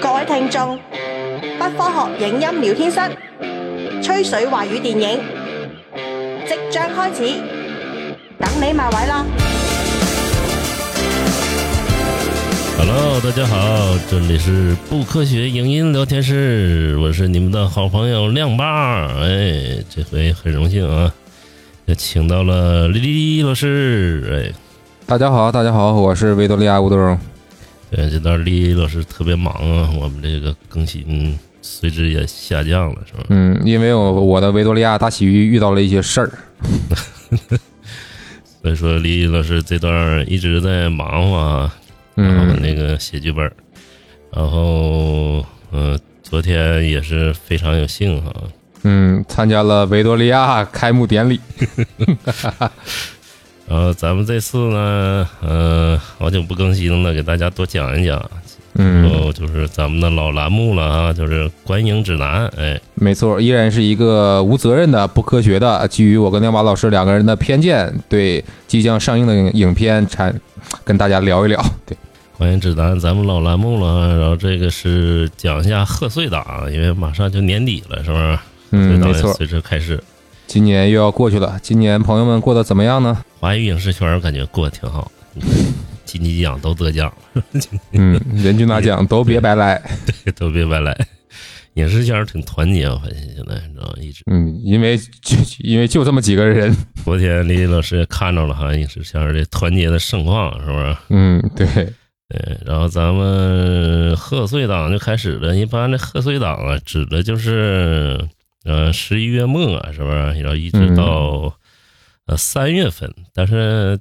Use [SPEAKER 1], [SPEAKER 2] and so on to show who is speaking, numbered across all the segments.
[SPEAKER 1] 各位聽眾，不科學影音聊天室吹水華語電影即將開始，等你埋位啦！
[SPEAKER 2] Hello，大家好，这里是不科学影音聊天室，我是你们的好朋友亮爸。哎，这回很荣幸啊，也请到了丽丽老师。
[SPEAKER 3] 大家好，大家好，我是维多利亚乌德荣。
[SPEAKER 2] 哎，呃，这段丽丽老师特别忙啊，我们这个更新随之也下降了，是吧？
[SPEAKER 3] 嗯，因为我我的维多利亚大洗浴遇到了一些事儿，
[SPEAKER 2] 所以说丽丽老师这段一直在忙活啊，然后
[SPEAKER 3] 嗯，
[SPEAKER 2] 那个写剧本儿，然后嗯、呃昨天也是非常有幸啊哈、
[SPEAKER 3] 嗯，参加了维多利亚开幕典礼。
[SPEAKER 2] 然后呃咱们这次呢，呃，好久不更新了，给大家多讲一讲。然
[SPEAKER 3] 嗯，
[SPEAKER 2] 后就是咱们的老栏目了啊，就是观影指南。哎，
[SPEAKER 3] 没错，依然是一个无责任的、不科学的，呃基于我跟亮马老师两个人的偏见，对即将上映的影片产跟大家聊一聊。对，
[SPEAKER 2] 观影指南咱们老栏目了啊。然后这个是讲一下贺岁档，因为马上就年底了，是不是？
[SPEAKER 3] 嗯，
[SPEAKER 2] 贺岁档
[SPEAKER 3] 没
[SPEAKER 2] 也
[SPEAKER 3] 错，
[SPEAKER 2] 随之开始。
[SPEAKER 3] 今年又要过去了，今年朋友们过得怎么样呢？
[SPEAKER 2] 华语影视圈我感觉过得挺好，金鸡奖都得奖了。
[SPEAKER 3] 嗯，人均拿奖都别白来。
[SPEAKER 2] 都别白来。 影视圈儿挺团结，我发现现在你知道吗，一直。
[SPEAKER 3] 嗯，因为就因为就这么几个人。
[SPEAKER 2] 昨天李老师也看着了哈，影视圈儿这团结的盛况，是不是？
[SPEAKER 3] 嗯，对。
[SPEAKER 2] 对，然后咱们贺岁档就开始了。一般这贺岁档啊，指的就是呃十一月末、是不是？然后一直
[SPEAKER 3] 嗯
[SPEAKER 2] 到、呃三月份，但是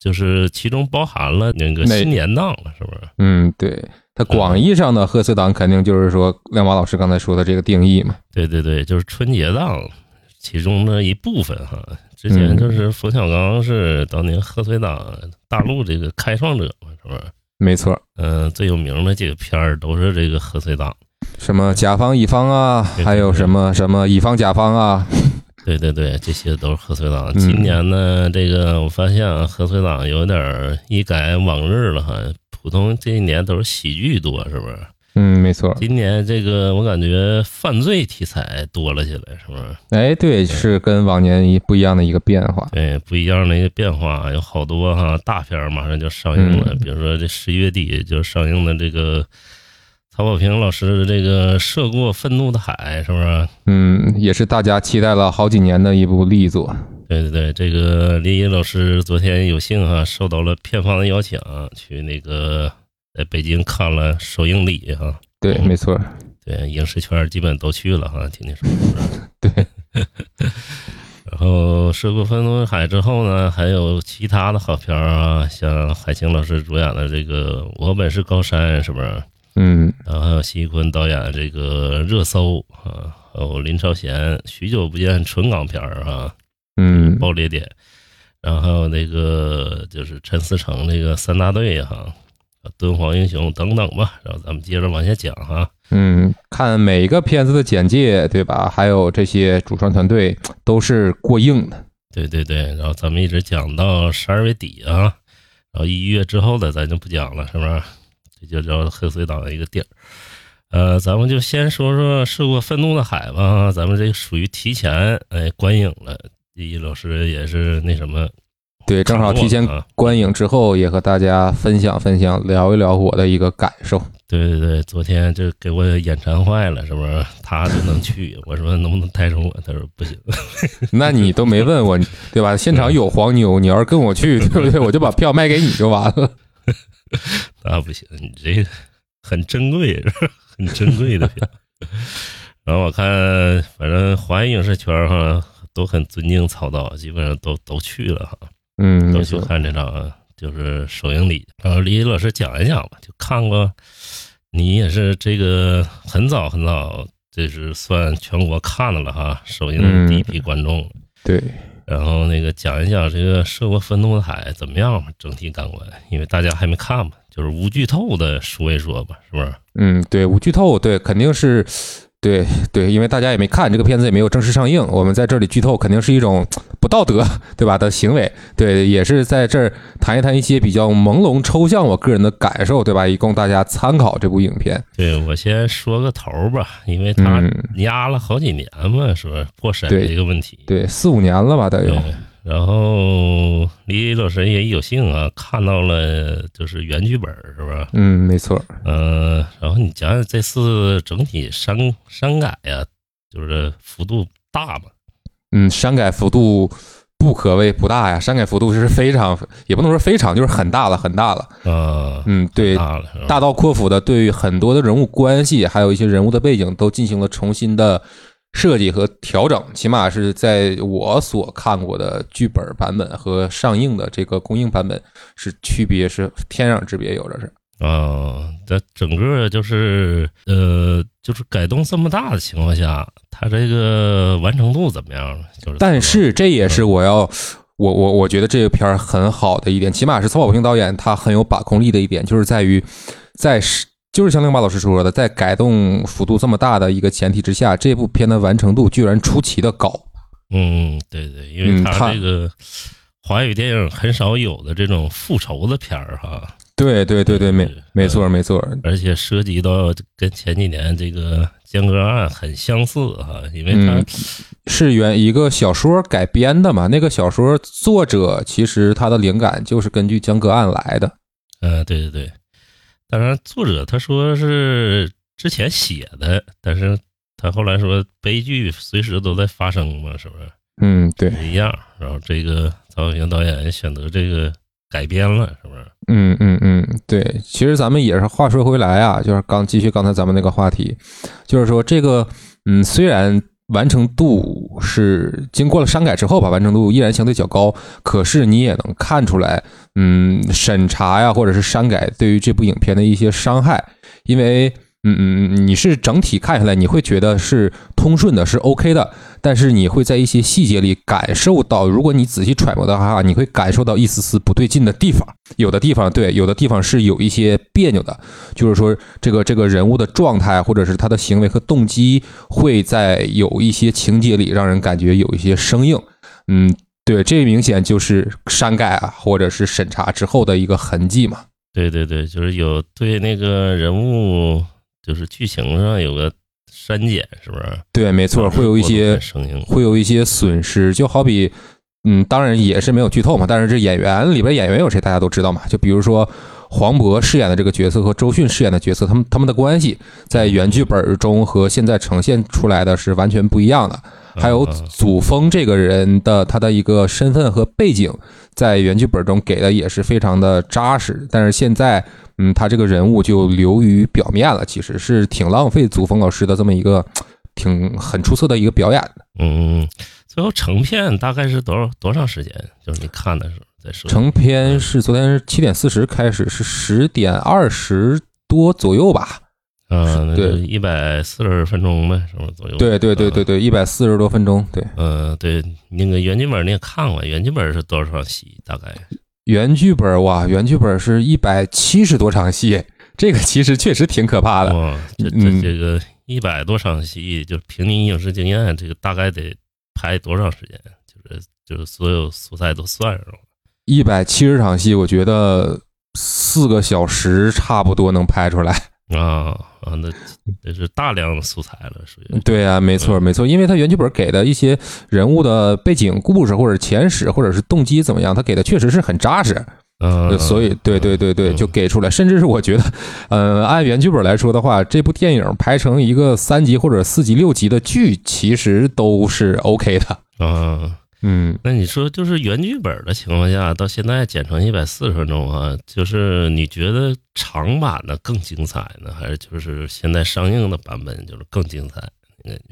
[SPEAKER 2] 就是其中包含了那个
[SPEAKER 3] 那
[SPEAKER 2] 新年档了，是不是？
[SPEAKER 3] 嗯，对，它广义上的贺岁档肯定就是说亮马老师刚才说的这个定义嘛。
[SPEAKER 2] 对对对，就是春节档其中的一部分哈。之前
[SPEAKER 3] 嗯
[SPEAKER 2] 就是冯小刚是当年贺岁档大陆这个开创者嘛，是不是？
[SPEAKER 3] 没错，
[SPEAKER 2] 嗯、最有名的几个片儿都是这个贺岁档。
[SPEAKER 3] 什么甲方乙方啊，
[SPEAKER 2] 对
[SPEAKER 3] 还有什么什么乙方甲方啊，
[SPEAKER 2] 对对对，这些都是贺岁档。
[SPEAKER 3] 嗯
[SPEAKER 2] 今年呢，这个我发现啊，贺岁档有点儿一改往日了哈。普通这一年都是喜剧多，是不是？
[SPEAKER 3] 嗯，没错。
[SPEAKER 2] 今年这个我感觉犯罪题材多了起来，是不是？
[SPEAKER 3] 哎，对，是跟往年一不一样的一个变化。
[SPEAKER 2] 对，不一样的一个变化，有好多哈大片儿马上就上映了，
[SPEAKER 3] 嗯
[SPEAKER 2] 比如说这十一月底就上映的这个曹保平老师的这个《涉过愤怒的海》，是不是？
[SPEAKER 3] 嗯，也是大家期待了好几年的一部力作。
[SPEAKER 2] 对对对，这个林一老师昨天有幸哈、受到了片方的邀请啊、去那个在北京看了首映礼哈、
[SPEAKER 3] 对，
[SPEAKER 2] 嗯
[SPEAKER 3] 没错。
[SPEAKER 2] 对，影视圈儿基本都去了哈，听你说。
[SPEAKER 3] 对。
[SPEAKER 2] 然后《涉过分东海》之后呢，还有其他的好片儿啊，像海清老师主演的这个《我本是高山》，是不是？
[SPEAKER 3] 嗯，
[SPEAKER 2] 然后还有辛坤导演的这个《热搜》啊，还有林超贤许久不见纯港片儿啊，
[SPEAKER 3] 嗯，
[SPEAKER 2] 爆裂点。然后那个就是陈思诚那个三大队哈、敦煌英雄等等吧。然后咱们接着往下讲哈、
[SPEAKER 3] 嗯，看每一个片子的简介，对吧？还有这些主创团队都是过硬的。
[SPEAKER 2] 对对对，然后咱们一直讲到十二月底啊，然后一月之后的咱就不讲了，是不是？这就叫贺岁档的一个地儿。呃，咱们就先说说《涉过愤怒的海》吧，咱们这属于提前哎观影了。第一老师也是那什么，
[SPEAKER 3] 对，正好
[SPEAKER 2] 掌握
[SPEAKER 3] 提前
[SPEAKER 2] 了啊
[SPEAKER 3] 观影之后，也和大家分享分享，聊一聊我的一个感受。
[SPEAKER 2] 对对对，昨天就给我眼馋坏了，是不是？他就能去， 我说能不能带上我？他说不行。
[SPEAKER 3] 那你都没问我，对吧？现场有黄牛，你要是跟我去，对不对？我就把票卖给你就完了。
[SPEAKER 2] 那不行，你这个很珍贵，是吧很珍贵的票。 然后我看，反正华语影视圈儿哈都很尊敬曹导，基本上都都去了哈，
[SPEAKER 3] 嗯，
[SPEAKER 2] 都
[SPEAKER 3] 没
[SPEAKER 2] 去
[SPEAKER 3] 错。
[SPEAKER 2] 看这场就是首映礼。然后李毅老师讲一讲吧，就看过，你也是这个很早很早，这是算全国看的了哈，首映
[SPEAKER 3] 嗯
[SPEAKER 2] 的第一批观众。
[SPEAKER 3] 对，
[SPEAKER 2] 然后那个讲一讲这个《涉过愤怒的海》怎么样吧，整体感官，因为大家还没看嘛，就是无剧透的说一说吧，是不是？
[SPEAKER 3] 嗯，对，无剧透，对，肯定是对对，因为大家也没看这个片子，也没有正式上映，我们在这里剧透肯定是一种不道德，对吧的行为。对，也是在这儿谈一谈一些比较朦胧、抽象我个人的感受，对吧？以供大家参考这部影片。
[SPEAKER 2] 对我先说个头儿吧，因为他
[SPEAKER 3] 嗯
[SPEAKER 2] 压了好几年嘛，说破审
[SPEAKER 3] 对
[SPEAKER 2] 这个问题。
[SPEAKER 3] 对，四五年了吧，得有。
[SPEAKER 2] 对，然后李老师也有幸啊看到了，就是原剧本儿是吧？
[SPEAKER 3] 嗯，没错。
[SPEAKER 2] 嗯、然后你讲讲这次整体删删改呀、就是幅度大嘛？
[SPEAKER 3] 嗯，删改幅度不可谓不大呀，删改幅度是非常，也不能说非常，就是很大了，很大了。
[SPEAKER 2] 啊、
[SPEAKER 3] 嗯，对，
[SPEAKER 2] 大了是吧？
[SPEAKER 3] 大刀阔斧的对于很多的人物关系，还有一些人物的背景都进行了重新的设计和调整，起码是在我所看过的剧本版本和上映的这个公映版本是区别是天壤之别，有的是。
[SPEAKER 2] 啊，这整个就是呃，就是改动这么大的情况下，它这个完成度怎么样呢？就是，
[SPEAKER 3] 但是这也是我要。我我我觉得这个片儿很好的一点，起码是曹保平导演他很有把控力的一点，就是在于在是就是像令马老师说的，在改动幅度这么大的一个前提之下，这部片的完成度居然出奇的高。
[SPEAKER 2] 嗯，对对，因
[SPEAKER 3] 嗯
[SPEAKER 2] 为
[SPEAKER 3] 它
[SPEAKER 2] 它这个华语电影很少有的这种复仇的片儿哈，
[SPEAKER 3] 对对对对，没
[SPEAKER 2] 对
[SPEAKER 3] 没错没错，
[SPEAKER 2] 而且涉及到跟前几年这个间隔案很相似哈，因为它
[SPEAKER 3] 嗯，是原一个小说改编的嘛？那个小说作者其实他的灵感就是根据江歌案来的。
[SPEAKER 2] 嗯，对对对，当然作者他说是之前写的，但是他后来说悲剧随时都在发生嘛，是不是
[SPEAKER 3] 嗯，对，
[SPEAKER 2] 一样？然后这个曹保平导演选择这个改编了，是不是？
[SPEAKER 3] 嗯嗯嗯，对。其实咱们也是话说回来啊，就是刚继续刚才咱们那个话题，就是说这个嗯，虽然完成度是经过了删改之后吧，完成度依然相对较高，可是你也能看出来，嗯，审查呀或者是删改对于这部影片的一些伤害，因为。嗯嗯嗯，你是整体看下来，你会觉得是通顺的，是 OK 的，但是你会在一些细节里感受到，如果你仔细揣摩的话，你会感受到一丝丝不对劲的地方。有的地方对，有的地方是有一些别扭的，就是说这个这个人物的状态或者是他的行为和动机，会在有一些情节里让人感觉有一些生硬。嗯，对，这明显就是删改啊，或者是审查之后的一个痕迹嘛。
[SPEAKER 2] 对对对，就是有对那个人物就是剧情上有个删减，是不是？
[SPEAKER 3] 对，没
[SPEAKER 2] 嗯
[SPEAKER 3] 错，会有一些
[SPEAKER 2] 声音。
[SPEAKER 3] 会有一些损失，就好比，嗯，当然也是没有剧透嘛，但是这演员里边演员有谁大家都知道嘛，就比如说黄渤饰演的这个角色和周迅饰演的角色，他们他们的关系在原剧本中和现在呈现出来的是完全不一样的。还有
[SPEAKER 2] 嗯
[SPEAKER 3] 祖峰这个人的他的一个身份和背景，在原剧本中给的也是非常的扎实，但是现在，嗯，他这个人物就流于表面了，其实是挺浪费祖峰老师的这么一个挺很出色的一个表演。
[SPEAKER 2] 嗯，嗯最后成片大概是多少多长时间？就是你看的时候再说。
[SPEAKER 3] 成片是昨天是七点四十开始，是十点二十多左右吧？
[SPEAKER 2] 嗯，
[SPEAKER 3] 对
[SPEAKER 2] 一百四十分钟呗，是不是左右？
[SPEAKER 3] 对嗯对对对对，一百四十多分钟。对，
[SPEAKER 2] 嗯，对，那个原剧本你也看过，原剧本是多少场戏？大概
[SPEAKER 3] 原剧本哇，原剧本是一百七十多场戏，这个其实确实挺可怕的。
[SPEAKER 2] 哇，这
[SPEAKER 3] 嗯
[SPEAKER 2] 这这个一百多场戏，就是凭你影视经验，这个大概得拍多长时间？就是就是所有素材都算上了。
[SPEAKER 3] 一百七十场戏，我觉得四个小时差不多能拍出来。
[SPEAKER 2] 啊啊，那这是大量的素材了，属于
[SPEAKER 3] 对啊，没错没错，因为他原剧本给的一些人物的背景故事或者前史或者是动机怎么样，他给的确实是很扎实。
[SPEAKER 2] 嗯，
[SPEAKER 3] 呃所以，对对对对，
[SPEAKER 2] 嗯
[SPEAKER 3] 就给出来。甚至是我觉得，呃，按原剧本来说的话，这部电影拍成一个三集或者四集、六集的剧，其实都是 OK 的。
[SPEAKER 2] 嗯，
[SPEAKER 3] 嗯，
[SPEAKER 2] 那你说就是原剧本的情况下，到现在剪成一百四十分钟啊，就是你觉得长版的更精彩呢，还是就是现在上映的版本就是更精彩？你感觉？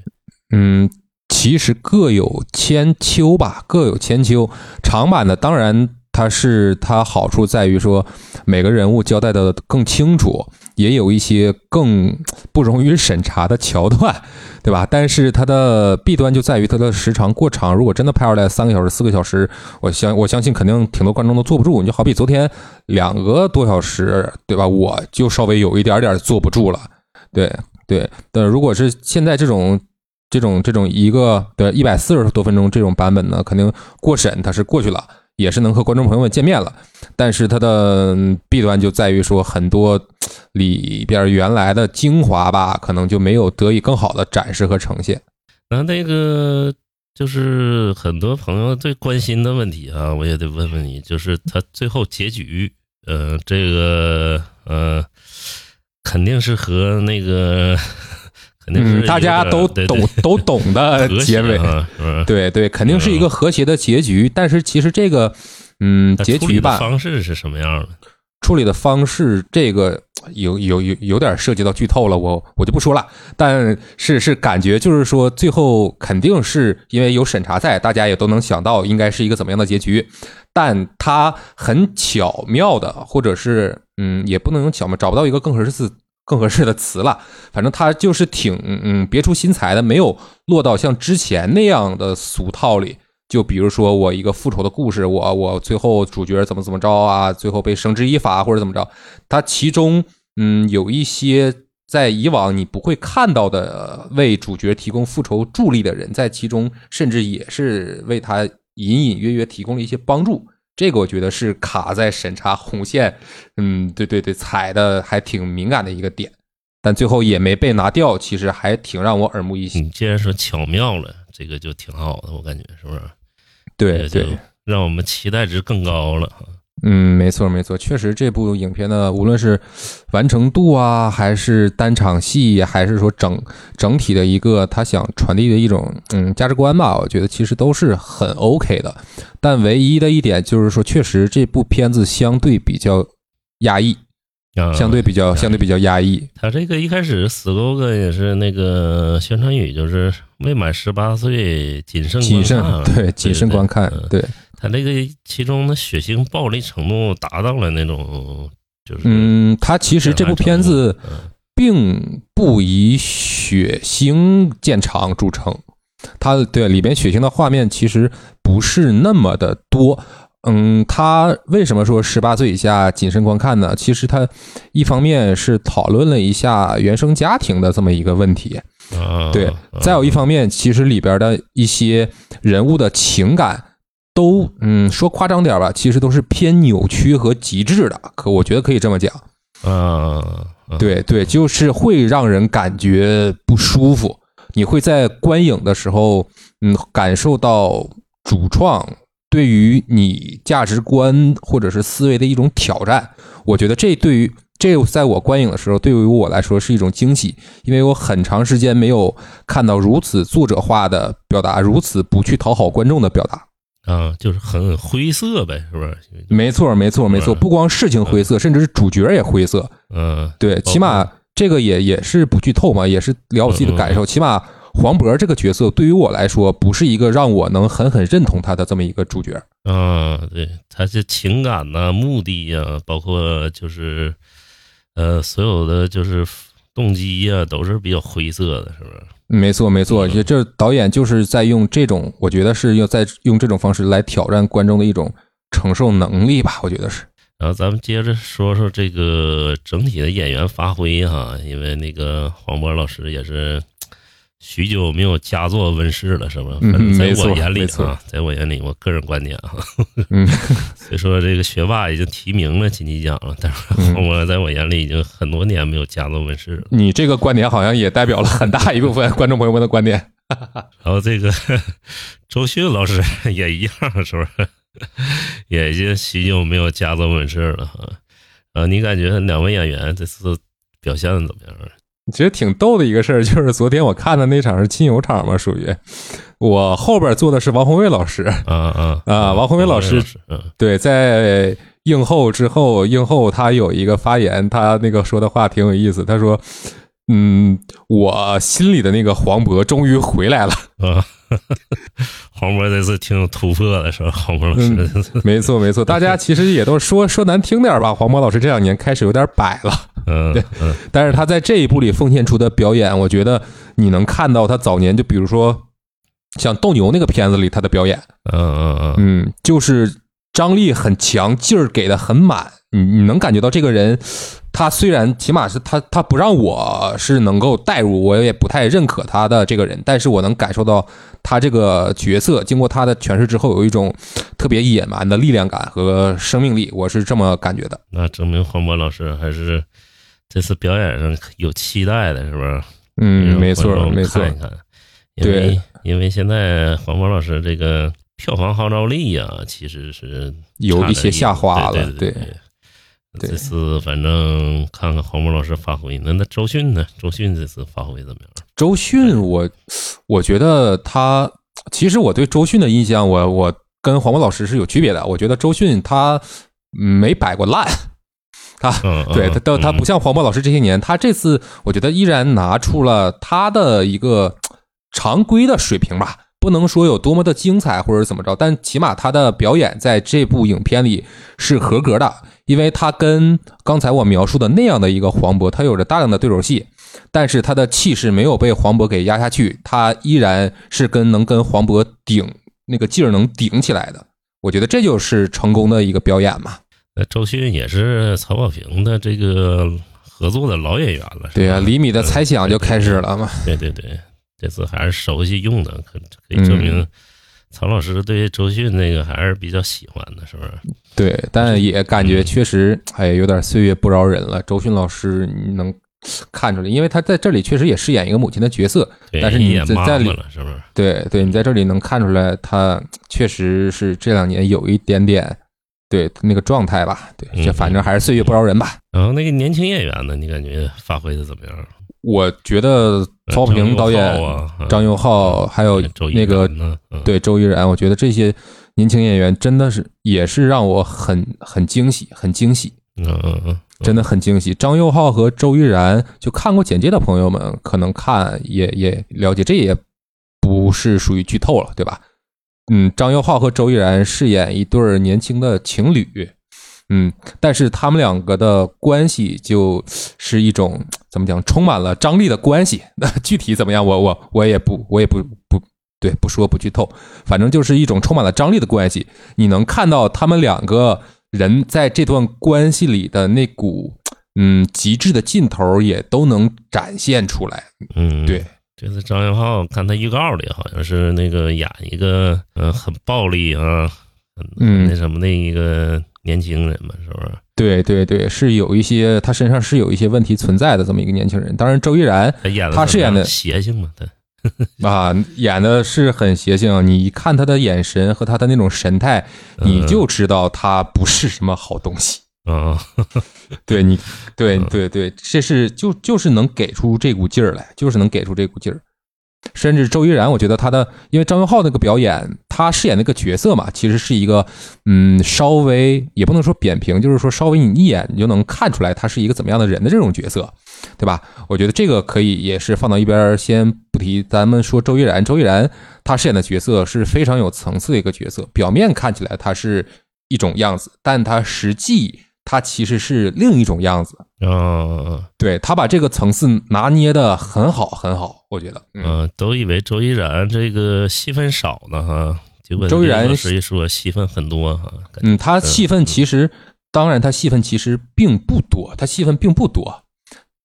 [SPEAKER 3] 嗯，其实各有千秋吧，各有千秋。长版的当然它是它好处在于说每个人物交代的更清楚，也有一些更不容于审查的桥段，对吧？但是它的弊端就在于它的时长过长。如果真的拍出来三个小时、四个小时，我相我相信肯定挺多观众都坐不住。你就好比昨天两个多小时，对吧？我就稍微有一点点坐不住了。对，对，但如果是现在这种这种这种一个对一百四十多分钟这种版本呢，肯定过审它是过去了，也是能和观众朋友们见面了。但是它的嗯弊端就在于说，很多里边原来的精华吧，可能就没有得以更好的展示和呈现。
[SPEAKER 2] 那那个就是很多朋友最关心的问题啊，我也得问问你，就是他最后结局，呃，这个呃，肯定是和那个 肯定是
[SPEAKER 3] 嗯，大家
[SPEAKER 2] 有点
[SPEAKER 3] 都
[SPEAKER 2] 对
[SPEAKER 3] 懂都懂的
[SPEAKER 2] 对 和谐
[SPEAKER 3] 结尾，
[SPEAKER 2] 啊，嗯是吧？
[SPEAKER 3] 对对，肯定是一个和谐的结局。但是其实这个，嗯，
[SPEAKER 2] 那
[SPEAKER 3] 结
[SPEAKER 2] 处理
[SPEAKER 3] 局
[SPEAKER 2] 的
[SPEAKER 3] 吧，
[SPEAKER 2] 方式是什么样的？
[SPEAKER 3] 处理的方式，这个有有有有点涉及到剧透了，我我就不说了。但是是感觉就是说，最后肯定是因为有审查在，大家也都能想到应该是一个怎么样的结局。但他很巧妙的，或者是嗯，也不能用巧妙，找不到一个更合适词更合适的词了。反正他就是挺嗯别出心裁的，没有落到像之前那样的俗套里。就比如说我一个复仇的故事，我我最后主角怎么怎么着啊，最后被绳之以法或者怎么着，它其中嗯有一些在以往你不会看到的呃为主角提供复仇助力的人，在其中甚至也是为他隐隐约约提供了一些帮助。这个我觉得是卡在审查红线，嗯，对对对，踩的还挺敏感的一个点，但最后也没被拿掉，其实还挺让我耳目一新。
[SPEAKER 2] 你既然说巧妙了，这个就挺好的，我感觉是不是？
[SPEAKER 3] 对
[SPEAKER 2] 这个
[SPEAKER 3] 对
[SPEAKER 2] 就，让我们期待值更高了。
[SPEAKER 3] 嗯，没错没错，确实这部影片的无论是完成度啊，还是单场戏，还是说整整体的一个他想传递的一种嗯价值观吧，我觉得其实都是很 OK 的。但唯一的一点就是说，确实这部片子相对比较压抑，
[SPEAKER 2] 啊
[SPEAKER 3] 相对比较相对比较嗯压抑。
[SPEAKER 2] 他这个一开始 slogan 也是那个宣传语，就是未满十八岁谨慎
[SPEAKER 3] 谨慎
[SPEAKER 2] 观看啊，
[SPEAKER 3] 对嗯谨慎观看
[SPEAKER 2] 对，嗯
[SPEAKER 3] 对，
[SPEAKER 2] 他这个其中的血腥暴力程度达到了那种就是
[SPEAKER 3] 嗯，它其实这部片
[SPEAKER 2] 震
[SPEAKER 3] 子
[SPEAKER 2] 撼程度
[SPEAKER 3] 并不以血腥见长著称，它对里边血腥的画面其实不是那么的多。嗯，它为什么说十八岁以下谨慎观看呢？其实它一方面是讨论了一下原生家庭的这么一个问题，
[SPEAKER 2] 嗯啊，
[SPEAKER 3] 对
[SPEAKER 2] 啊
[SPEAKER 3] 再有一方面，其实里边的一些人物的情感都，嗯，说夸张点儿吧，其实都是偏扭曲和极致的。可我觉得可以这么讲，
[SPEAKER 2] 啊，啊，
[SPEAKER 3] 对对，就是会让人感觉不舒服。你会在观影的时候，嗯，感受到主创对于你价值观或者是思维的一种挑战。我觉得这对于这在我观影的时候，对于我来说是一种惊喜，因为我很长时间没有看到如此作者化的表达，如此不去讨好观众的表达。
[SPEAKER 2] 啊，就是很灰色呗，是不是？
[SPEAKER 3] 没错，没错，没错，
[SPEAKER 2] 嗯
[SPEAKER 3] 不光事情灰色，甚至是主角也灰色。
[SPEAKER 2] 嗯，
[SPEAKER 3] 对，
[SPEAKER 2] 包
[SPEAKER 3] 起码
[SPEAKER 2] 括
[SPEAKER 3] 这个也也是不剧透嘛，也是聊我自己的感
[SPEAKER 2] 嗯
[SPEAKER 3] 受。起码黄渤这个角色对于我来说，不是一个让我能狠狠认同他的这么一个主角。
[SPEAKER 2] 啊，对，他这情感呐、目的呀、包括就是呃，所有的就是动机呀、都是比较灰色的，是不是？
[SPEAKER 3] 没错，没错，
[SPEAKER 2] 嗯
[SPEAKER 3] 就这导演就是在用这种，我觉得是要在用这种方式来挑战观众的一种承受能力吧，我觉得是。
[SPEAKER 2] 然后咱们接着说说这个整体的演员发挥哈，因为那个黄渤老师也是许久没有佳作问世了，是吧？
[SPEAKER 3] 嗯
[SPEAKER 2] 反正在
[SPEAKER 3] 没错
[SPEAKER 2] 我眼里
[SPEAKER 3] 没错
[SPEAKER 2] 啊，在我眼里，我个人观点啊，
[SPEAKER 3] 嗯
[SPEAKER 2] 所以说这个学霸已经提名了金鸡奖了，但是
[SPEAKER 3] 嗯
[SPEAKER 2] 黄渤在我眼里已经很多年没有佳作问世了。
[SPEAKER 3] 你这个观点好像也代表了很大一部分观众朋友们的观点。
[SPEAKER 2] 然后这个周迅老师 也一样，是不是？ 也已经许久没有佳作问世了哈。然后你感觉两位演员这次表现的怎么样？
[SPEAKER 3] 其实挺逗的一个事儿，就是昨天我看的那场是亲友场嘛，属于我后边坐的是王宏伟老师，
[SPEAKER 2] 啊啊
[SPEAKER 3] 啊王宏伟老师，
[SPEAKER 2] 嗯
[SPEAKER 3] 对，在映后之后，映后他有一个发言，他那个说的话挺有意思。他说：“嗯，我心里的那个黄渤终于回来了。
[SPEAKER 2] 啊， 黄渤这次挺有突破的，是吧？黄渤老师
[SPEAKER 3] 嗯
[SPEAKER 2] 这次，”
[SPEAKER 3] 没错，没错，大家其实也都说说难听点儿吧，黄渤老师这两年开始有点摆了，
[SPEAKER 2] 嗯
[SPEAKER 3] 对
[SPEAKER 2] 嗯
[SPEAKER 3] 但是他在这一部里奉献出的表演，我觉得你能看到他早年就比如说像《斗牛》那个片子里他的表演，
[SPEAKER 2] 嗯嗯嗯，
[SPEAKER 3] 嗯，就是张力很强，劲儿给的很满，你你能感觉到这个人他虽然起码是他他不让我是能够带入，我也不太认可他的这个人，但是我能感受到他这个角色经过他的诠释之后，有一种特别野蛮的力量感和生命力，我是这么感觉的。
[SPEAKER 2] 那证明黄渤老师还是这次表演上有期待的，是不是？
[SPEAKER 3] 嗯，没
[SPEAKER 2] 让
[SPEAKER 3] 错，
[SPEAKER 2] 观众
[SPEAKER 3] 没错，
[SPEAKER 2] 看一看，因为
[SPEAKER 3] 对
[SPEAKER 2] 因为现在黄渤老师这个票房号召力啊，其实是
[SPEAKER 3] 有一些下滑
[SPEAKER 2] 对
[SPEAKER 3] 了
[SPEAKER 2] 对
[SPEAKER 3] 对对
[SPEAKER 2] 这次反正看看黄渤老师发挥，那那周迅呢？周迅这次发挥怎么样？
[SPEAKER 3] 周迅，我我觉得他，其实我对周迅的印象，我我跟黄渤老师是有区别的。我觉得周迅他没摆过烂，
[SPEAKER 2] 嗯，嗯
[SPEAKER 3] 对他他他不像黄渤老师这些年，他这次我觉得依然拿出了他的一个常规的水平吧，不能说有多么的精彩或者怎么着，但起码他的表演在这部影片里是合格的，因为他跟刚才我描述的那样的一个黄渤，他有着大量的对手戏。但是他的气势没有被黄渤给压下去，他依然是跟能跟黄渤顶那个劲儿能顶起来的。我觉得这就是成功的一个表演嘛。
[SPEAKER 2] 那周迅也是曹保平的这个合作的老演员了。是吧
[SPEAKER 3] 对啊，厘米的猜想就开始。
[SPEAKER 2] 嗯
[SPEAKER 3] 了嘛。
[SPEAKER 2] 对对对对对，这次还是熟悉用的，可可
[SPEAKER 3] 嗯
[SPEAKER 2] 以证明曹老师对周迅那个还是比较喜欢的，是不是？
[SPEAKER 3] 对，
[SPEAKER 2] 嗯
[SPEAKER 3] 但也感觉确实，哎，有点岁月不饶人了。周迅老师你能看出来，因为他在这里确实也饰演一个母亲的角色，
[SPEAKER 2] 对，
[SPEAKER 3] 但是你
[SPEAKER 2] 也
[SPEAKER 3] 在
[SPEAKER 2] 妈
[SPEAKER 3] 在里
[SPEAKER 2] 妈了，是不是？
[SPEAKER 3] 对对，你在这里能看出来，他确实是这两年有一点点对那个状态吧。对，这
[SPEAKER 2] 嗯
[SPEAKER 3] 反正还是岁月不饶人吧。
[SPEAKER 2] 然后那个年轻演员呢，你感觉发挥的怎么样？
[SPEAKER 3] 我觉得曹保平导演
[SPEAKER 2] 呃张佑浩啊，
[SPEAKER 3] 张佑浩还有
[SPEAKER 2] 嗯周
[SPEAKER 3] 哦那个
[SPEAKER 2] 呢，嗯，
[SPEAKER 3] 对周依然，我觉得这些年轻演员真的是也是让我很很惊喜，很惊喜。
[SPEAKER 2] 嗯嗯嗯，
[SPEAKER 3] 真的很惊喜。张佑浩和周依然，就看过简介的朋友们可能看也也了解，这也不是属于剧透了，对吧？嗯，张佑浩和周依然饰演一对儿年轻的情侣，嗯，但是他们两个的关系就是一种怎么讲，充满了张力的关系。 那具体怎么样，我我我也不我也不不对不说不剧透，反正就是一种充满了张力的关系。你能看到他们两个人在这段关系里的那股嗯极致的劲头，也都能展现出来。
[SPEAKER 2] 嗯，
[SPEAKER 3] 对，
[SPEAKER 2] 这次张元浩看他预告里好像是那个演一个嗯、呃很暴力啊，很
[SPEAKER 3] 嗯
[SPEAKER 2] 那什么的一个年轻人嘛，是不是？
[SPEAKER 3] 对对对，是有一些他身上是有一些问题存在的这么一个年轻人。当然，周依然
[SPEAKER 2] 他演的
[SPEAKER 3] 他饰演的
[SPEAKER 2] 邪性嘛，他
[SPEAKER 3] 啊演的是很邪性，你一看他的眼神和他的那种神态，你
[SPEAKER 2] 嗯
[SPEAKER 3] 就知道他不是什么好东西。
[SPEAKER 2] 啊，
[SPEAKER 3] 对你，对
[SPEAKER 2] 嗯
[SPEAKER 3] 对对，这是就就是能给出这股劲儿来，就是能给出这股劲儿。甚至周依然，我觉得他的，因为张元浩那个表演，他饰演那个角色嘛，其实是一个，嗯，稍微也不能说扁平，就是说稍微你一眼你就能看出来他是一个怎么样的人的这种角色，对吧？我觉得这个可以也是放到一边儿先不提，咱们说周依然，周依然他饰演的角色是非常有层次的一个角色，表面看起来他是一种样子，但他实际他其实是另一种样子。
[SPEAKER 2] 啊，
[SPEAKER 3] 对他把这个层次拿捏的很好，很好，我觉得。嗯，
[SPEAKER 2] 嗯，都以为周依然这个戏份少呢哈，结果
[SPEAKER 3] 周依然
[SPEAKER 2] 老师一说戏份很多哈，感觉
[SPEAKER 3] 嗯，他戏份其实，当然他戏份其实并不多，他戏份并不多。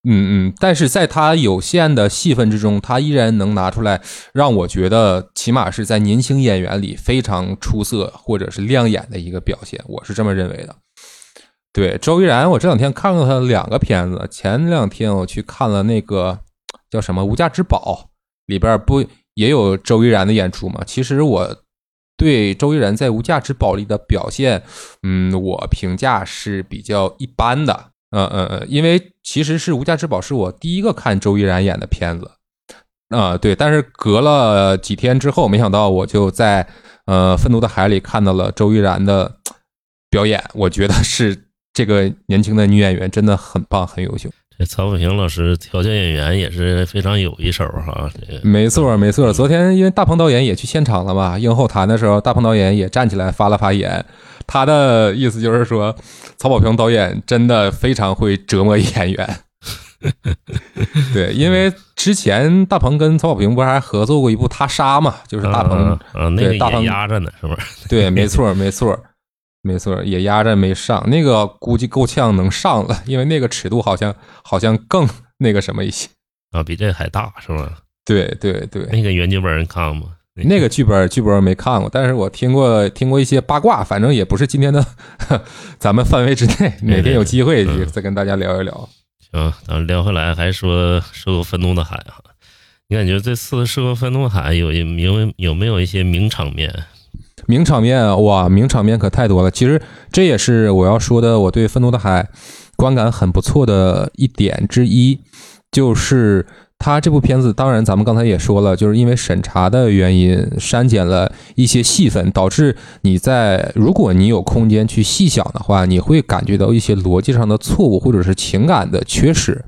[SPEAKER 3] 嗯嗯，但是在他有限的戏份之中，他依然能拿出来，让我觉得起码是在年轻演员里非常出色或者是亮眼的一个表现，我是这么认为的。对周依然，我这两天看了他两个片子，前两天我去看了那个叫什么《无价之宝》，里边不也有周依然的演出吗？其实我对周依然在《无价之宝》里的表现，嗯，我评价是比较一般的。嗯嗯嗯，因为其实是《无价之宝》是我第一个看周依然演的片子。啊、对，但是隔了几天之后，没想到我就在呃《愤怒的海》里看到了周依然的表演，我觉得是这个年轻的女演员真的很棒，很优秀。
[SPEAKER 2] 这曹保平老师调教演员也是非常有一手哈，这个
[SPEAKER 3] 没错，没错。昨天因为大鹏导演也去现场了嘛，映后谈的时候，大鹏导演也站起来发了发言，他的意思就是说，曹保平导演真的非常会折磨演员。对，因为之前大鹏跟曹保平不是还合作过一部《他杀》嘛，就是大鹏
[SPEAKER 2] 啊啊啊那个
[SPEAKER 3] 对大
[SPEAKER 2] 也
[SPEAKER 3] 鹏
[SPEAKER 2] 压着呢，是不是？
[SPEAKER 3] 对，没错，没错。没错，也压着没上，那个估计够呛能上了，因为那个尺度好像好像更那个什么一些。
[SPEAKER 2] 啊，比这还大是吗？
[SPEAKER 3] 对对对，
[SPEAKER 2] 那个原剧本你看吗？
[SPEAKER 3] 那个剧本剧本没看过，但是我听过听过一些八卦，反正也不是今天的 咱们范围之内，哪天有机会
[SPEAKER 2] 对对嗯
[SPEAKER 3] 再跟大家聊一聊。
[SPEAKER 2] 行，咱们聊回来，还说涉过愤怒的海哈，你感觉这次涉过愤怒海有一名有没有一些名场面？
[SPEAKER 3] 名场面啊哇，名场面可太多了。其实这也是我要说的，我对《愤怒的海》观感很不错的一点之一，就是它这部片子，当然咱们刚才也说了，就是因为审查的原因删减了一些戏份，导致你在如果你有空间去细想的话，你会感觉到一些逻辑上的错误或者是情感的缺失。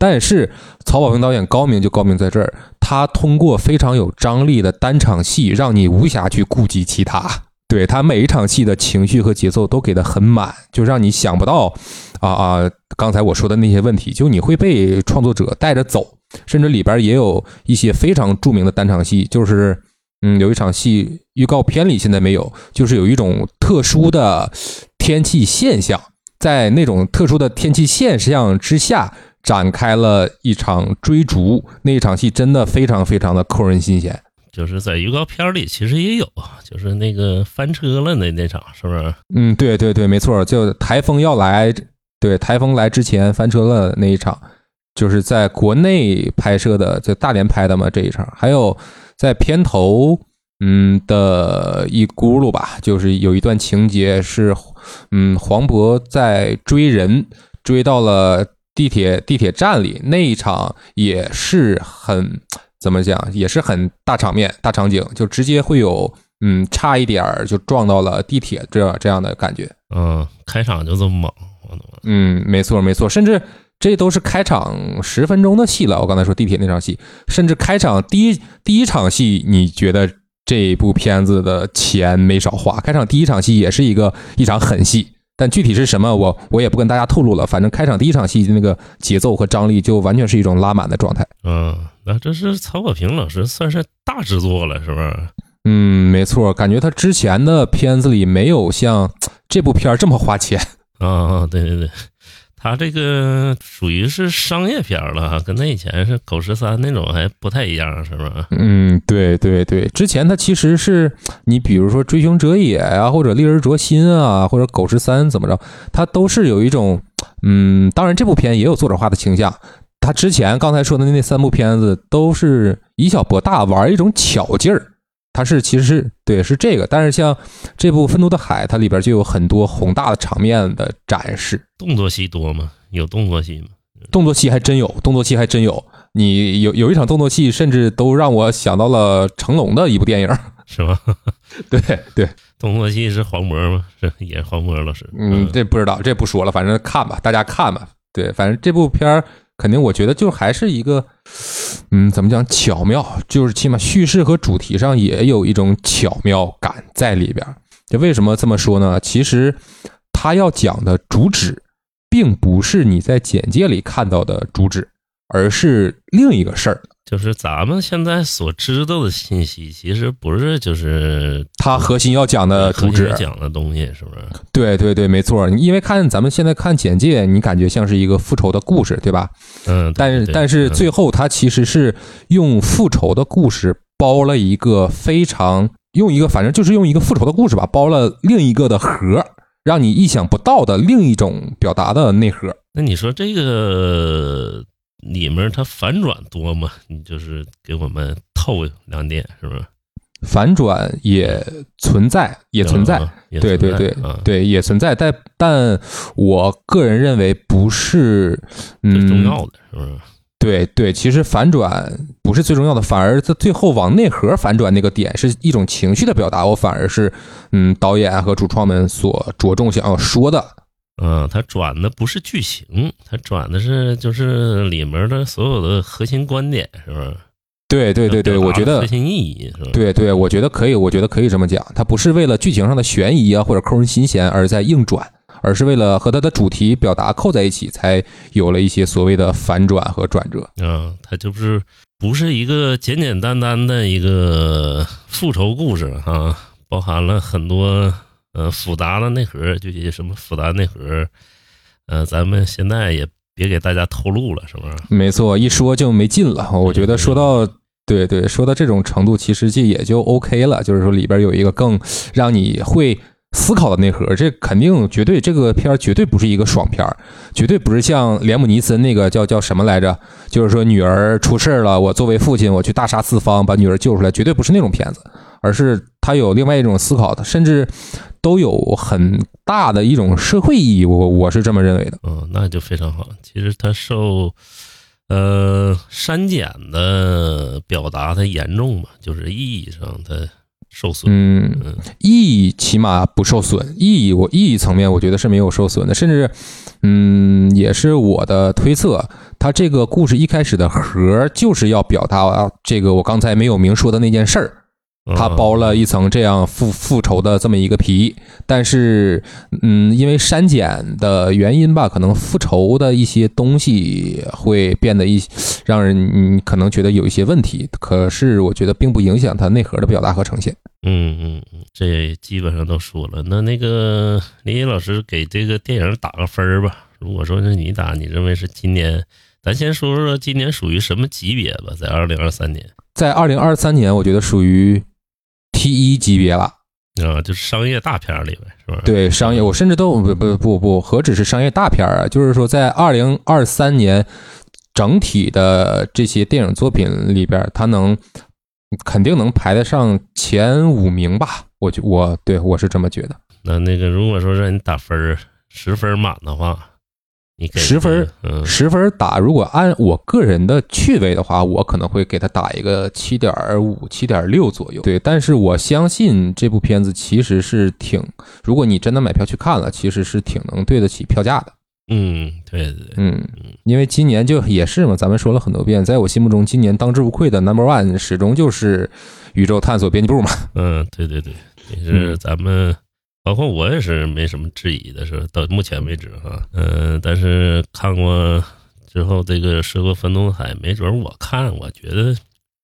[SPEAKER 3] 但是曹保平导演高明就高明在这儿，他通过非常有张力的单场戏，让你无暇去顾及其他。对他每一场戏的情绪和节奏都给的很满，就让你想不到啊啊！刚才我说的那些问题，就你会被创作者带着走，甚至里边也有一些非常著名的单场戏，就是嗯，有一场戏预告片里现在没有，就是有一种特殊的天气现象，在那种特殊的天气现象之下，展开了一场追逐，那一场戏真的非常非常的扣人心弦。
[SPEAKER 2] 就是在预告片里其实也有，啊就是那个翻车了那那场是不是？
[SPEAKER 3] 嗯，对对对，没错，就台风要来，对台风来之前翻车了那一场，就是在国内拍摄的，在大连拍的嘛这一场，还有在片头嗯的一轱辘吧，就是有一段情节是嗯黄渤在追人，追到了地铁地铁站里那一场也是很怎么讲，也是很大场面大场景，就直接会有。嗯，差一点儿就撞到了地铁这这样的感觉。
[SPEAKER 2] 嗯，开场就这么猛，我的妈！
[SPEAKER 3] 嗯，没错没错，甚至这都是开场十分钟的戏了。我刚才说地铁那场戏，甚至开场第一第一场戏，你觉得这部片子的钱没少花？开场第一场戏也是一个一场狠戏，但具体是什么，我我也不跟大家透露了。反正开场第一场戏那个节奏和张力就完全是一种拉满的状态。
[SPEAKER 2] 嗯，那这是曹保平老师算是大制作了，是不是？
[SPEAKER 3] 嗯，没错，感觉他之前的片子里没有像这部片儿这么花钱。
[SPEAKER 2] 啊，对对 对，他这个属于是商业片了，跟那以前是狗十三那种还不太一样，是不是？
[SPEAKER 3] 嗯，对对对，之前它其实是你比如说《追凶者也》啊，或者《猎人灼心》啊，或者《狗十三》怎么着，它都是有一种嗯，当然这部片也有作者化的倾向。他之前刚才说的那三部片子都是以小博大，玩一种巧劲儿。它是其实是对是这个，但是像这部《愤怒的海》，它里边就有很多宏大的场面的展示。
[SPEAKER 2] 动作戏多吗？有动作戏吗？
[SPEAKER 3] 动作戏还真有，动作戏还真有。你有有一场动作戏，甚至都让我想到了成龙的一部电影。
[SPEAKER 2] 是吧？
[SPEAKER 3] 对对，
[SPEAKER 2] 动作戏是黄渤吗？是也是黄渤老师。
[SPEAKER 3] 嗯，这不知道，这不说了，反正看吧，大家看吧。对，反正这部片儿肯定，我觉得就还是一个，嗯，怎么讲巧妙，就是起码叙事和主题上也有一种巧妙感在里边儿。这为什么这么说呢？其实他要讲的主旨，并不是你在简介里看到的主旨，而是另一个事儿。
[SPEAKER 2] 就是咱们现在所知道的信息，其实不是就是呃
[SPEAKER 3] 它核心要讲的主
[SPEAKER 2] 主
[SPEAKER 3] 旨
[SPEAKER 2] 旨，讲的东西，是不是？
[SPEAKER 3] 对对对，没错。因为看咱们现在看简介，你感觉像是一个复仇的故事，对吧？
[SPEAKER 2] 嗯，对
[SPEAKER 3] 但是
[SPEAKER 2] 对
[SPEAKER 3] 但是
[SPEAKER 2] 嗯
[SPEAKER 3] 最后他其实是用复仇的故事包了一个非常用一个反正就是用一个复仇的故事吧，包了另一个的核，让你意想不到的另一种表达的内核。
[SPEAKER 2] 那你说这个里面它反转多吗？你就是给我们透两点，是不是？
[SPEAKER 3] 反转也存在，也存在，
[SPEAKER 2] 嗯，也
[SPEAKER 3] 对
[SPEAKER 2] 存
[SPEAKER 3] 对
[SPEAKER 2] 在
[SPEAKER 3] 对
[SPEAKER 2] 啊，
[SPEAKER 3] 对，也存在。但但我个人认为不是，
[SPEAKER 2] 最重
[SPEAKER 3] 嗯，
[SPEAKER 2] 要的是不是？
[SPEAKER 3] 对对，其实反转不是最重要的，反而它最后往内核反转那个点是一种情绪的表达，我反而是嗯，导演和主创们所着重想要说的。
[SPEAKER 2] 嗯，它转的不是剧情，它转的是就是里面的所有的核心观点，是不是？
[SPEAKER 3] 对对对对，
[SPEAKER 2] 表达
[SPEAKER 3] 我觉
[SPEAKER 2] 核
[SPEAKER 3] 得
[SPEAKER 2] 心意义是吧？
[SPEAKER 3] 对对，我觉得可以，我觉得可以这么讲，它不是为了剧情上的悬疑啊或者扣人心弦而在硬转，而是为了和它的主题表达扣在一起，才有了一些所谓的反转和转折。
[SPEAKER 2] 啊，它就是不是一个简简单单的一个复仇故事啊，包含了很多呃，复杂的内核具体什么复杂内核，呃，咱们现在也别给大家透露了，是不是？
[SPEAKER 3] 没错，一说就没劲了。我觉得说到对对，说到这种程度，其实就也就 OK 了。就是说里边有一个更让你会思考的内核，这肯定绝对这个片儿绝对不是一个爽片儿，绝对不是像连姆尼森那个叫叫什么来着，就是说女儿出事儿了，我作为父亲我去大杀四方把女儿救出来，绝对不是那种片子，而是它有另外一种思考的，甚至都有很大的一种社会意义。我我是这么认为的。
[SPEAKER 2] 嗯，那就非常好。其实它受呃删减的表达它严重嘛，就是意义上它受损。
[SPEAKER 3] 嗯，
[SPEAKER 2] 嗯
[SPEAKER 3] 意义起码不受损，意义我意义层面我觉得是没有受损的，甚至，嗯，也是我的推测，它这个故事一开始的核儿就是要表达啊这个我刚才没有明说的那件事儿，
[SPEAKER 2] 嗯
[SPEAKER 3] 它包了一层这样复复仇的这么一个皮，但是，嗯，因为删减的原因吧，可能复仇的一些东西会变得一让人嗯可能觉得有一些问题，可是我觉得并不影响它内核的表达和呈现。
[SPEAKER 2] 嗯嗯嗯，这基本上都说了。那那个林毅老师给这个电影打个分儿吧。如果说是你打，你认为是今年，咱先说说今年属于什么级别吧，在二零二三年
[SPEAKER 3] 在二零二三年，我觉得属于 T 一级别了。
[SPEAKER 2] 啊，就是商业大片儿里边，是吧？，
[SPEAKER 3] 对商业，我甚至都不不不不，何止是商业大片儿啊？就是说，在二零二三年整体的这些电影作品里边儿，它能肯定能排得上前五名吧？我就我对我是这么觉得。
[SPEAKER 2] 那那个如果说让你打分儿，十分满的话，你给
[SPEAKER 3] 10分儿
[SPEAKER 2] 嗯，
[SPEAKER 3] 十分打，如果按我个人的趣味的话，我可能会给他打一个七点五、七点六左右。对，但是我相信这部片子其实是挺，如果你真的买票去看了，其实是挺能对得起票价的。
[SPEAKER 2] 嗯，对对对，
[SPEAKER 3] 嗯，因为今年就也是嘛，咱们说了很多遍，在我心目中，今年当之无愧的 number one 始终就是《宇宙探索编辑部》嘛。
[SPEAKER 2] 嗯，对对对，也是咱们，包括我也是没什么质疑的，是吧到目前为止哈，嗯、但是看过之后，这个《涉过分东海》，没准我看我觉得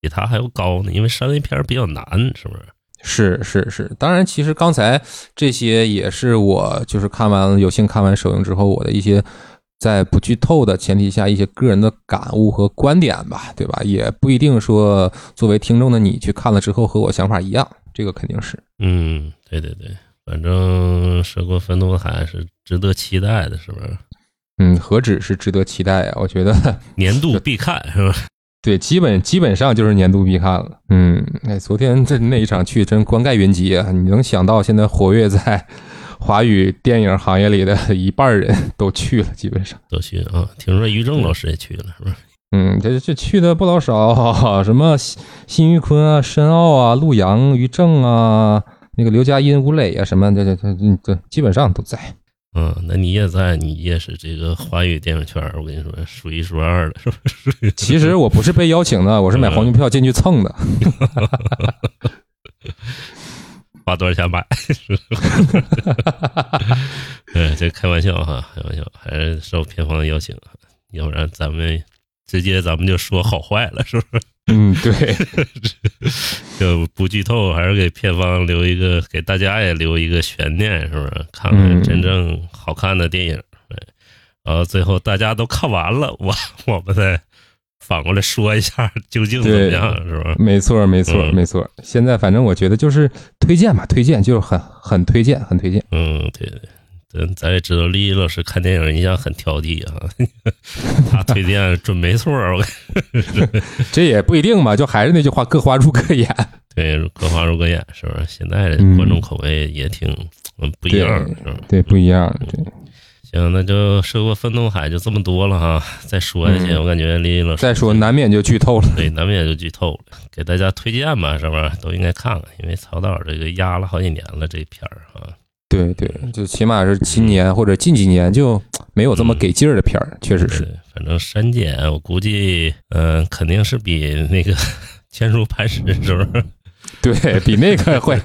[SPEAKER 2] 比它还要高呢，因为商业片比较难，是不是？
[SPEAKER 3] 是是是，当然，其实刚才这些也是我就是看完有幸看完首映之后，我的一些在不剧透的前提下一些个人的感悟和观点吧，对吧？也不一定说作为听众的你去看了之后和我想法一样，这个肯定是
[SPEAKER 2] 嗯，对对对，反正《涉过分东海》是值得期待的，是不是？
[SPEAKER 3] 嗯，何止是值得期待啊！我觉得
[SPEAKER 2] 年度必看是吧？
[SPEAKER 3] 对，基本基本上就是年度必看了。嗯，哎，昨天这那一场去真冠盖云集啊！你能想到现在活跃在华语电影行业里的一半人都去了，基本上。
[SPEAKER 2] 都去啊！听说于正老师也去了，是不是？
[SPEAKER 3] 嗯，这这去的不老少，什么辛辛玉坤啊、申奥啊、陆阳、于正啊、那个刘佳音、吴磊啊，什么这这这这这基本上都 在。
[SPEAKER 2] 嗯，那你也在，你也是这个华语电影圈儿，我跟你说数一数二的，是不是？
[SPEAKER 3] 其实我不是被邀请的，我是买黄牛票进去蹭的。
[SPEAKER 2] 花多少钱买？ 对，哎这开玩笑哈，开玩笑，还是受片方的邀请，要不然咱们直接咱们就说好坏了，是不是？
[SPEAKER 3] 嗯，对，
[SPEAKER 2] 就不剧透，还是给片方留一个，给大家也留一个悬念，是不是？看
[SPEAKER 3] 嗯
[SPEAKER 2] 看真正好看的电影，对，然后最后大家都看完了，我我们再反过来说一下究竟怎么
[SPEAKER 3] 对
[SPEAKER 2] 样，是吧？
[SPEAKER 3] 没错，没错，
[SPEAKER 2] 嗯
[SPEAKER 3] 没错。现在反正我觉得就是推荐吧，推荐就是很很推荐，很推荐。
[SPEAKER 2] 嗯，对对，咱咱也知道丽丽老师看电影一向很挑剔啊，她 推荐准没错儿。我跟
[SPEAKER 3] 这也不一定嘛，就还是那句话，各花入各眼。
[SPEAKER 2] 对，各花入各眼，是不是？现在的
[SPEAKER 3] 嗯
[SPEAKER 2] 观众口味也挺嗯不一
[SPEAKER 3] 对
[SPEAKER 2] 样儿，是吧？
[SPEAKER 3] 对，不一样。对，
[SPEAKER 2] 行，那就涉过分东海就这么多了哈，再说下去，
[SPEAKER 3] 嗯
[SPEAKER 2] 我感觉丽丽老师
[SPEAKER 3] 再说难免就剧透了。
[SPEAKER 2] 对难免就剧透了，给大家推荐吧，是不是？都应该看看，因为曹导这个压了好几年了，这片儿啊，
[SPEAKER 3] 对对，就起码是今年或者近几年就没有这么给劲儿的片儿，确实
[SPEAKER 2] 对
[SPEAKER 3] 是。
[SPEAKER 2] 对，反正删减我估计，嗯、肯定是比那个 《坚如磐石》是不是？
[SPEAKER 3] 对比那个 会，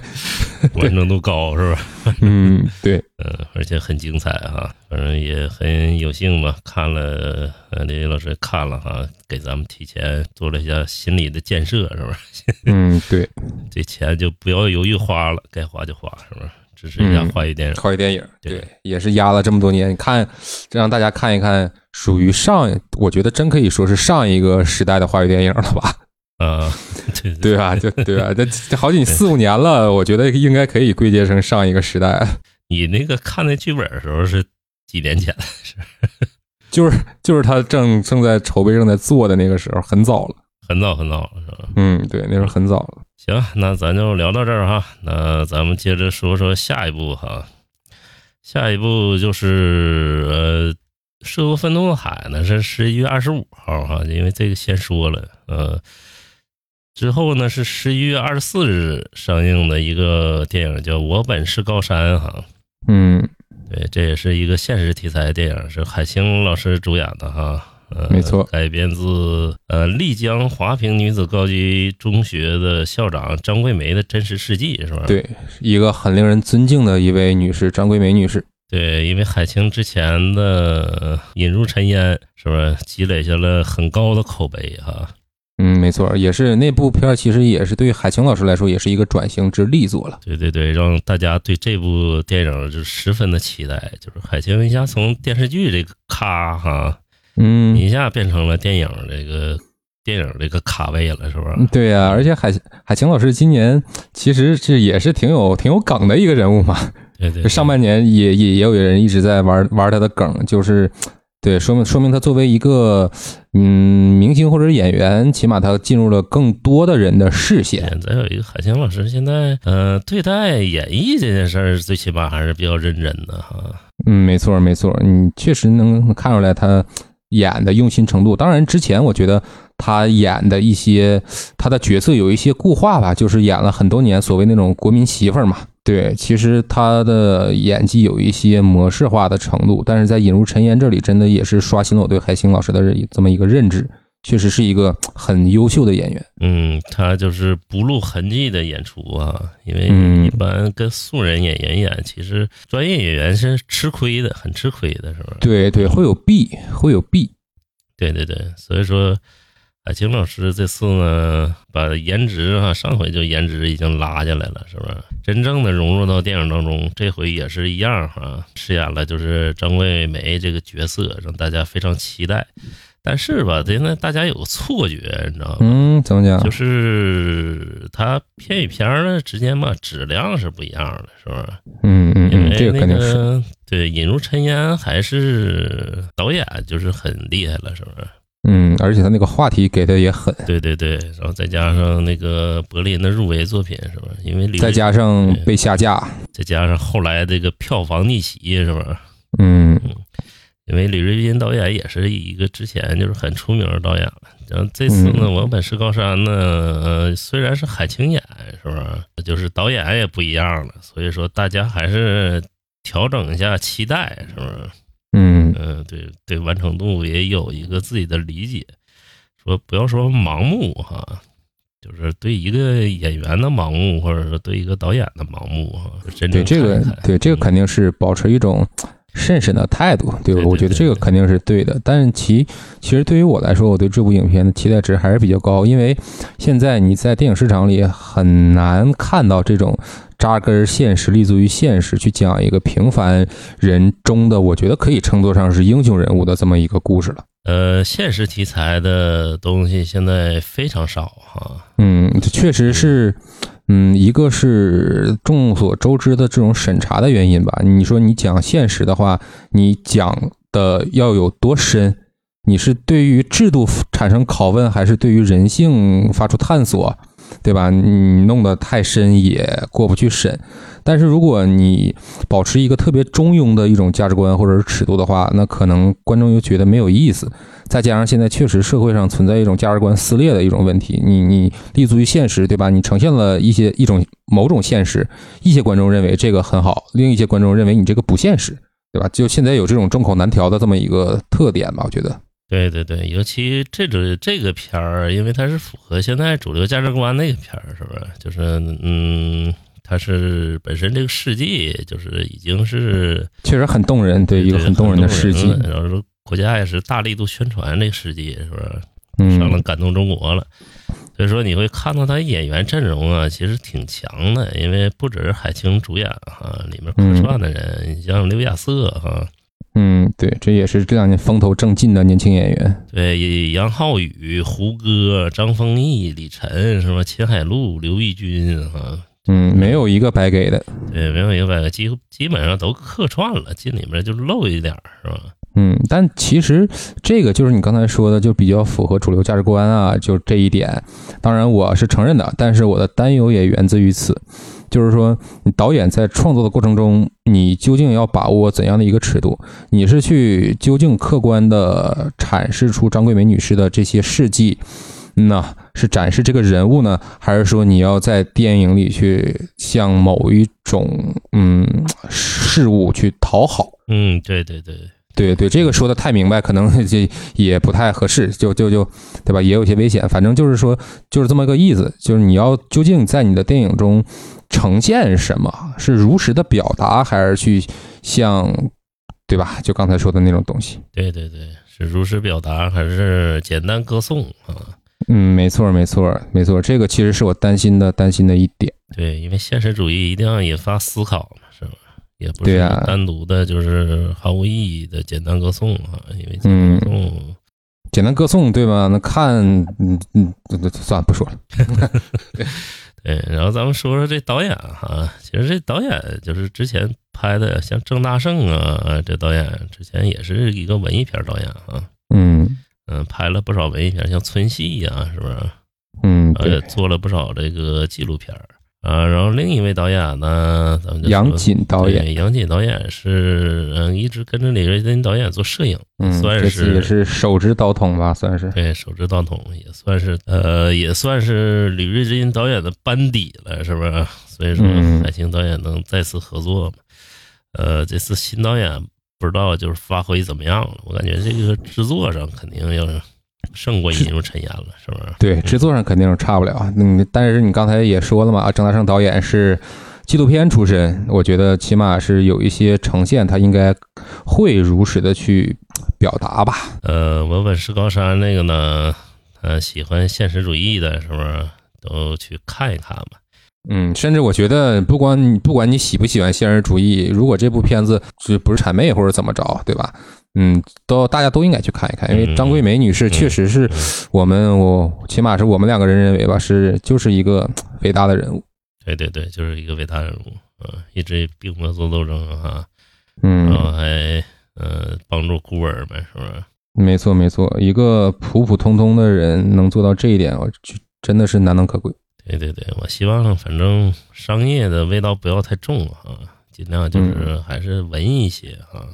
[SPEAKER 2] 完成度高是吧？
[SPEAKER 3] 嗯，对，
[SPEAKER 2] 嗯，而且很精彩哈，反正也很有幸吧，看了呃，李老师看了哈，给咱们提前做了一下心理的 建设，是不是？
[SPEAKER 3] 嗯，对，
[SPEAKER 2] 这钱就不要犹豫花了，该花就花，是不是？支持一下华语电影。
[SPEAKER 3] 华语电影，
[SPEAKER 2] 对
[SPEAKER 3] 对，也是压了这么多年。你看，这让大家看一看，属于上，我觉得真可以说是上一个时代的华语电影了吧？
[SPEAKER 2] 啊， 对
[SPEAKER 3] 对 吧？就对吧？这这好几四五年了，我觉得应该可以归结成上一个时代了。
[SPEAKER 2] 你那个看那剧本的时候是几年前？是
[SPEAKER 3] 就是就是他正正在筹备、正在做的那个时候，很早了。
[SPEAKER 2] 很早很早了，是吧？
[SPEAKER 3] 嗯，对，那时候很早了。
[SPEAKER 2] 行，那咱就聊到这儿哈。那咱们接着说说下一步哈。下一步就是呃，涉过愤怒的海呢是十一月二十五号哈，因为这个先说了，呃，之后呢是十一月二十四日上映的一个电影叫《我本是高山》哈。
[SPEAKER 3] 嗯，
[SPEAKER 2] 对，这也是一个现实题材的电影，是海清老师主演的哈。呃，
[SPEAKER 3] 没错
[SPEAKER 2] 改编自呃丽江华坪女子高级中学的校长张桂梅的真实事迹，是吧？
[SPEAKER 3] 对，一个很令人尊敬的一位女士，张桂梅女士。
[SPEAKER 2] 对，因为海清之前的《引入尘烟》是不是积累下了很高的口碑哈？
[SPEAKER 3] 嗯，没错，也是那部片儿，其实也是对海清老师来说，也是一个转型之力作了。
[SPEAKER 2] 对对对，让大家对这部电影就十分的期待，就是海清一下从电视剧这个咖哈，
[SPEAKER 3] 嗯，
[SPEAKER 2] 一下变成了电影这个电影这个卡位了，是不是？
[SPEAKER 3] 对呀、而且海海清老师今年其实是也是挺有挺有梗的一个人物嘛。
[SPEAKER 2] 对对
[SPEAKER 3] 就上半年也也也有人一直在玩玩他的梗，就是对，说明说明他作为一个嗯明星或者演员，起码他进入了更多的人的视线。
[SPEAKER 2] 对再有一个海清老师，现在呃，对待演绎这件事儿，最起码还是比较认真的哈。
[SPEAKER 3] 嗯，没错没错，你确实能看出来他演的用心程度。当然，之前我觉得他演的一些他的角色有一些固化吧，就是演了很多年所谓那种国民媳妇儿嘛。对，其实他的演技有一些模式化的程度，但是在《引入尘烟》这里，真的也是刷新了我对海清老师的认这么一个认知，确实是一个很优秀的演员。
[SPEAKER 2] 嗯，他就是不露痕迹的演出啊，因为
[SPEAKER 3] 嗯
[SPEAKER 2] 一般跟素人演员演，其实专业演员是吃亏的，很吃亏的，是不是？
[SPEAKER 3] 对对，会有弊，会有弊。
[SPEAKER 2] 对对对，所以说海清老师这次呢，把颜值啊，上回就颜值已经拉下来了，是不是？真正的融入到电影当中，这回也是一样哈、饰演了就是张桂梅这个角色，让大家非常期待。但是吧，现在大家有个错觉，你知道吗？
[SPEAKER 3] 嗯，怎么讲
[SPEAKER 2] 就？是它片与片儿的之间吧，质量是不一样的，是不是？
[SPEAKER 3] 嗯嗯
[SPEAKER 2] 因
[SPEAKER 3] 嗯，
[SPEAKER 2] 为
[SPEAKER 3] 这个
[SPEAKER 2] 那
[SPEAKER 3] 肯定是。
[SPEAKER 2] 个对《引入尘烟》还是导演就是很厉害了，是不是？
[SPEAKER 3] 嗯，而且他那个话题给的也狠。
[SPEAKER 2] 对对对，然后再加上那个柏林的入围作品是吧？因为李
[SPEAKER 3] 再加上
[SPEAKER 2] 对
[SPEAKER 3] 被下架，
[SPEAKER 2] 再加上后来这个票房逆袭是吧？
[SPEAKER 3] 嗯
[SPEAKER 2] 因为李瑞斌导演也是一个之前就是很出名的导演了，然后这次呢，
[SPEAKER 3] 嗯
[SPEAKER 2] 我本是高山呢，呃，虽然是海清演是吧，就是导演也不一样了，所以说大家还是调整一下期待是不是？
[SPEAKER 3] 嗯
[SPEAKER 2] 嗯，对对，完成度也有一个自己的理解，说不要说盲目哈，就是对一个演员的盲目，或者说对一个导演的盲目哈，就真
[SPEAKER 3] 对
[SPEAKER 2] 正
[SPEAKER 3] 这个
[SPEAKER 2] 看一嗯看
[SPEAKER 3] 对这个肯定是保持一种慎审的态度，对吧？
[SPEAKER 2] 对对
[SPEAKER 3] 我觉得这个肯定是对的。但是其其实对于我来说，我对这部影片的期待值还是比较高，因为现在你在电影市场里很难看到这种扎根儿现实、立足于现实去讲一个平凡人中的，我觉得可以称作上是英雄人物的这么一个故事了。
[SPEAKER 2] 呃，现实题材的东西现在非常少哈，
[SPEAKER 3] 嗯，这确实是，嗯，一个是众所周知的这种审查的原因吧。你说你讲现实的话，你讲的要有多深？你是对于制度产生拷问，还是对于人性发出探索，对吧？你弄得太深也过不去审。但是如果你保持一个特别中庸的一种价值观或者是尺度的话，那可能观众又觉得没有意思。再加上现在确实社会上存在一种价值观撕裂的一种问题，你你立足于现实，对吧？你呈现了一些一种某种现实，一些观众认为这个很好，另一些观众认为你这个不现实，对吧？就现在有这种众口难调的这么一个特点吧，我觉得。
[SPEAKER 2] 对对对，尤其这个这个片儿，因为它是符合现在主流价值观那个片儿，是不是？就是嗯，它是本身这个世纪就是已经是
[SPEAKER 3] 确实很动人，对一个很动人的事迹，
[SPEAKER 2] 然后说国家也是大力度宣传这个事迹，是不是？上了
[SPEAKER 3] 嗯，
[SPEAKER 2] 感动中国了。所以说你会看到他演员阵容啊，其实挺强的，因为不只是海清主演啊，里面客串的人，你像刘亚瑟啊，
[SPEAKER 3] 嗯，对，这也是这两年风头正劲的年轻演员。
[SPEAKER 2] 对，杨浩宇、胡歌、张丰毅、李晨，什么秦海璐、刘奕君啊，
[SPEAKER 3] 嗯，没有一个白给的。
[SPEAKER 2] 对，没有一个白，几乎基本上都客串了，进里面就露一点儿是吧？
[SPEAKER 3] 嗯，但其实这个就是你刚才说的，就比较符合主流价值观啊，就这一点。当然我是承认的，但是我的担忧也源自于此，就是说你导演在创作的过程中，你究竟要把握怎样的一个尺度？你是去究竟客观的阐释出张桂梅女士的这些事迹，那是展示这个人物呢，还是说你要在电影里去向某一种嗯事物去讨好？
[SPEAKER 2] 嗯，对对对。
[SPEAKER 3] 对对，这个说的太明白，可能 这也不太合适，就就就，对吧？也有些危险。反正就是说，就是这么个意思，就是你要究竟在你的电影中呈现什么，是如实的表达，还是去像，对吧？就刚才说的那种东西。
[SPEAKER 2] 对对对，是如实表达还是简单歌颂啊？
[SPEAKER 3] 嗯，没错，没错，没错。这个其实是我担心的，担心的一点。
[SPEAKER 2] 对，因为现实主义一定要引发思考嘛，是吧？也不
[SPEAKER 3] 对啊
[SPEAKER 2] 是
[SPEAKER 3] 呀
[SPEAKER 2] 单独的，就是毫无意义的简单歌颂啊，因为简单
[SPEAKER 3] 嗯
[SPEAKER 2] 歌颂，
[SPEAKER 3] 简单歌颂，对吧？那看，嗯嗯，算了，不说了。
[SPEAKER 2] 对。然后咱们说说这导演啊，其实这导演就是之前拍的，像郑大圣啊，这导演之前也是一个文艺片导演啊，
[SPEAKER 3] 嗯
[SPEAKER 2] 嗯，拍了不少文艺片，像《村戏》呀，是不是？
[SPEAKER 3] 嗯，
[SPEAKER 2] 而且
[SPEAKER 3] 对，
[SPEAKER 2] 呃做了不少这个纪录片儿啊。然后另一位导演呢，咱们就
[SPEAKER 3] 杨
[SPEAKER 2] 说
[SPEAKER 3] 瑾导演，
[SPEAKER 2] 对，杨瑾导演是嗯一直跟着李瑞珍导演做摄影，
[SPEAKER 3] 嗯，
[SPEAKER 2] 算
[SPEAKER 3] 这次也是手执刀筒吧，算是。
[SPEAKER 2] 对，手执大筒也算是呃也算是李瑞珍导演的班底了，是不是？所以说
[SPEAKER 3] 嗯
[SPEAKER 2] 海清导演能再次合作嘛，呃，这次新导演不知道就是发挥怎么样了，我感觉这个制作上肯定要是胜过引入尘烟了，是不是？
[SPEAKER 3] 对，制作上肯定是差不了。嗯，但是你刚才也说了嘛，啊，郑大圣导演是纪录片出身，我觉得起码是有一些呈现，他应该会如实的去表达吧。
[SPEAKER 2] 呃，文本是高山那个呢，呃，喜欢现实主义的，是不是都去看一看吧？
[SPEAKER 3] 嗯，甚至我觉得，不管你不管你喜不喜欢现实主义，如果这部片子就不是谄媚或者怎么着，对吧？嗯，都大家都应该去看一看，因为张桂梅女士确实是我们，我起码是我们两个人认为吧，是就是一个伟大的人物。
[SPEAKER 2] 对对对，就是一个伟大人物，嗯、一直并没做斗争啊，然后
[SPEAKER 3] 嗯，
[SPEAKER 2] 还呃帮助孤儿们，是不是？
[SPEAKER 3] 没错没错，一个普普通通的人能做到这一点，我就真的是难能可贵。
[SPEAKER 2] 对对对，我希望反正商业的味道不要太重啊，尽量就是还是文艺一些啊。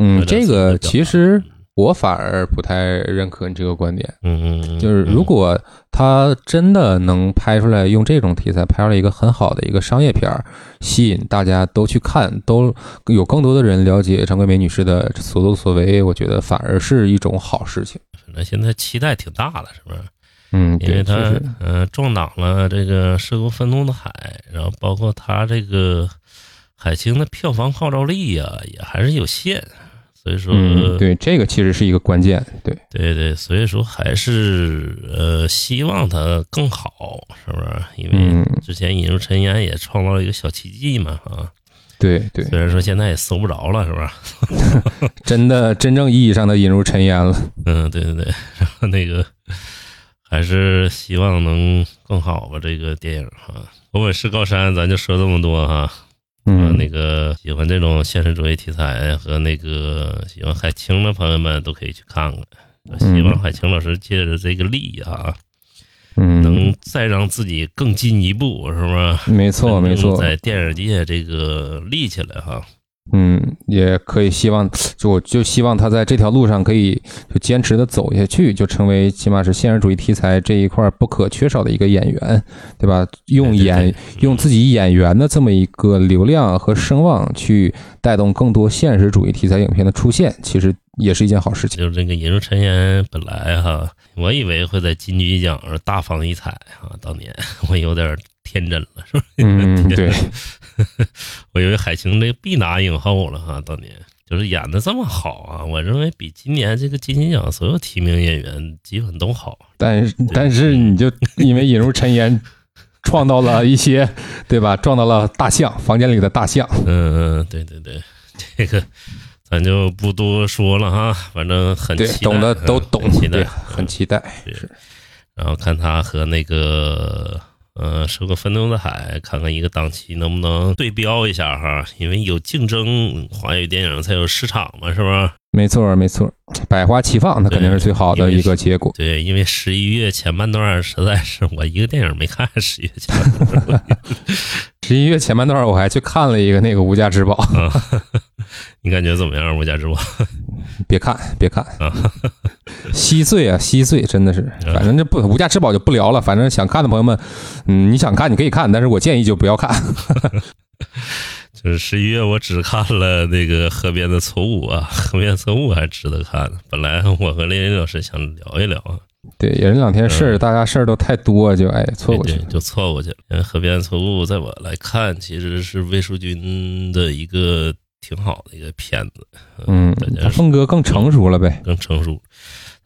[SPEAKER 3] 嗯，
[SPEAKER 2] 有点自
[SPEAKER 3] 这个
[SPEAKER 2] 己的表达
[SPEAKER 3] 其实我反而不太认可你这个观点。
[SPEAKER 2] 嗯嗯嗯，
[SPEAKER 3] 就是如
[SPEAKER 2] 嗯
[SPEAKER 3] 果他真的能拍出来，用这种题材拍出来一个很好的一个商业片儿，吸引大家都去看，都有更多的人了解张桂梅女士的所作所为，我觉得反而是一种好事情。
[SPEAKER 2] 反正现在期待挺大的，是不是？
[SPEAKER 3] 嗯，
[SPEAKER 2] 因为
[SPEAKER 3] 对，
[SPEAKER 2] 他
[SPEAKER 3] 确实，
[SPEAKER 2] 呃撞挡了这个《涉过愤怒的海》，然后包括他这个海清的票房号召力呀、也还是有限，所以说，
[SPEAKER 3] 嗯，对，这个其实是一个关键，对，
[SPEAKER 2] 对对所以说还是呃希望他更好，是不是？因为
[SPEAKER 3] 嗯，
[SPEAKER 2] 之前引入尘烟也创造了一个小奇迹嘛，啊，
[SPEAKER 3] 对对，
[SPEAKER 2] 虽然说现在也搜不着了，是 吧？
[SPEAKER 3] 真的真正意义上的引入尘烟了。
[SPEAKER 2] 嗯，对对对，然后那个还是希望能更好吧，这个电影啊。我本是高山，咱就说这么多哈、啊，
[SPEAKER 3] 嗯，
[SPEAKER 2] 那个喜欢这种现实主义题材和那个喜欢海清的朋友们都可以去看看。希望海清老师借着这个力啊，
[SPEAKER 3] 嗯，
[SPEAKER 2] 能再让自己更进一步，是吧？
[SPEAKER 3] 没错没错，
[SPEAKER 2] 嗯在电影界这个立起来哈。
[SPEAKER 3] 嗯，也可以希望，就我就希望他在这条路上可以就坚持的走下去，就成为起码是现实主义题材这一块不可缺少的一个演员，对吧？用
[SPEAKER 2] 对对
[SPEAKER 3] 演
[SPEAKER 2] 对
[SPEAKER 3] 用自己演员的这么一个流量和声望去带动更多现实主义题材影片的出现，其实也是一件好事情。
[SPEAKER 2] 就是这个《引入尘烟》，本来哈，我以为会在金曲奖上大放异彩啊，当年 我有点天真了，是吧？
[SPEAKER 3] 嗯，对，
[SPEAKER 2] 我以为海清这必拿影后了哈，当年。就是演的这么好啊，我认为比今年这个金鸡奖所有提名演员基本都好。
[SPEAKER 3] 但是但是你就因为引入 尘烟，创造了一些，对吧？撞到了大象，房间里的大象。
[SPEAKER 2] 嗯嗯，对对对，这个咱就不多说了哈，反正很
[SPEAKER 3] 对，
[SPEAKER 2] 期待
[SPEAKER 3] 懂的
[SPEAKER 2] 嗯
[SPEAKER 3] 都懂，
[SPEAKER 2] 很期
[SPEAKER 3] 对
[SPEAKER 2] 待，
[SPEAKER 3] 很期待。是
[SPEAKER 2] 然后看他和那个呃《涉过纷争的海》，看看一个档期能不能对标一下哈，因为有竞争，华语电影才有市场嘛，是吧？
[SPEAKER 3] 没错儿，没错儿，百花齐放，那肯定是最好的一个结果。
[SPEAKER 2] 对，因为十一月前半段实在是我一个电影没看，十一月前半段
[SPEAKER 3] 十一月前半段，我还去看了一个那个《无价之宝》，
[SPEAKER 2] 啊，你感觉怎么样？我家之王
[SPEAKER 3] 别看，别看，
[SPEAKER 2] 啊，
[SPEAKER 3] 稀碎啊，稀碎，真的是。
[SPEAKER 2] 嗯
[SPEAKER 3] 反正这不《无价之宝》就不聊了，反正想看的朋友们，嗯，你想看你可以看，但是我建议就不要看。
[SPEAKER 2] 就是十一月，我只看了那个《河边的错误》啊，《河边的错误》还值得看的。本来我和林林老师想聊一聊啊，
[SPEAKER 3] 对，也是两天事
[SPEAKER 2] 嗯
[SPEAKER 3] 儿，大家事儿都太多，就哎错过去
[SPEAKER 2] 对
[SPEAKER 3] 了。
[SPEAKER 2] 对，就错过去了。因为河边错误，在我来看，其实是魏淑君的一个挺好的一个片子，
[SPEAKER 3] 嗯
[SPEAKER 2] 大，
[SPEAKER 3] 他
[SPEAKER 2] 家
[SPEAKER 3] 风格更成熟了呗。
[SPEAKER 2] 更成熟。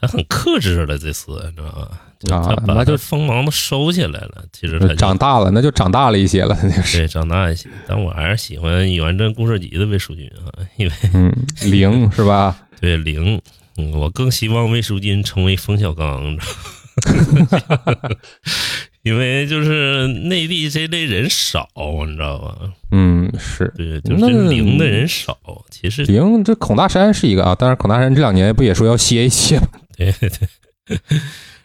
[SPEAKER 2] 他很克制了这次，你知道吗？就
[SPEAKER 3] 啊
[SPEAKER 2] 他把
[SPEAKER 3] 那
[SPEAKER 2] 他
[SPEAKER 3] 就
[SPEAKER 2] 锋芒都收起来了。其实他就
[SPEAKER 3] 长大了，那就长大了一些了， 那就是。
[SPEAKER 2] 对长大一些，但我还是喜欢原振故事集的魏淑君啊，因为
[SPEAKER 3] 嗯，零是吧？
[SPEAKER 2] 对零，嗯我更希望魏淑君成为冯小刚，你知道吗 因为就是内地这类人少，你知道吧？
[SPEAKER 3] 嗯，是
[SPEAKER 2] 对，就
[SPEAKER 3] 那
[SPEAKER 2] 是零的人少，其实
[SPEAKER 3] 零。这孔大山是一个啊，但是孔大山这两年不也说要歇一歇吗？
[SPEAKER 2] 对对对，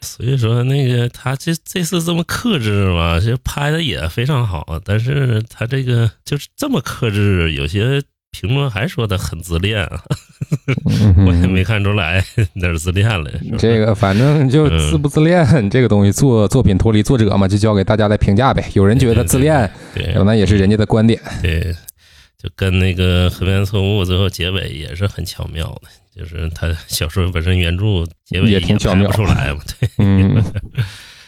[SPEAKER 2] 所以说那个他这这次这么克制嘛，其实拍的也非常好，但是他这个就是这么克制，有些评论还说他很自恋啊， 我也没看出来哪儿自恋了。是吧
[SPEAKER 3] 嗯这个反正就
[SPEAKER 2] 嗯
[SPEAKER 3] 自不自恋这个东西，作作品脱离作者嘛，就交给大家来评价呗。有人觉得自恋，
[SPEAKER 2] 对
[SPEAKER 3] 那也是人家的观点。
[SPEAKER 2] 对，就跟那个《河边错误》最后结尾也是很巧妙的，就是他小说本身原著结尾
[SPEAKER 3] 也挺巧
[SPEAKER 2] 拍
[SPEAKER 3] 妙
[SPEAKER 2] 不出 来嘛，对。
[SPEAKER 3] 嗯，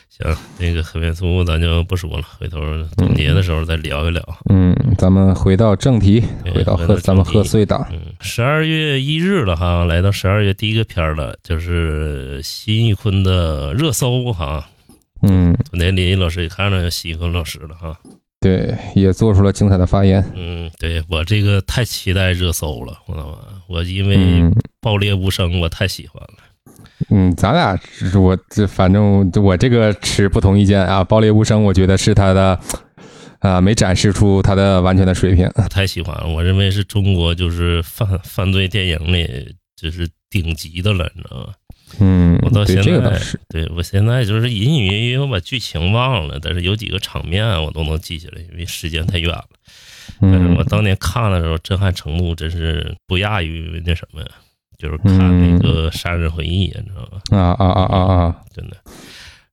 [SPEAKER 2] 行，那个河边错误咱就不说了，回头总结的时候再聊一啊聊。
[SPEAKER 3] 嗯，咱们回到正题，
[SPEAKER 2] 对
[SPEAKER 3] 回到
[SPEAKER 2] 哎回到
[SPEAKER 3] 贺
[SPEAKER 2] 正
[SPEAKER 3] 咱们
[SPEAKER 2] 题
[SPEAKER 3] 贺岁档。
[SPEAKER 2] 嗯，十二月一日了哈，来到十二月第一个片儿了，就是辛玉坤的热搜哈。
[SPEAKER 3] 嗯，
[SPEAKER 2] 昨天林毅老师也看着辛玉坤老师了哈。
[SPEAKER 3] 对，也做出了精彩的发言。
[SPEAKER 2] 嗯，对我这个太期待热搜了，我他妈，我因为
[SPEAKER 3] 嗯
[SPEAKER 2] 爆裂无声，我太喜欢了。
[SPEAKER 3] 嗯，咱俩是我这反正我这个持不同意见啊。爆裂无声，我觉得是他的啊、没展示出他的完全的水平。
[SPEAKER 2] 我太喜欢了，我认为是中国就是犯犯罪电影里就是顶级的了，你知道吗？
[SPEAKER 3] 嗯
[SPEAKER 2] 我到，
[SPEAKER 3] 对
[SPEAKER 2] 现
[SPEAKER 3] 这个
[SPEAKER 2] 在
[SPEAKER 3] 倒是。
[SPEAKER 2] 对我现在就是隐隐约约我把剧情忘了，但是有几个场面我都能记起来，因为时间太远了。但是
[SPEAKER 3] 嗯
[SPEAKER 2] 我当年看的时候，震撼程度真是不亚于那什么，就是看
[SPEAKER 3] 嗯
[SPEAKER 2] 那个《杀人回忆》，你知道吗？
[SPEAKER 3] 啊啊啊啊啊！
[SPEAKER 2] 真的。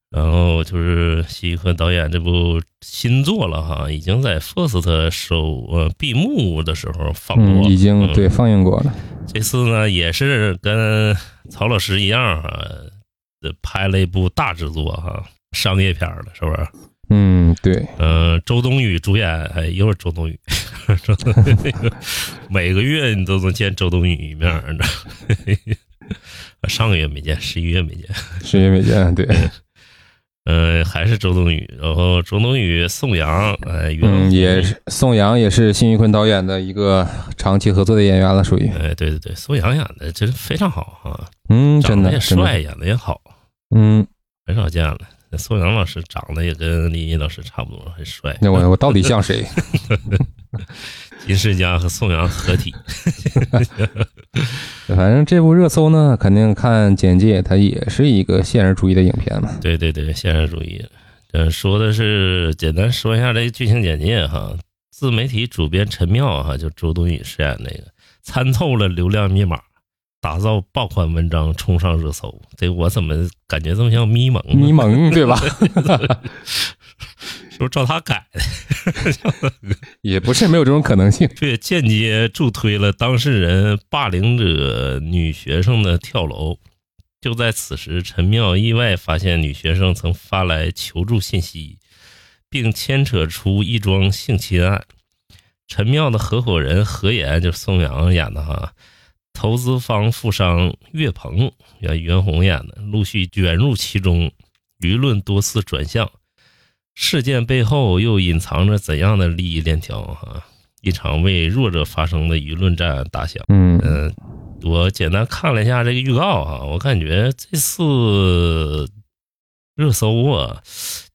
[SPEAKER 2] 然后就是希区柯导演这部新作了哈，已经在 FIRST 首呃闭幕的时候放
[SPEAKER 3] 嗯，
[SPEAKER 2] 过，
[SPEAKER 3] 已经
[SPEAKER 2] 嗯
[SPEAKER 3] 对放映过了。
[SPEAKER 2] 这次呢，也是跟曹老师一样啊，呃拍了一部大制作哈、商业片儿了，是不是？
[SPEAKER 3] 嗯，对，
[SPEAKER 2] 嗯、周冬雨主演，哎，又是周冬雨，周冬雨那个每个月你都能见周冬雨一面儿，你知道？上个月没见，十一月没见，
[SPEAKER 3] 十月没见， 对，
[SPEAKER 2] 嗯、还是周冬雨，然后周冬雨、宋阳，哎，袁
[SPEAKER 3] 嗯，
[SPEAKER 2] 弘
[SPEAKER 3] 也是宋阳也是辛玉坤导演的一个长期合作的演员了，属于，
[SPEAKER 2] 哎，对对对，宋阳演的真非常好啊，
[SPEAKER 3] 嗯，
[SPEAKER 2] 长
[SPEAKER 3] 真
[SPEAKER 2] 得
[SPEAKER 3] 的，
[SPEAKER 2] 也
[SPEAKER 3] 真的，
[SPEAKER 2] 帅，演的也好，
[SPEAKER 3] 嗯，
[SPEAKER 2] 很少见了。那宋阳老师长得也跟林一老师差不多，很帅。
[SPEAKER 3] 那我我到底 像谁？
[SPEAKER 2] 金世佳和宋阳合 体，
[SPEAKER 3] 反正这部热搜呢，肯定看简介，它也是一个现实主义的影片嘛。
[SPEAKER 2] 对对对，现实主义。嗯，说的是简单说一下这个剧情简介哈。自媒体主编陈妙哈，就周冬雨饰演那个，参透了流量密码，打造爆款文章冲上热搜。这我怎么感觉这么像咪蒙呢？
[SPEAKER 3] 迷蒙对 吧？
[SPEAKER 2] 是不是照他改的？
[SPEAKER 3] 也不是没有这种可能 性。
[SPEAKER 2] 却间接助推了当事人霸凌者女学生的跳楼。就在此时，陈妙意外发现女学生曾发来求助信息，并牵扯出一桩性侵案。陈妙的合伙人何岩，就是宋阳演的哈，投资方富商岳鹏，袁袁弘演的，陆续卷入其中，舆论多次转向。事件背后又隐藏着怎样的利益链条啊？一场为弱者发声的舆论战打响。
[SPEAKER 3] 嗯
[SPEAKER 2] 嗯，我简单看了一下这个预告啊，我感觉这次热搜啊，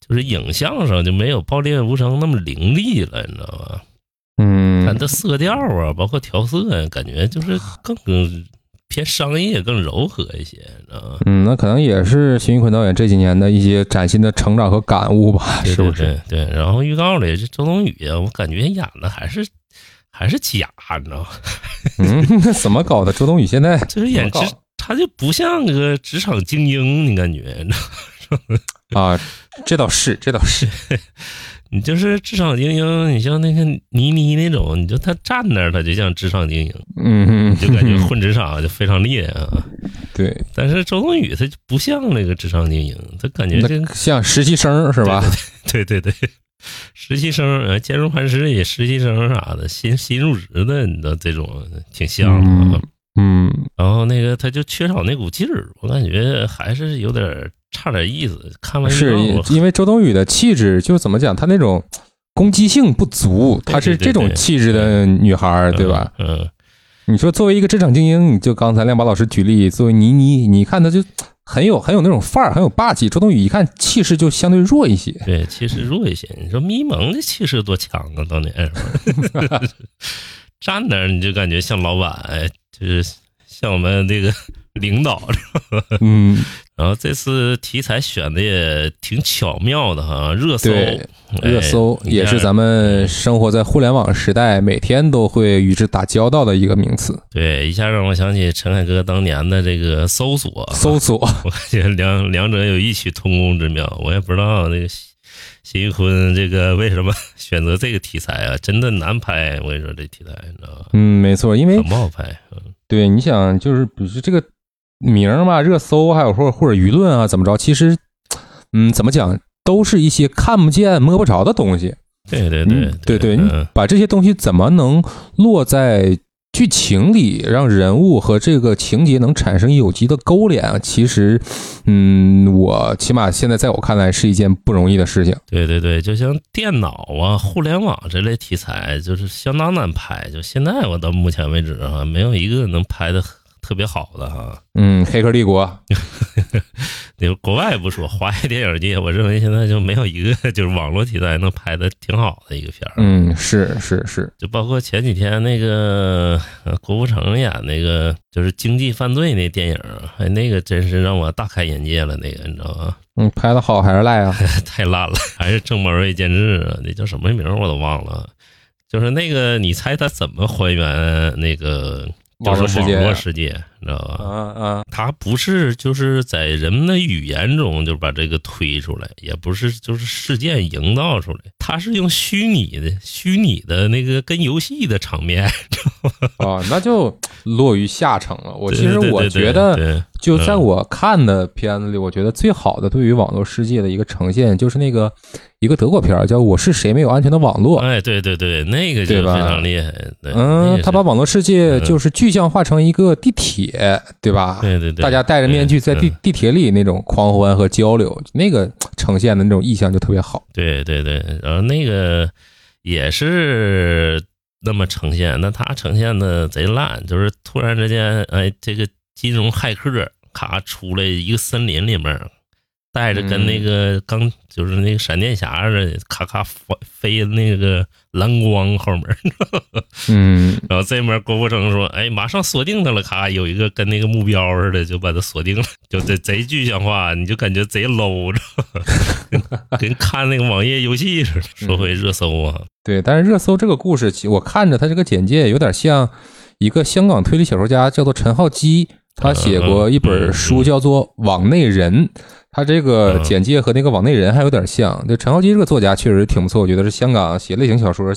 [SPEAKER 2] 就是影像上就没有《爆裂无声》那么凌厉了，你知道吧？
[SPEAKER 3] 嗯
[SPEAKER 2] 看这色调啊，包括调色啊，感觉就是更偏商业、更柔和一些，你知道吗？
[SPEAKER 3] 嗯，那可能也是邢玉坤导演这几年的一些崭新的成长和感悟吧，
[SPEAKER 2] 对
[SPEAKER 3] 是不
[SPEAKER 2] 对
[SPEAKER 3] 是？
[SPEAKER 2] 对对，然后预告里这周冬雨啊，我感觉演的还是还是假，你知道吗？
[SPEAKER 3] 嗯， 那怎么搞的？周冬雨现在
[SPEAKER 2] 就是演职
[SPEAKER 3] 怎么搞，
[SPEAKER 2] 她就不像个职场精英，你感觉？ 你知道吗
[SPEAKER 3] 啊，这倒是，这倒是，
[SPEAKER 2] 你就是职场精英，你像那个倪妮那种，你就她站那儿，她就像职场精英，
[SPEAKER 3] 嗯，
[SPEAKER 2] 就感觉混职场就非常厉害啊。
[SPEAKER 3] 对，
[SPEAKER 2] 但是周冬雨她就不像那个职场精英，她感觉这
[SPEAKER 3] 那 像实习生是吧？
[SPEAKER 2] 对对对，实习生呃，坚如磐石也实习生啥的，新新入职的，你的这种挺像的啊。
[SPEAKER 3] 嗯
[SPEAKER 2] 然后那个他就缺少那股劲儿，我感觉还是有点儿差点意思。看完
[SPEAKER 3] 是
[SPEAKER 2] 以后，
[SPEAKER 3] 因为周冬雨的气质，就是怎么讲，她那种攻击性不足，
[SPEAKER 2] 对
[SPEAKER 3] 她是
[SPEAKER 2] 对对
[SPEAKER 3] 这种
[SPEAKER 2] 对
[SPEAKER 3] 气质的女孩儿，
[SPEAKER 2] 嗯
[SPEAKER 3] 对吧？？
[SPEAKER 2] 嗯，
[SPEAKER 3] 你说作为一个职场精英，你就刚才亮宝老师举例，作为倪妮，你看她就很有很有那种范儿，很有霸气。周冬雨一看气势就相对弱 一些，
[SPEAKER 2] 对，气势弱一些。你说咪蒙的气势多强啊，当年 站那儿你就感觉像老板，哎就是像我们那个领导
[SPEAKER 3] 嗯，
[SPEAKER 2] 然后这次题材选的也挺巧妙的哈，热搜，
[SPEAKER 3] 对
[SPEAKER 2] 哎
[SPEAKER 3] 热搜也是咱们生活在互联网时代，每天都会与之打交道的一个名词。
[SPEAKER 2] 对一下让我想起陈凯歌当年的这个搜索，
[SPEAKER 3] 搜索，
[SPEAKER 2] 我感觉两两者有异曲同工之妙，我也不知道那个辛辛玉坤这个为什么选择这个题材啊，真的难拍，我跟你说这题材你知道吗？
[SPEAKER 3] 嗯，没错，因为
[SPEAKER 2] 很不好拍，嗯
[SPEAKER 3] 对，你想就是比如说这个名儿嘛，热搜，还有或或者舆论啊，怎么着？其实，嗯，怎么讲，都是一些看不见、摸不着的东西。
[SPEAKER 2] 对对
[SPEAKER 3] 嗯
[SPEAKER 2] 对
[SPEAKER 3] 对，你
[SPEAKER 2] 嗯
[SPEAKER 3] 把这些东西怎么能落在剧情里，让人物和这个情节能产生有机的勾连啊？其实，嗯，我起码现在在我看来是一件不容易的事情。
[SPEAKER 2] 对对对，就像电脑啊、互联网这类题材，就是相当难拍。就现在我到目前为止啊，没有一个能拍的特别好的哈。
[SPEAKER 3] 嗯，《黑客帝国》
[SPEAKER 2] 就国外不说，华语电影界，我认为现在就没有一个就是网络题材能拍的挺好的一个片儿。
[SPEAKER 3] 嗯，是是是，
[SPEAKER 2] 就包括前几天那个呃郭富城演那个就是经济犯罪那电影儿，哎，那个真是让我大开眼界了。那个你知道吗？
[SPEAKER 3] 嗯，拍的好还 是赖啊？
[SPEAKER 2] 太烂了，还是郑宝瑞监制啊？那叫什么名儿我都忘了。就是那个，你猜他怎么还原那个就
[SPEAKER 3] 网络
[SPEAKER 2] 是
[SPEAKER 3] 世
[SPEAKER 2] 网
[SPEAKER 3] 界
[SPEAKER 2] 络世界，你知道
[SPEAKER 3] 啊
[SPEAKER 2] 吧？
[SPEAKER 3] 啊，
[SPEAKER 2] 他不是就是在人们的语言中就把这个推出来，也不是就是事件营造出来，他是用虚拟的、虚拟的那个跟游戏的场面。
[SPEAKER 3] 哦，那就落于下乘了。 我
[SPEAKER 2] 对
[SPEAKER 3] 其实
[SPEAKER 2] 对对
[SPEAKER 3] 我
[SPEAKER 2] 对
[SPEAKER 3] 觉得，
[SPEAKER 2] 对
[SPEAKER 3] 就在
[SPEAKER 2] 嗯
[SPEAKER 3] 我看的片子里，我觉得最好的对于网络世界的一个呈现，就是那个一个德国片儿叫《我是谁没有安全的网络》。
[SPEAKER 2] 哎，对对对，那个就
[SPEAKER 3] 对
[SPEAKER 2] 非
[SPEAKER 3] 吧
[SPEAKER 2] 常厉害。对那
[SPEAKER 3] 嗯
[SPEAKER 2] 个，
[SPEAKER 3] 他
[SPEAKER 2] 是嗯
[SPEAKER 3] 把网络世界就是具象化成一个地铁，对吧？
[SPEAKER 2] 对对对，
[SPEAKER 3] 大家戴着面具在地
[SPEAKER 2] 嗯
[SPEAKER 3] 地铁里那种狂欢和交流，那个呈现的那种意象就特别好。
[SPEAKER 2] 对对对，然后那个也是那么呈现，那他呈现的贼烂，就是突然之间，哎，这个金融骇客咔出来一个森林里面，带着跟那个钢、就是那个闪电侠似的，咔咔飞飞那个蓝光后面，
[SPEAKER 3] 嗯，
[SPEAKER 2] 然后这边郭富城说：“哎，马上锁定他了！”咔，有一个跟那个目标似的，就把他锁定了，就这贼具象化，你就感觉贼 low 着，跟看那个网页游戏似的。说回热搜啊，
[SPEAKER 3] 对。但是热搜这个故事，其我看着它这个简介有点像一个香港推理小说家叫做陈浩基，他写过一本书叫做《网内人》，他这个简介和那个《网内人》还有点像。就陈浩基这个作家确实挺不错，我觉得是香港写类型小说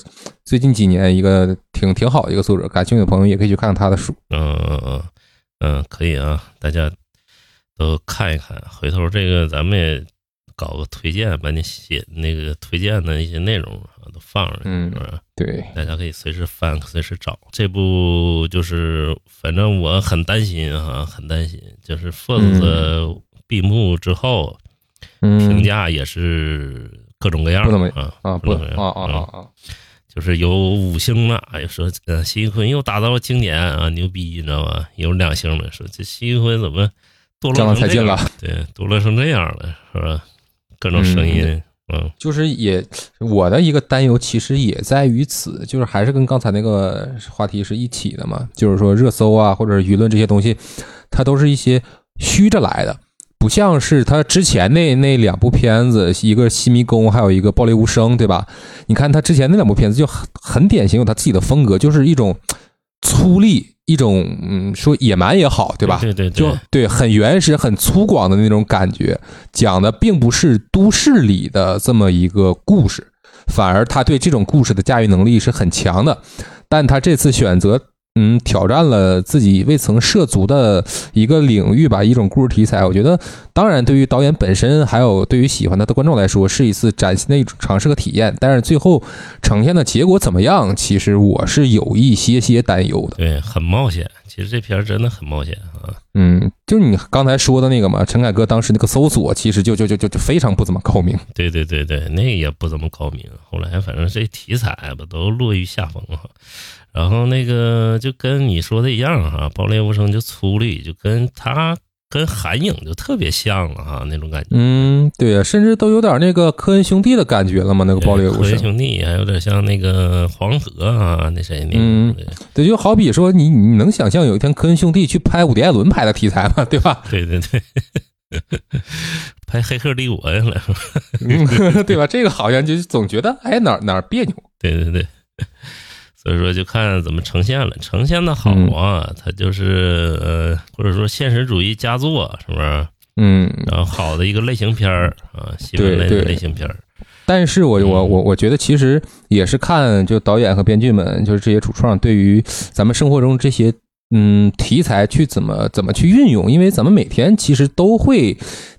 [SPEAKER 3] 最近几年一个挺挺好的一个作者，感兴趣的朋友也可以去看看他的书。
[SPEAKER 2] 嗯嗯嗯嗯，可以啊，大家都看一看，回头这个咱们也搞个推荐，把你写那个推荐的一些内容啊都放上去，
[SPEAKER 3] 嗯
[SPEAKER 2] 是不是？
[SPEAKER 3] 对，
[SPEAKER 2] 大家可以随时翻，随时找。这部就是，反正我很担心哈，很担心，就是《Fox
[SPEAKER 3] 嗯》
[SPEAKER 2] 闭幕之后，评
[SPEAKER 3] 嗯
[SPEAKER 2] 价也是各种各样
[SPEAKER 3] 不怎么
[SPEAKER 2] 啊
[SPEAKER 3] 啊不
[SPEAKER 2] 各
[SPEAKER 3] 啊
[SPEAKER 2] 种各样
[SPEAKER 3] 啊啊
[SPEAKER 2] 嗯
[SPEAKER 3] 啊，
[SPEAKER 2] 就是有五星的，哎说呃辛坤又打造经典啊，牛逼，你知道吧？有两星的说这辛坤怎么堕落
[SPEAKER 3] 江郎
[SPEAKER 2] 成
[SPEAKER 3] 才
[SPEAKER 2] 这
[SPEAKER 3] 尽
[SPEAKER 2] 样
[SPEAKER 3] 了，
[SPEAKER 2] 对，堕落成这样了，是吧？各种声音，嗯
[SPEAKER 3] 就是也，我的一个担忧其实也在于此，就是还是跟刚才那个话题是一起的嘛，就是说热搜啊或者舆论这些东西，它都是一些虚着来的，不像是他之前那那两部片子，一个《西迷宫》，还有一个《暴力无声》，对吧？你看他之前那两部片子就很很典型，有他自己的风格，就是一种粗粝，一种嗯说野蛮也好，对吧？
[SPEAKER 2] 对对对
[SPEAKER 3] 就，对，很原始、很粗犷的那种感觉，讲的并不是都市里的这么一个故事，反而他对这种故事的驾驭能力是很强的。但他这次选择，嗯，挑战了自己未曾涉足的一个领域吧，一种故事题材。我觉得，当然对于导演本身，还有对于喜欢他的观众来说，是一次崭新的一种尝试和体验。但是最后呈现的结果怎么样，其实我是有一些些 担忧的。
[SPEAKER 2] 对，很冒险。其实这片儿真的很冒险啊。
[SPEAKER 3] 嗯，就是你刚才说的那个嘛，陈凯歌当时那个搜索，其实就就就就就非常不怎么高明。
[SPEAKER 2] 对对对对，那个也不怎么高明。后来反正这题材吧都落于下风哈。然后那个就跟你说的一样哈，爆裂无声就粗粝，就跟他跟韩影就特别像了哈那种感觉。
[SPEAKER 3] 嗯，对啊，甚至都有点那个科恩兄弟的感觉了嘛，那个暴力无
[SPEAKER 2] 和谐
[SPEAKER 3] 声。
[SPEAKER 2] 兄弟还有点像 那个黄河啊，那谁那个、
[SPEAKER 3] 嗯 对，就好比说你你能想象有一天科恩兄弟去拍伍迪艾伦拍的题材吗？ 对吧？
[SPEAKER 2] 对对对， 拍《黑客帝国》呀了。
[SPEAKER 3] 嗯，对吧？这个好像就总觉得哎哪儿哪儿别扭。
[SPEAKER 2] 对对 对，所以说就看怎么呈现了。呈现的
[SPEAKER 3] 嗯
[SPEAKER 2] 好啊，它就是呃，或者说现实主义佳作，是不是？
[SPEAKER 3] 嗯，
[SPEAKER 2] 然后好的一个类型片儿啊，新闻类的类型片儿，
[SPEAKER 3] 但是我我我我觉得其实也是看就导演和编剧们，就是这些主创对于咱们生活中这些嗯题材去怎么怎么去运用，因为咱们每天其实都会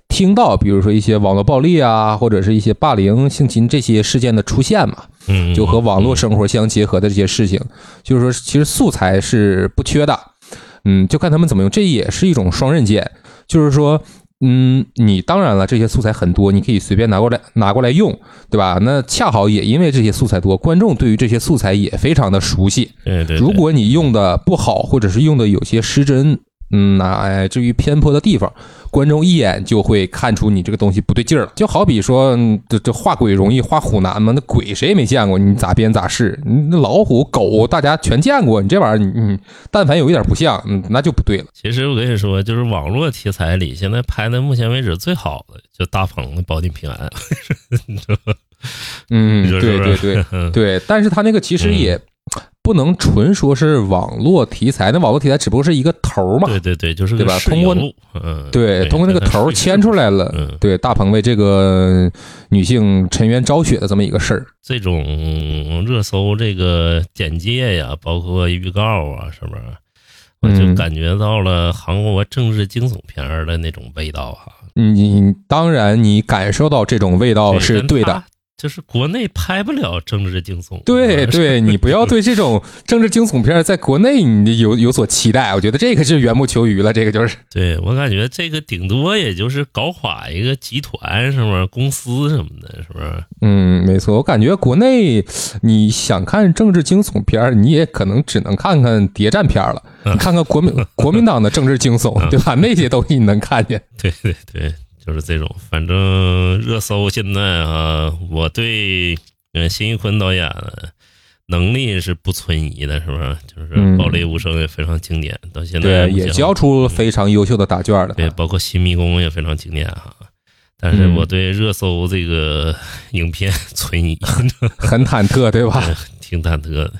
[SPEAKER 3] 听到，比如说一些网络暴力啊，或者是一些霸凌、性侵这些事件的出现嘛，
[SPEAKER 2] 嗯，
[SPEAKER 3] 就和网络生活相结合的这些事情，就是说其实素材是不缺的，嗯，就看他们怎么用，这也是一种双刃剑，就是说。嗯，你当然了，这些素材很多，你可以随便拿过来拿过来用，对吧？那恰好也因为这些素材多，观众对于这些素材也非常的熟悉。
[SPEAKER 2] 对对，对
[SPEAKER 3] 如果你用的不好，或者是用的有些失真，嗯，那哎，至于偏颇的地方，观众一眼就会看出你这个东西不对劲儿了。就好比说，嗯这这画鬼容易画虎难嘛？那鬼谁也没见过，你咋编咋试？你那老虎、狗大家全见过，你这玩意儿，你你但凡有一点不像，嗯，那就不对了。
[SPEAKER 2] 其实我跟你说，就是网络题材里，现在拍的目前为止最好的，就大鹏的《保定平安》，你知道吧
[SPEAKER 3] 嗯，
[SPEAKER 2] 你说
[SPEAKER 3] 对
[SPEAKER 2] 是不
[SPEAKER 3] 对
[SPEAKER 2] 是嗯
[SPEAKER 3] 对 对，但是他那个其实也。不能纯说是网络题材，那网络题材只不过是一个头儿嘛，
[SPEAKER 2] 对对对，就是
[SPEAKER 3] 对吧
[SPEAKER 2] 个室
[SPEAKER 3] 通过
[SPEAKER 2] 友，嗯，
[SPEAKER 3] 对，通过那个头儿牵出
[SPEAKER 2] 来，
[SPEAKER 3] 来了，
[SPEAKER 2] 嗯，
[SPEAKER 3] 对大鹏为这个女性沉冤昭雪的这么一个事儿，
[SPEAKER 2] 这种热搜这个简介呀，包括预告啊，是不是？我就
[SPEAKER 3] 嗯
[SPEAKER 2] 感觉到了韩国政治惊悚片儿的那种味道哈、
[SPEAKER 3] 你当然你感受到这种味道哦是对
[SPEAKER 2] 但
[SPEAKER 3] 的
[SPEAKER 2] 它。就是国内拍不了政治惊悚。
[SPEAKER 3] 对
[SPEAKER 2] 是吧
[SPEAKER 3] 对，你不要对这种政治惊悚片儿在国内你有有所期待，我觉得这个是缘木求鱼了，这个就是，
[SPEAKER 2] 对我感觉这个顶多也就是搞垮一个集团，是不是公司什么的，是不是？
[SPEAKER 3] 嗯，没错，我感觉国内你想看政治惊悚片儿，你也可能只能看看谍战片儿了，
[SPEAKER 2] 嗯
[SPEAKER 3] 看看国 民国民党的政治惊悚，对吧？那些东西你能看见，
[SPEAKER 2] 对对对，就是这种。反正热搜现在啊，我对呃辛玉坤导演的能力是不存疑的，是不是？就是
[SPEAKER 3] 嗯
[SPEAKER 2] 《暴力无声》也非常经典，到现在
[SPEAKER 3] 对，
[SPEAKER 2] 目
[SPEAKER 3] 也嗯
[SPEAKER 2] 前
[SPEAKER 3] 交出非常优秀的答卷了。
[SPEAKER 2] 对，包括《新迷宫》也非常经典哈。但是我对热搜这个影片存疑，
[SPEAKER 3] 很忐忑，对吧？
[SPEAKER 2] 挺忐忑的。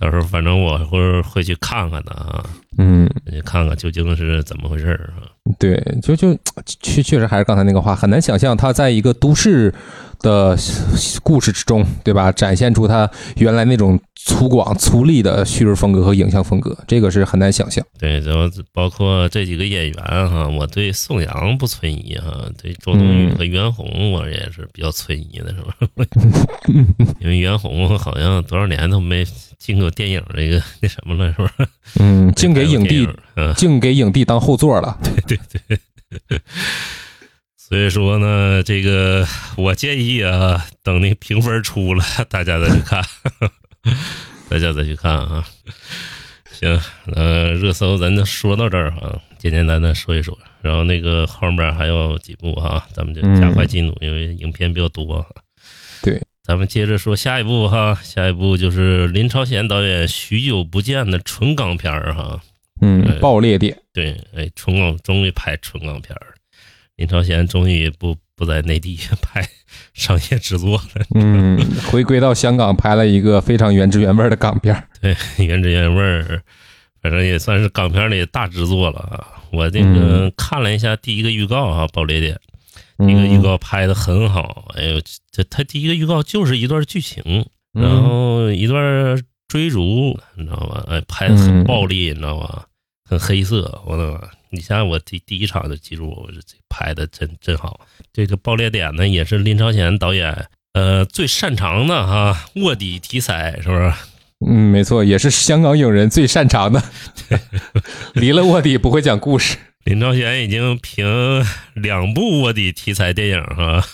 [SPEAKER 2] 到时候反正我会会去看看的啊，
[SPEAKER 3] 嗯，
[SPEAKER 2] 去看看究竟是怎么回事儿啊。
[SPEAKER 3] 对，就就确确实还是刚才那个话，很难想象他在一个都市的故事之中，对吧？展现出他原来那种粗犷、粗粝的叙事风格和影像风格，这个是很难想象。
[SPEAKER 2] 对，然后包括这几个演员哈，我对宋阳不存疑哈，对周冬
[SPEAKER 3] 嗯
[SPEAKER 2] 雨和袁弘我也是比较存疑的，是 吧？ 因为袁弘好像多少年都没进过电影这个那什么了，是 吧？
[SPEAKER 3] 嗯，净给影帝，
[SPEAKER 2] 嗯，
[SPEAKER 3] 净给影帝当后座了。
[SPEAKER 2] 对对对。所以说呢，这个 我建议啊，等那评分出了，大家再去看， 大家再去看啊。行，呃，热搜咱就说到这儿啊，简简单单说一说。然后那个后面还有几部啊，咱们就加快进度，因为影片比较多。
[SPEAKER 3] 对，
[SPEAKER 2] 咱们接着说下一部哈，下一部就是林超贤导演许久不见的纯港片儿哈。
[SPEAKER 3] 嗯，爆裂点。
[SPEAKER 2] 对，哎，纯港终于拍纯港片儿了。林超贤终于不不在内地 拍商业制作了，
[SPEAKER 3] 嗯， 回归到香港拍了一个非常原汁原味的港片儿。
[SPEAKER 2] 对，原汁原味儿，反正也算是港片里大制作了啊。我这个看了一下第一个预告啊，《爆裂点》
[SPEAKER 3] 嗯
[SPEAKER 2] 第一个预告拍的很好，哎呦，这他第一个预告就是一段剧情，然后一段追逐，你知道吧？哎，拍的很暴力，你知道吧？很黑色，我的妈！你像我第第一场就记住，我这拍的真真好。这个爆裂点呢，也是林超贤导演呃最擅长的哈、卧底题材，是不是？
[SPEAKER 3] 嗯，没错，也是香港影人最擅长 的。离了卧底不会讲故事。
[SPEAKER 2] 林超贤已经凭 两部卧底题材电影哈、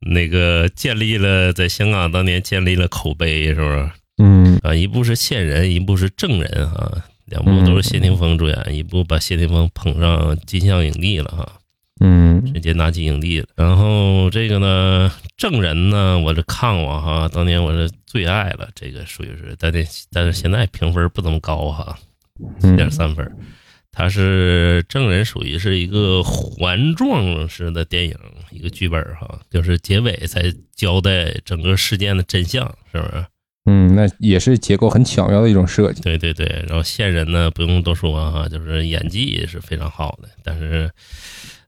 [SPEAKER 2] 那个建立了在香港当年建立了口碑，是不是？
[SPEAKER 3] 嗯
[SPEAKER 2] 啊，一部是线人，一部是证人啊，两部都是谢霆锋主演，一部把谢霆锋捧上金像影帝了哈、
[SPEAKER 3] 嗯
[SPEAKER 2] 直接拿起影帝了。然后这个呢，证人呢，我这看过哈，当年我是最爱了，这个属于是，但是但是现在评分不怎么高哈，七点三分。它是证人，属于是一个环状式的电影，一个剧本哈，就是结尾才交代整个事件的真相，是不是？
[SPEAKER 3] 嗯，那也是结构很巧妙的一种设计。
[SPEAKER 2] 对对对，然后线人呢不用多说啊，就是演技是非常好的，但是，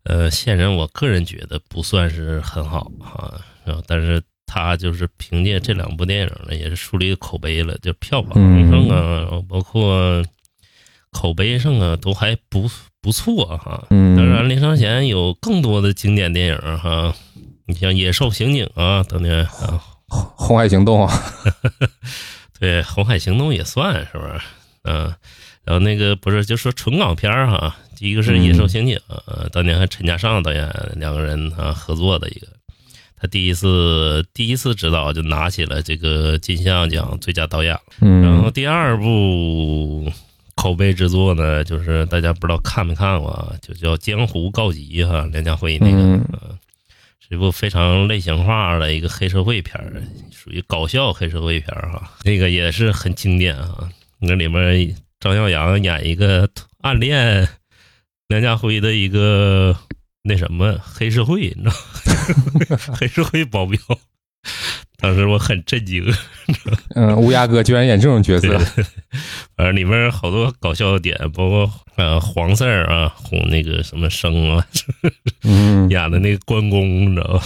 [SPEAKER 2] 呃，线人我个人觉得不算是很好啊，然后但是他就是凭借这两部电影呢，也是树立口碑了，就票房上啊，然后包括口碑上啊，都还不不错哈、
[SPEAKER 3] 嗯
[SPEAKER 2] 当然，林超贤有更多的经典电影哈、你像《野兽刑警》啊，当年啊，
[SPEAKER 3] 红海行动啊，
[SPEAKER 2] 对，《红海行动》也算是不是？嗯、然后那个不是就说纯港片儿哈，第一个是《野
[SPEAKER 3] 嗯
[SPEAKER 2] 兽刑警》呃，当年和陈嘉上导演两个人啊合作的一个，他第一次第一次执导就拿起了这个金像奖最佳导演了。然后
[SPEAKER 3] 嗯
[SPEAKER 2] 第二部口碑之作呢，就是大家不知道看没看过，啊，就叫《江湖告急》哈，梁家辉那个，
[SPEAKER 3] 嗯
[SPEAKER 2] 呃是一部非常类型化的一个黑社会片儿，属于搞笑黑社会片儿哈，那个也是很经典啊。那里面张耀扬演一个暗恋梁家辉的一个那什么黑社会，你知道吗， 黑社会保镖。当时我很震惊，
[SPEAKER 3] 嗯，乌鸦哥居然演这种角
[SPEAKER 2] 对
[SPEAKER 3] 色，，
[SPEAKER 2] 反正里面好多搞笑点，包括呃黄四儿啊哄那个什么生啊
[SPEAKER 3] 嗯
[SPEAKER 2] 演的那个关公，你知道吧？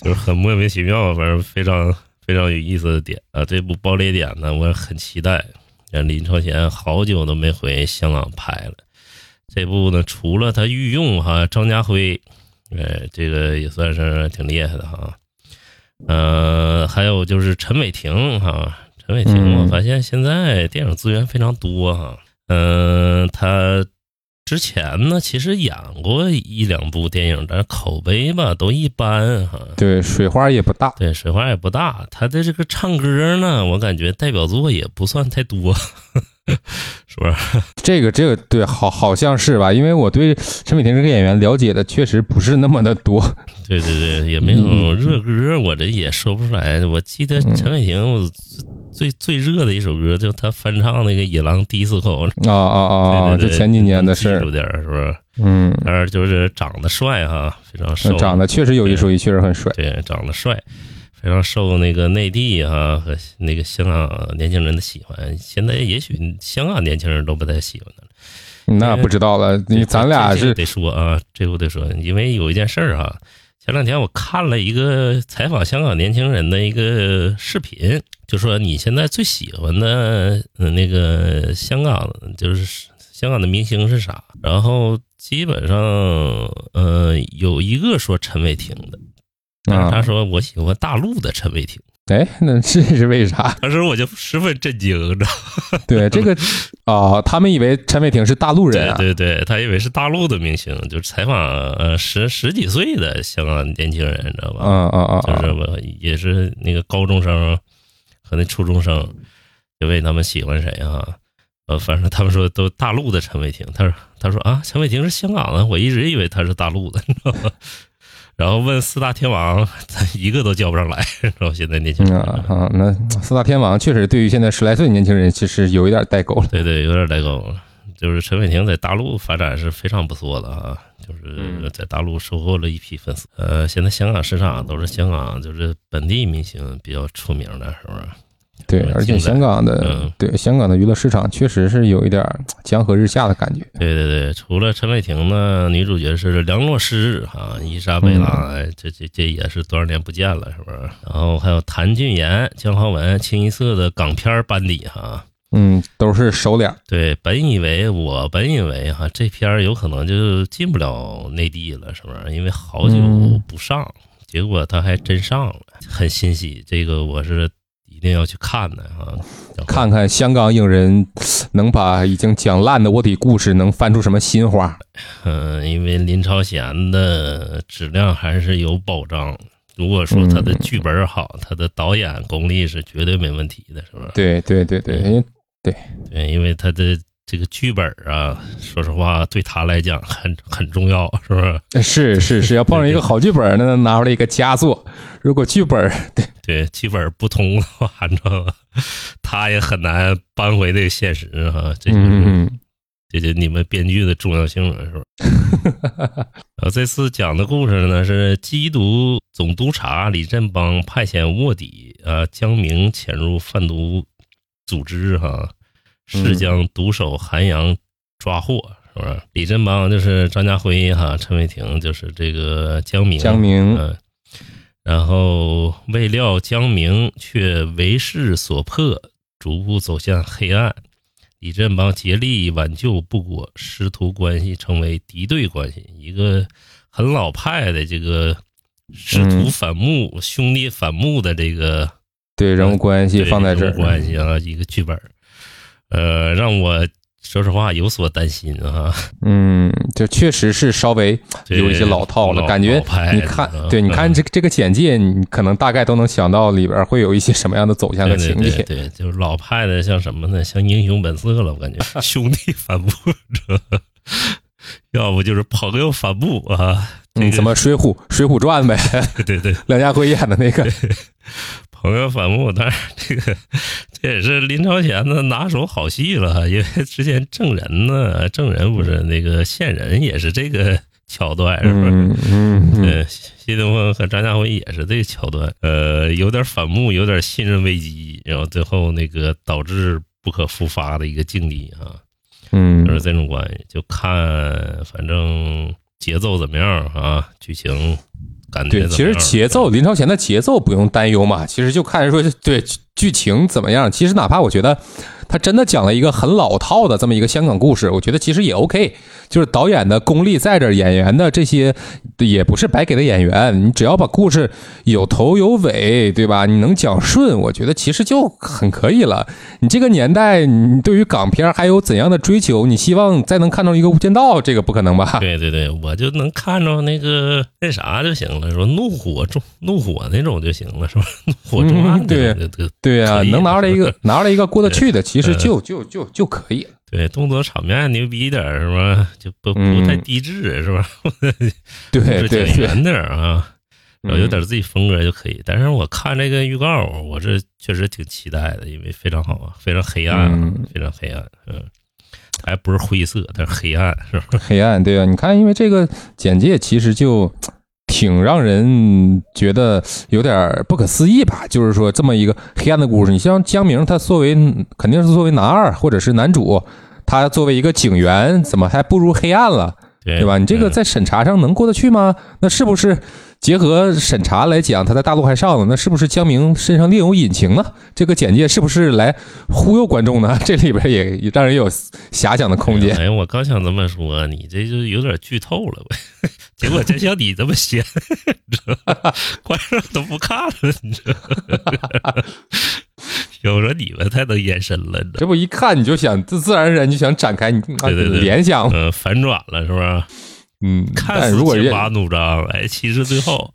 [SPEAKER 2] 就是很莫名其妙，反正非常非常有意思的点啊。这部《爆裂点》呢，我很期待。呃林超贤好久都没回香港拍了，这部呢，除了他御用哈张家辉，呃，这个也算是挺厉害的哈。呃，还有就是陈伟霆哈，陈伟霆，
[SPEAKER 3] 嗯
[SPEAKER 2] 我发现现在电影资源非常多哈。嗯、他之前呢，其实演过一两部电影，但是口碑吧都一般哈。
[SPEAKER 3] 对，水花也不大。
[SPEAKER 2] 对，水花也不大。他的这个唱歌呢，我感觉代表作也不算太多， 是不是？
[SPEAKER 3] 这个这个对，好好像是吧？因为我对陈伟霆这个演员了解的确实不是那么的多。
[SPEAKER 2] 对对对，也没
[SPEAKER 3] 嗯
[SPEAKER 2] 有热歌，我这也说不出来。我记得陈伟霆我最最热的一首歌，就他翻唱那个《野狼 DISCO》，
[SPEAKER 3] 啊啊 啊！啊！
[SPEAKER 2] 对对
[SPEAKER 3] 这
[SPEAKER 2] 对
[SPEAKER 3] 前几年的事
[SPEAKER 2] 记
[SPEAKER 3] 儿
[SPEAKER 2] 住，点儿是不是？
[SPEAKER 3] 嗯，呃
[SPEAKER 2] 但是就是长得帅哈，非常瘦，
[SPEAKER 3] 长得确实有一说一，确实很帅。
[SPEAKER 2] 对，长得帅，非常受那个内地啊和那个香港年轻人的喜欢。现在也许香港年轻人都不太喜欢他了。
[SPEAKER 3] 那不知道了，你咱俩
[SPEAKER 2] 这这
[SPEAKER 3] 是
[SPEAKER 2] 个得说啊，这个得说，因为有一件事儿啊，前两天我看了一个采访香港年轻人的一个视频，就说你现在最喜欢的呃那个香港就是香港的明星是啥？然后基本上呃有一个说陈伟霆的，但是他
[SPEAKER 3] 啊，
[SPEAKER 2] 说我喜欢大陆的陈伟霆，
[SPEAKER 3] 哎，那这是为啥？
[SPEAKER 2] 当时我就十分震惊，你知道吗？
[SPEAKER 3] 对这个啊、他们以为陈伟霆是大陆人
[SPEAKER 2] 对
[SPEAKER 3] 啊，
[SPEAKER 2] 对对，他以为是大陆的明星，就是采访呃十十几岁的香港年轻人，你知道吧？
[SPEAKER 3] 啊啊啊
[SPEAKER 2] 就是
[SPEAKER 3] 啊！
[SPEAKER 2] 我也是那个高中生和那初中生，就问他们喜欢谁啊？呃，反正他们说都大陆的陈伟霆，他说他说啊，陈伟霆是香港的，我一直以为他是大陆的，你知道吗？ 然后问四大天王，他一个都叫不上来， 然后现在年轻
[SPEAKER 3] 嗯
[SPEAKER 2] 人，
[SPEAKER 3] 啊啊，那四大天王确实对于现在十来岁年轻人其实有一点代沟了。
[SPEAKER 2] 对对，有点代沟。就是陈伟霆在大陆发展是非常不错的啊，就是
[SPEAKER 3] 嗯
[SPEAKER 2] 在大陆收获了一批粉丝。呃，现在香港市场都是香港就是本地明星比较出名的，是不是？
[SPEAKER 3] 对
[SPEAKER 2] 嗯，
[SPEAKER 3] 而
[SPEAKER 2] 现
[SPEAKER 3] 且
[SPEAKER 2] 在
[SPEAKER 3] 香港的、
[SPEAKER 2] 嗯
[SPEAKER 3] 对香港的娱乐市场确实是有一点儿江河日下的感觉。
[SPEAKER 2] 对对对，除了陈伟霆呢，女主角是梁洛施啊，伊莎贝拉，哎这这这也是多少年不见了，是不是？然后还有谭俊彦、姜浩文，清一色的港片班底哈、
[SPEAKER 3] 嗯，都是熟脸儿。
[SPEAKER 2] 对，本以为我本以为哈、这片儿有可能就进不了内地了，是不是？因为好久
[SPEAKER 3] 嗯
[SPEAKER 2] 不上，结果他还真上了，很欣喜。这个我是一定要去看的哈、然后
[SPEAKER 3] 看看香港影人能把已经讲烂的卧底故事能翻出什么新花？
[SPEAKER 2] 嗯，因为林超贤的质量还是有保障。如果说他的剧本好，他的导演功力是绝对没问题的，是吧？
[SPEAKER 3] 对对对对，因为
[SPEAKER 2] 对，因为他的这个剧本啊，说实话对他来讲很很重要，是不是？
[SPEAKER 3] 哎是是是要碰上一个好剧本儿，那能拿出来一个佳作。如果剧本儿
[SPEAKER 2] 对，剧本不通的话， 你知道吧？他也很难扳回这个现实啊。这就是、
[SPEAKER 3] 嗯嗯
[SPEAKER 2] 这就你们编剧的重要性了，是吧？ 呃，这次讲的故事呢是缉毒总督察李振邦派遣卧底啊江明潜入贩毒组织哈、是
[SPEAKER 3] 嗯
[SPEAKER 2] 将毒手韩阳抓获，是不是？李振邦就是张家辉哈、陈伟霆就是这个江明，
[SPEAKER 3] 嗯，江明
[SPEAKER 2] 嗯，然后未料江明却为势所迫，逐步走向黑暗。李振邦竭力挽救不果，师徒关系成为敌对关系，一个很老派的这个师徒
[SPEAKER 3] 嗯
[SPEAKER 2] 反目、兄弟反目的这个
[SPEAKER 3] 对人物关系
[SPEAKER 2] 对
[SPEAKER 3] 放在
[SPEAKER 2] 人
[SPEAKER 3] 这
[SPEAKER 2] 物关
[SPEAKER 3] 儿，
[SPEAKER 2] 系啊，一个剧本儿，呃，让我说实话有所担心啊。
[SPEAKER 3] 嗯，就确实是稍微
[SPEAKER 2] 对
[SPEAKER 3] 有一些老套了，
[SPEAKER 2] 老
[SPEAKER 3] 感觉
[SPEAKER 2] 老派
[SPEAKER 3] 你
[SPEAKER 2] 的
[SPEAKER 3] 看
[SPEAKER 2] 啊，
[SPEAKER 3] 对，你
[SPEAKER 2] 嗯
[SPEAKER 3] 看这这个简介，你可能大概都能想到里边儿会有一些什么样的走向和
[SPEAKER 2] 对
[SPEAKER 3] 情
[SPEAKER 2] 对对
[SPEAKER 3] 节。
[SPEAKER 2] 对，就是老派的，像什么呢？像英雄本色了，我感 觉兄弟反目者，要不就是朋友反目啊。
[SPEAKER 3] 嗯，怎么《水浒》《水浒传》呗，
[SPEAKER 2] 对对对，
[SPEAKER 3] 梁家辉演的那 个，
[SPEAKER 2] 朋友反目，当然这个 这也是林超贤的拿手好戏了，因为之前证人呢，证人不是那个线人也是这个桥段，是不是？
[SPEAKER 3] 嗯嗯嗯，
[SPEAKER 2] 对，谢霆锋和张家辉也是这个桥段，呃，有点反目，有点信任危机，然后最后那个导致不可复发的一个境地啊，
[SPEAKER 3] 嗯
[SPEAKER 2] 就是这种关系，就看反正节奏怎么样啊，剧情感觉
[SPEAKER 3] 对，
[SPEAKER 2] 怎么样
[SPEAKER 3] 其实节奏，林超贤的节奏不用担忧嘛，其实就看说对剧剧情怎么样。其实哪怕我觉得他真的讲了一个很老套的这么一个香港故事，我觉得其实也 OK。就是导演的功力在这儿，演员的这些也不是白给的演员，你只要把故事有头有尾，对吧？你能讲顺，我觉得其实就很可以了。你这个年代，你对于港片还有怎样的追求？你希望再能看到一个《无间道》，这个不可能吧？
[SPEAKER 2] 对对对，我就能看着那个那啥就行了，说怒火中怒火那种就行了，是吧？怒火中案
[SPEAKER 3] 嗯
[SPEAKER 2] 那
[SPEAKER 3] 对
[SPEAKER 2] 种就就
[SPEAKER 3] 对啊，
[SPEAKER 2] 可以
[SPEAKER 3] 能拿出来一个拿出来一个过得去的，其实
[SPEAKER 2] 嗯
[SPEAKER 3] 就就就就可以了。
[SPEAKER 2] 对，动作场面牛逼一点儿是吧？就不不太
[SPEAKER 3] 嗯
[SPEAKER 2] 低智是吧？
[SPEAKER 3] 哎对
[SPEAKER 2] 是
[SPEAKER 3] 对嗯
[SPEAKER 2] 挺
[SPEAKER 3] 对，
[SPEAKER 2] 远点儿啊，然后有点自己风格就可以。但是我看这个预告，我是确实挺期待的，因为非常好啊，非常黑暗啊，
[SPEAKER 3] 嗯
[SPEAKER 2] 非常黑暗，嗯，还不是灰色，它是黑暗，是吧？
[SPEAKER 3] 黑暗，对啊，你看，因为这个简介其实就挺让人觉得有点不可思议吧，就是说这么一个黑暗的故事，你像江明他作为肯定是作为男二或者是男主，他作为一个警员，怎么还步入黑暗了？
[SPEAKER 2] 对
[SPEAKER 3] 对吧？你这个
[SPEAKER 2] 嗯
[SPEAKER 3] 在审查上能过得去吗？那是不是结合审查来讲，他在大陆还上了，那是不是江明身上另有隐情呢？这个简介是不是来忽悠观众呢？ 这里边也也让人有遐想的空间。
[SPEAKER 2] 哎呀，我刚想这么说，你这就有点剧透了呗。 结果真像你这么写，你知道吗 观众都不看了，你知道吗。 有时候你们太能延伸了，你知道吗。
[SPEAKER 3] 这不一看你就想，自自然而然就想展开你啊
[SPEAKER 2] 对对对
[SPEAKER 3] 联想，
[SPEAKER 2] 嗯、反转了是吧？
[SPEAKER 3] 嗯，
[SPEAKER 2] 看
[SPEAKER 3] 但
[SPEAKER 2] 似
[SPEAKER 3] 如果
[SPEAKER 2] 剑
[SPEAKER 3] 人
[SPEAKER 2] 拔弩张，哎，其实最后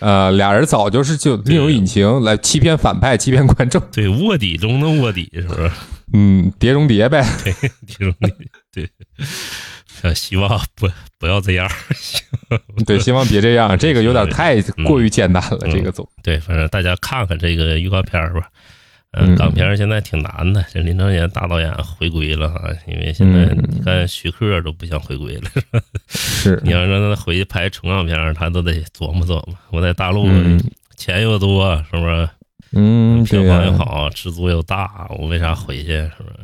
[SPEAKER 3] 呃俩人早就是就另有隐情来欺骗反派、欺骗观众，
[SPEAKER 2] 对卧底中的卧底是不是？
[SPEAKER 3] 嗯，碟中谍呗。
[SPEAKER 2] 这种你对，呃希望不不要这样。
[SPEAKER 3] 对，希望别这样，这个有点太过于简单了，
[SPEAKER 2] 嗯
[SPEAKER 3] 这个总
[SPEAKER 2] 对，反正大家看看这个预告片儿吧。
[SPEAKER 3] 嗯
[SPEAKER 2] 嗯，港片儿现在挺难的，这林正英大导演回归了哈，因为现在
[SPEAKER 3] 嗯
[SPEAKER 2] 你看徐克都不想回归了，
[SPEAKER 3] 是
[SPEAKER 2] 你要让他回去拍纯港片儿，他都得琢磨琢磨。我在大陆
[SPEAKER 3] 嗯
[SPEAKER 2] 钱又多，是不是？
[SPEAKER 3] 嗯，
[SPEAKER 2] 票
[SPEAKER 3] 对
[SPEAKER 2] 房又
[SPEAKER 3] 呀，
[SPEAKER 2] 好，制作又大，我为啥回去？是不是？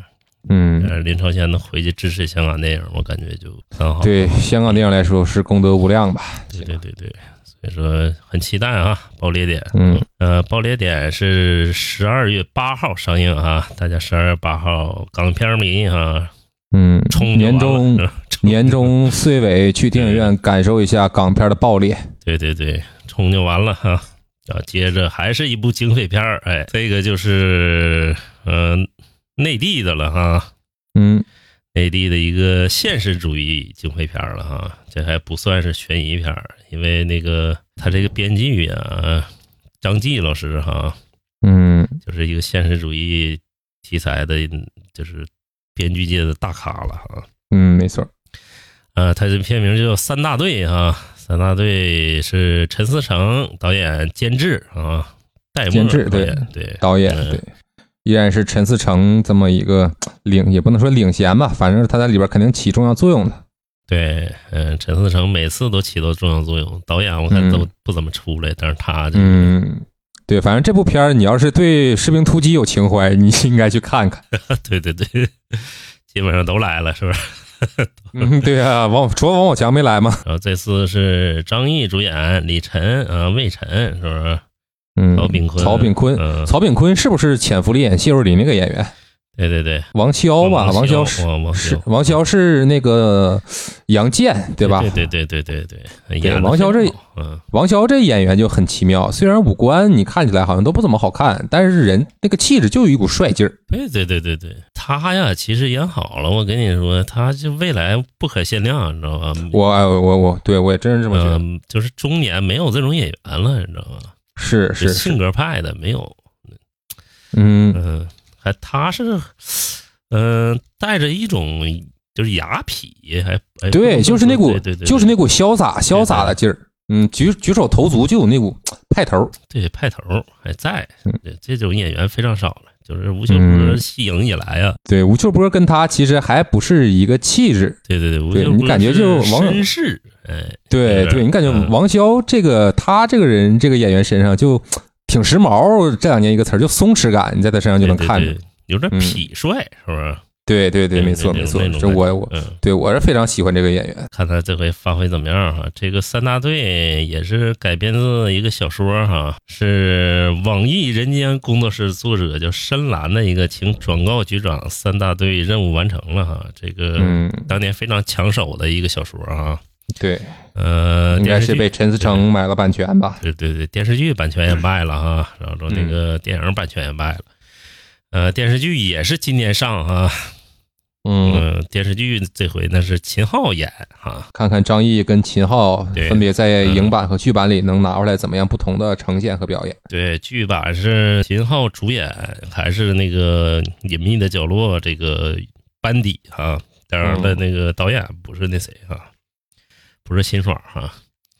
[SPEAKER 3] 嗯
[SPEAKER 2] 但，是林超贤能回去支持香港电影，我感觉就很好。
[SPEAKER 3] 对香港电影来说是功德无量吧？
[SPEAKER 2] 对对对对，所以说很期待啊，爆裂点。
[SPEAKER 3] 嗯
[SPEAKER 2] 呃，爆裂点是十二月八号上映啊，大家十二月八号港片迷啊，
[SPEAKER 3] 嗯，
[SPEAKER 2] 冲
[SPEAKER 3] 年
[SPEAKER 2] 中
[SPEAKER 3] 终年终岁尾去电影院感受一下港片的爆裂。
[SPEAKER 2] 对对对，冲就完了哈、啊。然后接着还是一部警匪片儿，哎，这个就是嗯、呃、内地的了哈、
[SPEAKER 3] 嗯
[SPEAKER 2] 内地的一个现实主义警匪片儿了哈，这还不算是悬疑片儿，因为那个他这个编剧啊，张继老师哈，
[SPEAKER 3] 嗯
[SPEAKER 2] 就是一个现实主义题材的，就是编剧界的大咖了哈。
[SPEAKER 3] 嗯，没错。
[SPEAKER 2] 呃，他这片名叫《三大队》哈，《三大队》是陈思诚导演监制啊，戴墨
[SPEAKER 3] 监制
[SPEAKER 2] 导
[SPEAKER 3] 对
[SPEAKER 2] 演对
[SPEAKER 3] 导演
[SPEAKER 2] 嗯
[SPEAKER 3] 对，依然是陈思诚这么一个领，也不能说领衔吧，反正是他在里边肯定起重要作用的。
[SPEAKER 2] 对，嗯、陈思诚每次都起到重要作用，导演我看都不怎么出来，但是他就
[SPEAKER 3] 嗯，对，反正这部片儿，你要是对《士兵突击》有情怀，你 应该去看看。
[SPEAKER 2] 对对对，基本上都来了，是不是？
[SPEAKER 3] 嗯，对啊，王除了王宝强没来吗？
[SPEAKER 2] 然后这次是张译主演，李晨啊、魏晨，是不是？
[SPEAKER 3] 嗯，
[SPEAKER 2] 曹炳坤
[SPEAKER 3] 曹炳坤，
[SPEAKER 2] 嗯，
[SPEAKER 3] 曹炳坤是不是潜伏里演谢若琳那个演员？
[SPEAKER 2] 对对对，
[SPEAKER 3] 王骁吧，
[SPEAKER 2] 王
[SPEAKER 3] 骁
[SPEAKER 2] 是
[SPEAKER 3] 是
[SPEAKER 2] 王
[SPEAKER 3] 是
[SPEAKER 2] 骁，
[SPEAKER 3] 王骁是那个杨健对吧？
[SPEAKER 2] 对对对对对对，演得
[SPEAKER 3] 王骁
[SPEAKER 2] 真
[SPEAKER 3] 这
[SPEAKER 2] 好嗯，
[SPEAKER 3] 王骁这演员就很奇妙，虽然五官你看起来好像都不怎么好看，但是人那个气质就有一股帅劲儿。
[SPEAKER 2] 对对对对对，他呀，其实演好了，我跟你说，他就未来不可限量，你知道吧？
[SPEAKER 3] 我哎我我对我也真是这么觉得，
[SPEAKER 2] 嗯，就是中年没有这种演员了，你知道吗？
[SPEAKER 3] 是
[SPEAKER 2] 就是性
[SPEAKER 3] 是，
[SPEAKER 2] 格派的没有，
[SPEAKER 3] 嗯
[SPEAKER 2] 嗯，还他是，嗯、带着一种就是雅痞，还哎
[SPEAKER 3] 对，就是那股
[SPEAKER 2] 对对对，
[SPEAKER 3] 就是那股潇洒潇洒的劲儿，嗯，举举手投足就有那股派头儿。
[SPEAKER 2] 对派头儿还在
[SPEAKER 3] 嗯，
[SPEAKER 2] 对这种演员非常少了，就是吴秀波
[SPEAKER 3] 嗯
[SPEAKER 2] 吸影以来啊，
[SPEAKER 3] 对，吴秀波跟他其实还不是一个气质，
[SPEAKER 2] 对对对，吴
[SPEAKER 3] 对
[SPEAKER 2] 秀
[SPEAKER 3] 你
[SPEAKER 2] 波
[SPEAKER 3] 感觉
[SPEAKER 2] 是
[SPEAKER 3] 就是王
[SPEAKER 2] 绅士，哎，
[SPEAKER 3] 对
[SPEAKER 2] 是
[SPEAKER 3] 对，你感觉
[SPEAKER 2] 嗯
[SPEAKER 3] 王骁这个他这个人这个演员身上就挺时髦，这两年一个词儿就松弛感，你在他身上就能看
[SPEAKER 2] 对
[SPEAKER 3] 着
[SPEAKER 2] 对。对有点
[SPEAKER 3] 嗯
[SPEAKER 2] 痞帅，是不是？
[SPEAKER 3] 对对对，
[SPEAKER 2] 对
[SPEAKER 3] 没错
[SPEAKER 2] 那
[SPEAKER 3] 没
[SPEAKER 2] 种
[SPEAKER 3] 错
[SPEAKER 2] 那，种
[SPEAKER 3] 这我我
[SPEAKER 2] 嗯，
[SPEAKER 3] 对我是非常喜欢这个演员。
[SPEAKER 2] 看他这回发挥怎么样哈。这个三大队也是改编自一个小说哈，是网易人间工作室作者叫深蓝的一个，请转告局长，三大队任务完成了哈。这个
[SPEAKER 3] 嗯，
[SPEAKER 2] 当年非常抢手的一个小说啊，
[SPEAKER 3] 对，
[SPEAKER 2] 呃，
[SPEAKER 3] 应
[SPEAKER 2] 电
[SPEAKER 3] 该
[SPEAKER 2] 视
[SPEAKER 3] 是
[SPEAKER 2] 剧
[SPEAKER 3] 被陈思诚买了版权吧？
[SPEAKER 2] 对对对，电视剧版权也卖了哈，然后那
[SPEAKER 3] 嗯
[SPEAKER 2] 个电影版权也卖了。呃，电视剧也是今年上啊，
[SPEAKER 3] 嗯，
[SPEAKER 2] 嗯，电视剧这回那是秦昊演哈，
[SPEAKER 3] 看看张译跟秦昊
[SPEAKER 2] 对
[SPEAKER 3] 分别在
[SPEAKER 2] 嗯
[SPEAKER 3] 影版和剧版里能拿出来怎么样不同的呈现和表演。
[SPEAKER 2] 对，剧版是秦昊主演，还是那个《隐秘的角落》这个班底哈，当然了，
[SPEAKER 3] 嗯
[SPEAKER 2] 那个导演不是那谁哈，不是辛爽哈，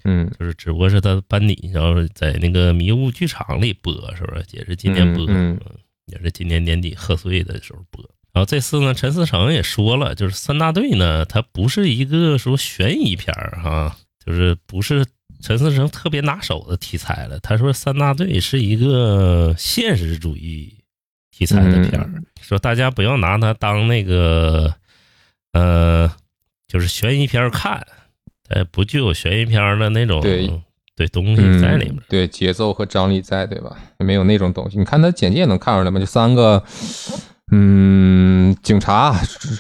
[SPEAKER 3] 嗯
[SPEAKER 2] 就是只不过是他的班底，然后在那个迷雾剧场里播，是不是？也是今年播，
[SPEAKER 3] 嗯嗯
[SPEAKER 2] 也是今年年底贺岁的时候播。然后这次呢，陈思诚也说了，就是三大队呢，它不是一个说悬疑片儿哈、就是不是陈思诚特别拿手的题材了。他说三大队是一个现实主义题材的片儿，
[SPEAKER 3] 嗯
[SPEAKER 2] 说大家不要拿它当那个呃，就是悬疑片儿看，呃，不具有悬疑片儿的那种
[SPEAKER 3] 对
[SPEAKER 2] 对东西
[SPEAKER 3] 嗯
[SPEAKER 2] 在里面。
[SPEAKER 3] 对节奏和张力在，对吧？没有那种东西。你看他简介能看出来吗？就三个，嗯，警察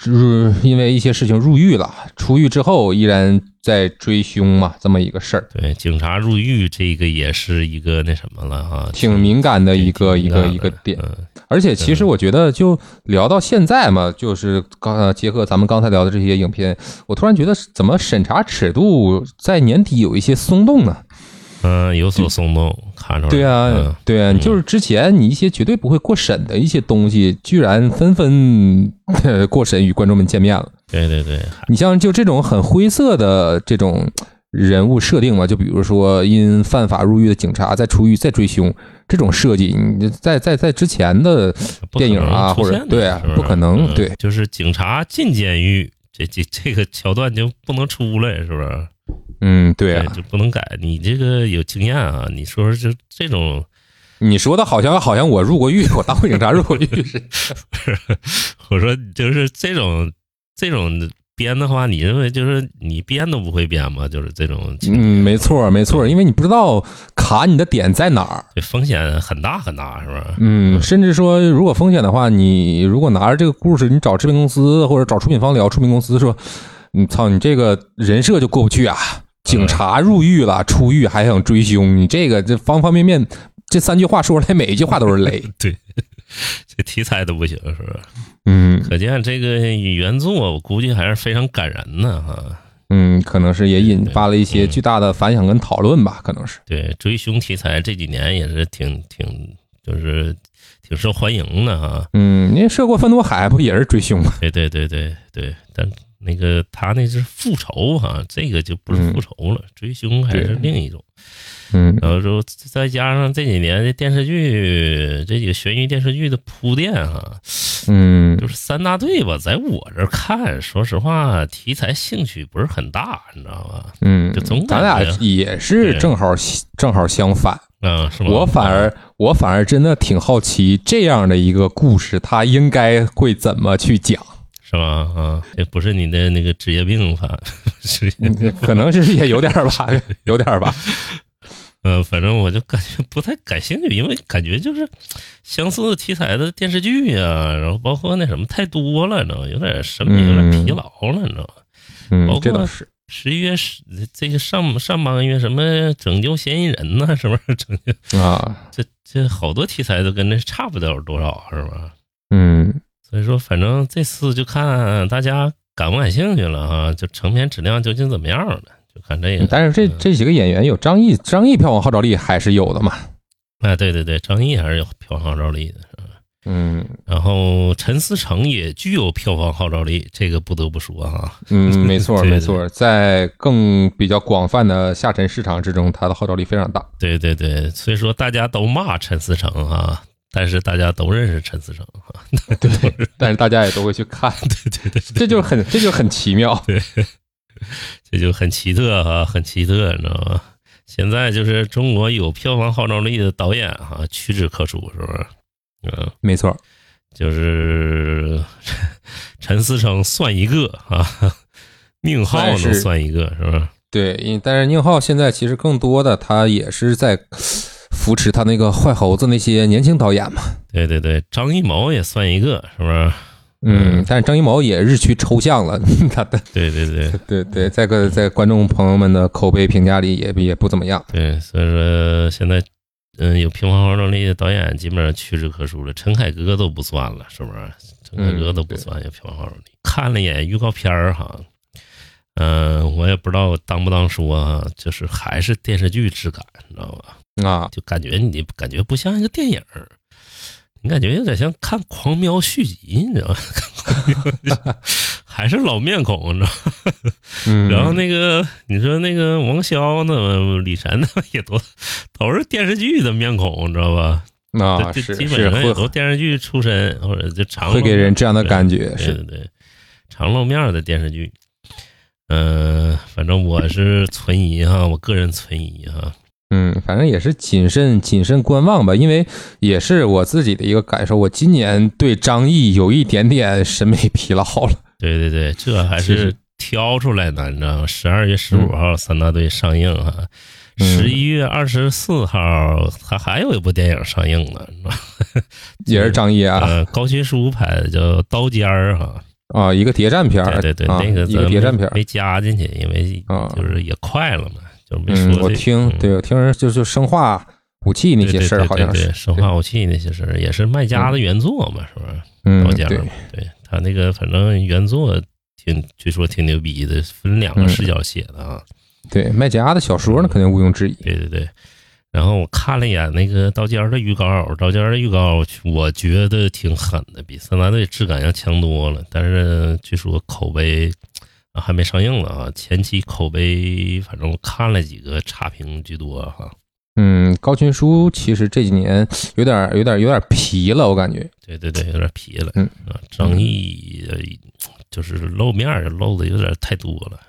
[SPEAKER 3] 入因为一些事情入狱了，出狱之后依然在追凶嘛，这么一个事儿，
[SPEAKER 2] 对，警察入狱这个也是一个那什么了哈，
[SPEAKER 3] 挺敏感的一个
[SPEAKER 2] 挺
[SPEAKER 3] 一
[SPEAKER 2] 敏感
[SPEAKER 3] 个
[SPEAKER 2] 的
[SPEAKER 3] 一个点。
[SPEAKER 2] 嗯
[SPEAKER 3] 而且其实我觉得，就聊到现在嘛，就是刚呃结合咱们刚才聊的这些影片，我突然觉得怎么审查尺度在年底有一些松动呢？
[SPEAKER 2] 嗯，有所松动，看出来。
[SPEAKER 3] 对
[SPEAKER 2] 嗯
[SPEAKER 3] 啊，对啊，
[SPEAKER 2] 嗯
[SPEAKER 3] 就是之前你一些绝对不会过审的一些东西，居然纷纷 呃过审与观众们见面了。
[SPEAKER 2] 嗯对对对，还
[SPEAKER 3] 你像就这种很灰色的这种人物设定嘛，就比如说因犯法入狱的警察再出狱再追凶这种设计，你在在在之前的
[SPEAKER 2] 不可
[SPEAKER 3] 电影啊
[SPEAKER 2] 能出
[SPEAKER 3] 或者
[SPEAKER 2] 现的
[SPEAKER 3] 对啊
[SPEAKER 2] 是是
[SPEAKER 3] 不可能
[SPEAKER 2] 嗯
[SPEAKER 3] 对
[SPEAKER 2] 就是警察进监狱，这这这个桥段就不能出来，是不是？
[SPEAKER 3] 嗯，对啊，
[SPEAKER 2] 就不能改。你这个有经验啊，你说说就这种
[SPEAKER 3] 你说的好像好像我入过狱，我当过警察入过 狱似的。
[SPEAKER 2] 我说就是这种这种编的话，你认为就是你编都不会编吗？就是这种情
[SPEAKER 3] 嗯，没错没错，因为你不知道卡你的点在哪儿。
[SPEAKER 2] 这风险很大很大，是吧？
[SPEAKER 3] 嗯，甚至说，如果风险的话，你如果拿着这个故事，你找制片公司或者找出品方聊，出品公司说，你操，你这个人设就过不去啊！警察入狱了，出狱还想追凶，你这个这方方面面，这三句话说出来，每一句话都是雷。
[SPEAKER 2] 这题材都不行，是吧？
[SPEAKER 3] 嗯
[SPEAKER 2] 可见这个原作，我估计还是非常感人的哈。
[SPEAKER 3] 嗯，可能是也引发了一些巨大的反响跟讨论吧，可能是。
[SPEAKER 2] 对，追凶题材这几年也是挺挺，就是挺受欢迎的哈。
[SPEAKER 3] 嗯，因为涉过愤怒海不也是追凶吗？
[SPEAKER 2] 对对对对对，但那个他那是复仇哈，这个就不是复仇了，追凶还是
[SPEAKER 3] 嗯对
[SPEAKER 2] 另一种。
[SPEAKER 3] 嗯
[SPEAKER 2] 然后说再加上这几年的电视剧，这几个悬疑电视剧的铺垫哈，
[SPEAKER 3] 嗯
[SPEAKER 2] 就是三大队吧，在我这儿看，说实话，题材兴趣不是很大，你知道吧？
[SPEAKER 3] 嗯
[SPEAKER 2] 就总，
[SPEAKER 3] 咱
[SPEAKER 2] 感
[SPEAKER 3] 俩
[SPEAKER 2] 觉
[SPEAKER 3] 也是
[SPEAKER 2] 对
[SPEAKER 3] 正好正好相反。
[SPEAKER 2] 嗯，是吗？
[SPEAKER 3] 我反而我反而真的挺好奇这样的一个故事，它应该会怎么 去讲？
[SPEAKER 2] 是吧？啊，这不是你的那个职业病，反是
[SPEAKER 3] 可能是也有点儿 吧，有点儿吧。
[SPEAKER 2] 呃，反正我就感觉不太感兴趣，因为感觉就是相似题材的电视剧呀、然后包括那什么太多了，你知道吗？有点审美有点疲劳了，你知道吗？包
[SPEAKER 3] 嗯
[SPEAKER 2] 括，
[SPEAKER 3] 这倒是。
[SPEAKER 2] 十一月十这个上上半个月什么拯救嫌疑人呐、什么拯救
[SPEAKER 3] 啊，
[SPEAKER 2] 这这好多题材都跟这差不了多少，是吧？
[SPEAKER 3] 嗯
[SPEAKER 2] 所以说，反正这次就看大家感不感兴趣了哈，就成片质量究竟怎么样了，就看这个。
[SPEAKER 3] 但是这这几个演员有张译，张译票房号召力还是有的嘛。
[SPEAKER 2] 哎，对对对，张译还是有票房号召力的。
[SPEAKER 3] 嗯
[SPEAKER 2] 然后陈思诚也具有票房号召力，这个不得不说哈。
[SPEAKER 3] 嗯， 没错
[SPEAKER 2] 对对
[SPEAKER 3] 没错，在更比较广泛的下沉市场之中，它的号召力非常大。
[SPEAKER 2] 对对对，虽说大家都骂陈思诚哈，但是大家都认识陈思诚 哈。
[SPEAKER 3] 对，但是大家也都会去看，
[SPEAKER 2] 对对对对，
[SPEAKER 3] 这就很这就很奇妙。
[SPEAKER 2] 这就很奇特哈，很奇特，你知道吗？现在就是中国有票房号召力的导演哈，屈指可数，是不是？嗯，
[SPEAKER 3] 没错，
[SPEAKER 2] 就是陈思诚算一个啊， 宁浩
[SPEAKER 3] 但是
[SPEAKER 2] 能算一个是吧？
[SPEAKER 3] 对，因但是宁浩现在其实更多的他也是在扶持他那个坏猴子那些年轻导演嘛。
[SPEAKER 2] 对对对，张艺谋也算一个，是不是？
[SPEAKER 3] 嗯，但是张艺谋也日趋抽象了， 他的
[SPEAKER 2] 对对对
[SPEAKER 3] 对对，在个在观众朋友们的口碑评价里也也不怎么样。
[SPEAKER 2] 对，所以说现在，嗯，有票房号召力的导演基本上屈指可数了，陈凯歌都不算了，是不是？陈凯歌都不算有票房号召力。看了一眼预告片儿哈，嗯、我也不知道当不当说啊，就是还是电视剧质感，你知道吧？
[SPEAKER 3] 啊，
[SPEAKER 2] 就感觉你感觉不像一个电影儿，你感觉有点像看《狂飙》续集，你知 道吗？还是老面孔，你知道吗？
[SPEAKER 3] 嗯，
[SPEAKER 2] 然后那个你说那个王骁呢、李晨呢，也都都是电视剧的面孔，你知道吧？
[SPEAKER 3] 啊
[SPEAKER 2] 这
[SPEAKER 3] 是
[SPEAKER 2] 这基
[SPEAKER 3] 是
[SPEAKER 2] 本上
[SPEAKER 3] 会
[SPEAKER 2] 也都电视剧出身，或者就常
[SPEAKER 3] 会给人这样的
[SPEAKER 2] 觉。
[SPEAKER 3] 感觉，
[SPEAKER 2] 对
[SPEAKER 3] 是
[SPEAKER 2] 对对，常露面儿的电视剧。嗯、反正我是存疑哈，我个人存疑哈。
[SPEAKER 3] 嗯，反正也是谨慎谨慎观望吧，因为也是我自己的一个感受，我今年对张译有一点点审美疲劳了。
[SPEAKER 2] 对对对，这还是
[SPEAKER 3] 其实嗯
[SPEAKER 2] 挑出来的，你知道吗？十二月十五号三大队上映啊，十一月二十四号，还还有一部电影上映呢，你知道吗
[SPEAKER 3] 也是张译啊
[SPEAKER 2] 呃，高群书拍的叫《刀尖儿》哈，
[SPEAKER 3] 啊，一个谍战片儿，
[SPEAKER 2] 呃对对对，
[SPEAKER 3] 啊
[SPEAKER 2] 那个
[SPEAKER 3] 一
[SPEAKER 2] 咱
[SPEAKER 3] 个谍
[SPEAKER 2] 没
[SPEAKER 3] 战片儿。
[SPEAKER 2] 没加进去，因为
[SPEAKER 3] 啊
[SPEAKER 2] 就是也快了嘛，就没说
[SPEAKER 3] 嗯
[SPEAKER 2] 这。，
[SPEAKER 3] 我听
[SPEAKER 2] 嗯
[SPEAKER 3] 对，我听人就就生化武器那
[SPEAKER 2] 对
[SPEAKER 3] 些
[SPEAKER 2] 对
[SPEAKER 3] 事儿，
[SPEAKER 2] 对
[SPEAKER 3] 好
[SPEAKER 2] 对
[SPEAKER 3] 像
[SPEAKER 2] 对
[SPEAKER 3] 是，
[SPEAKER 2] 生化武器那些事儿，也是麦家的原作嘛，是不是？
[SPEAKER 3] 嗯
[SPEAKER 2] 刀尖
[SPEAKER 3] 对
[SPEAKER 2] 儿嘛，对他那个反正原作挺据说挺牛逼的，分两个
[SPEAKER 3] 嗯
[SPEAKER 2] 视角写的啊。
[SPEAKER 3] 对，麦家的小说那肯定毋庸置疑。
[SPEAKER 2] 对对对。然后我看了一眼那个《刀尖儿》的预告，《刀尖儿》的预告，我觉得挺狠的，比《三大队》质感要强多了。但是据说口碑、啊、还没上映呢啊，前期口碑反正我看了几个差评居多哈、
[SPEAKER 3] 嗯，高群书其实这几年有点儿有点儿有点儿皮了，我感觉。
[SPEAKER 2] 对对对，有点皮了。
[SPEAKER 3] 嗯
[SPEAKER 2] 啊，张译呃就是露面儿露的有点太多了。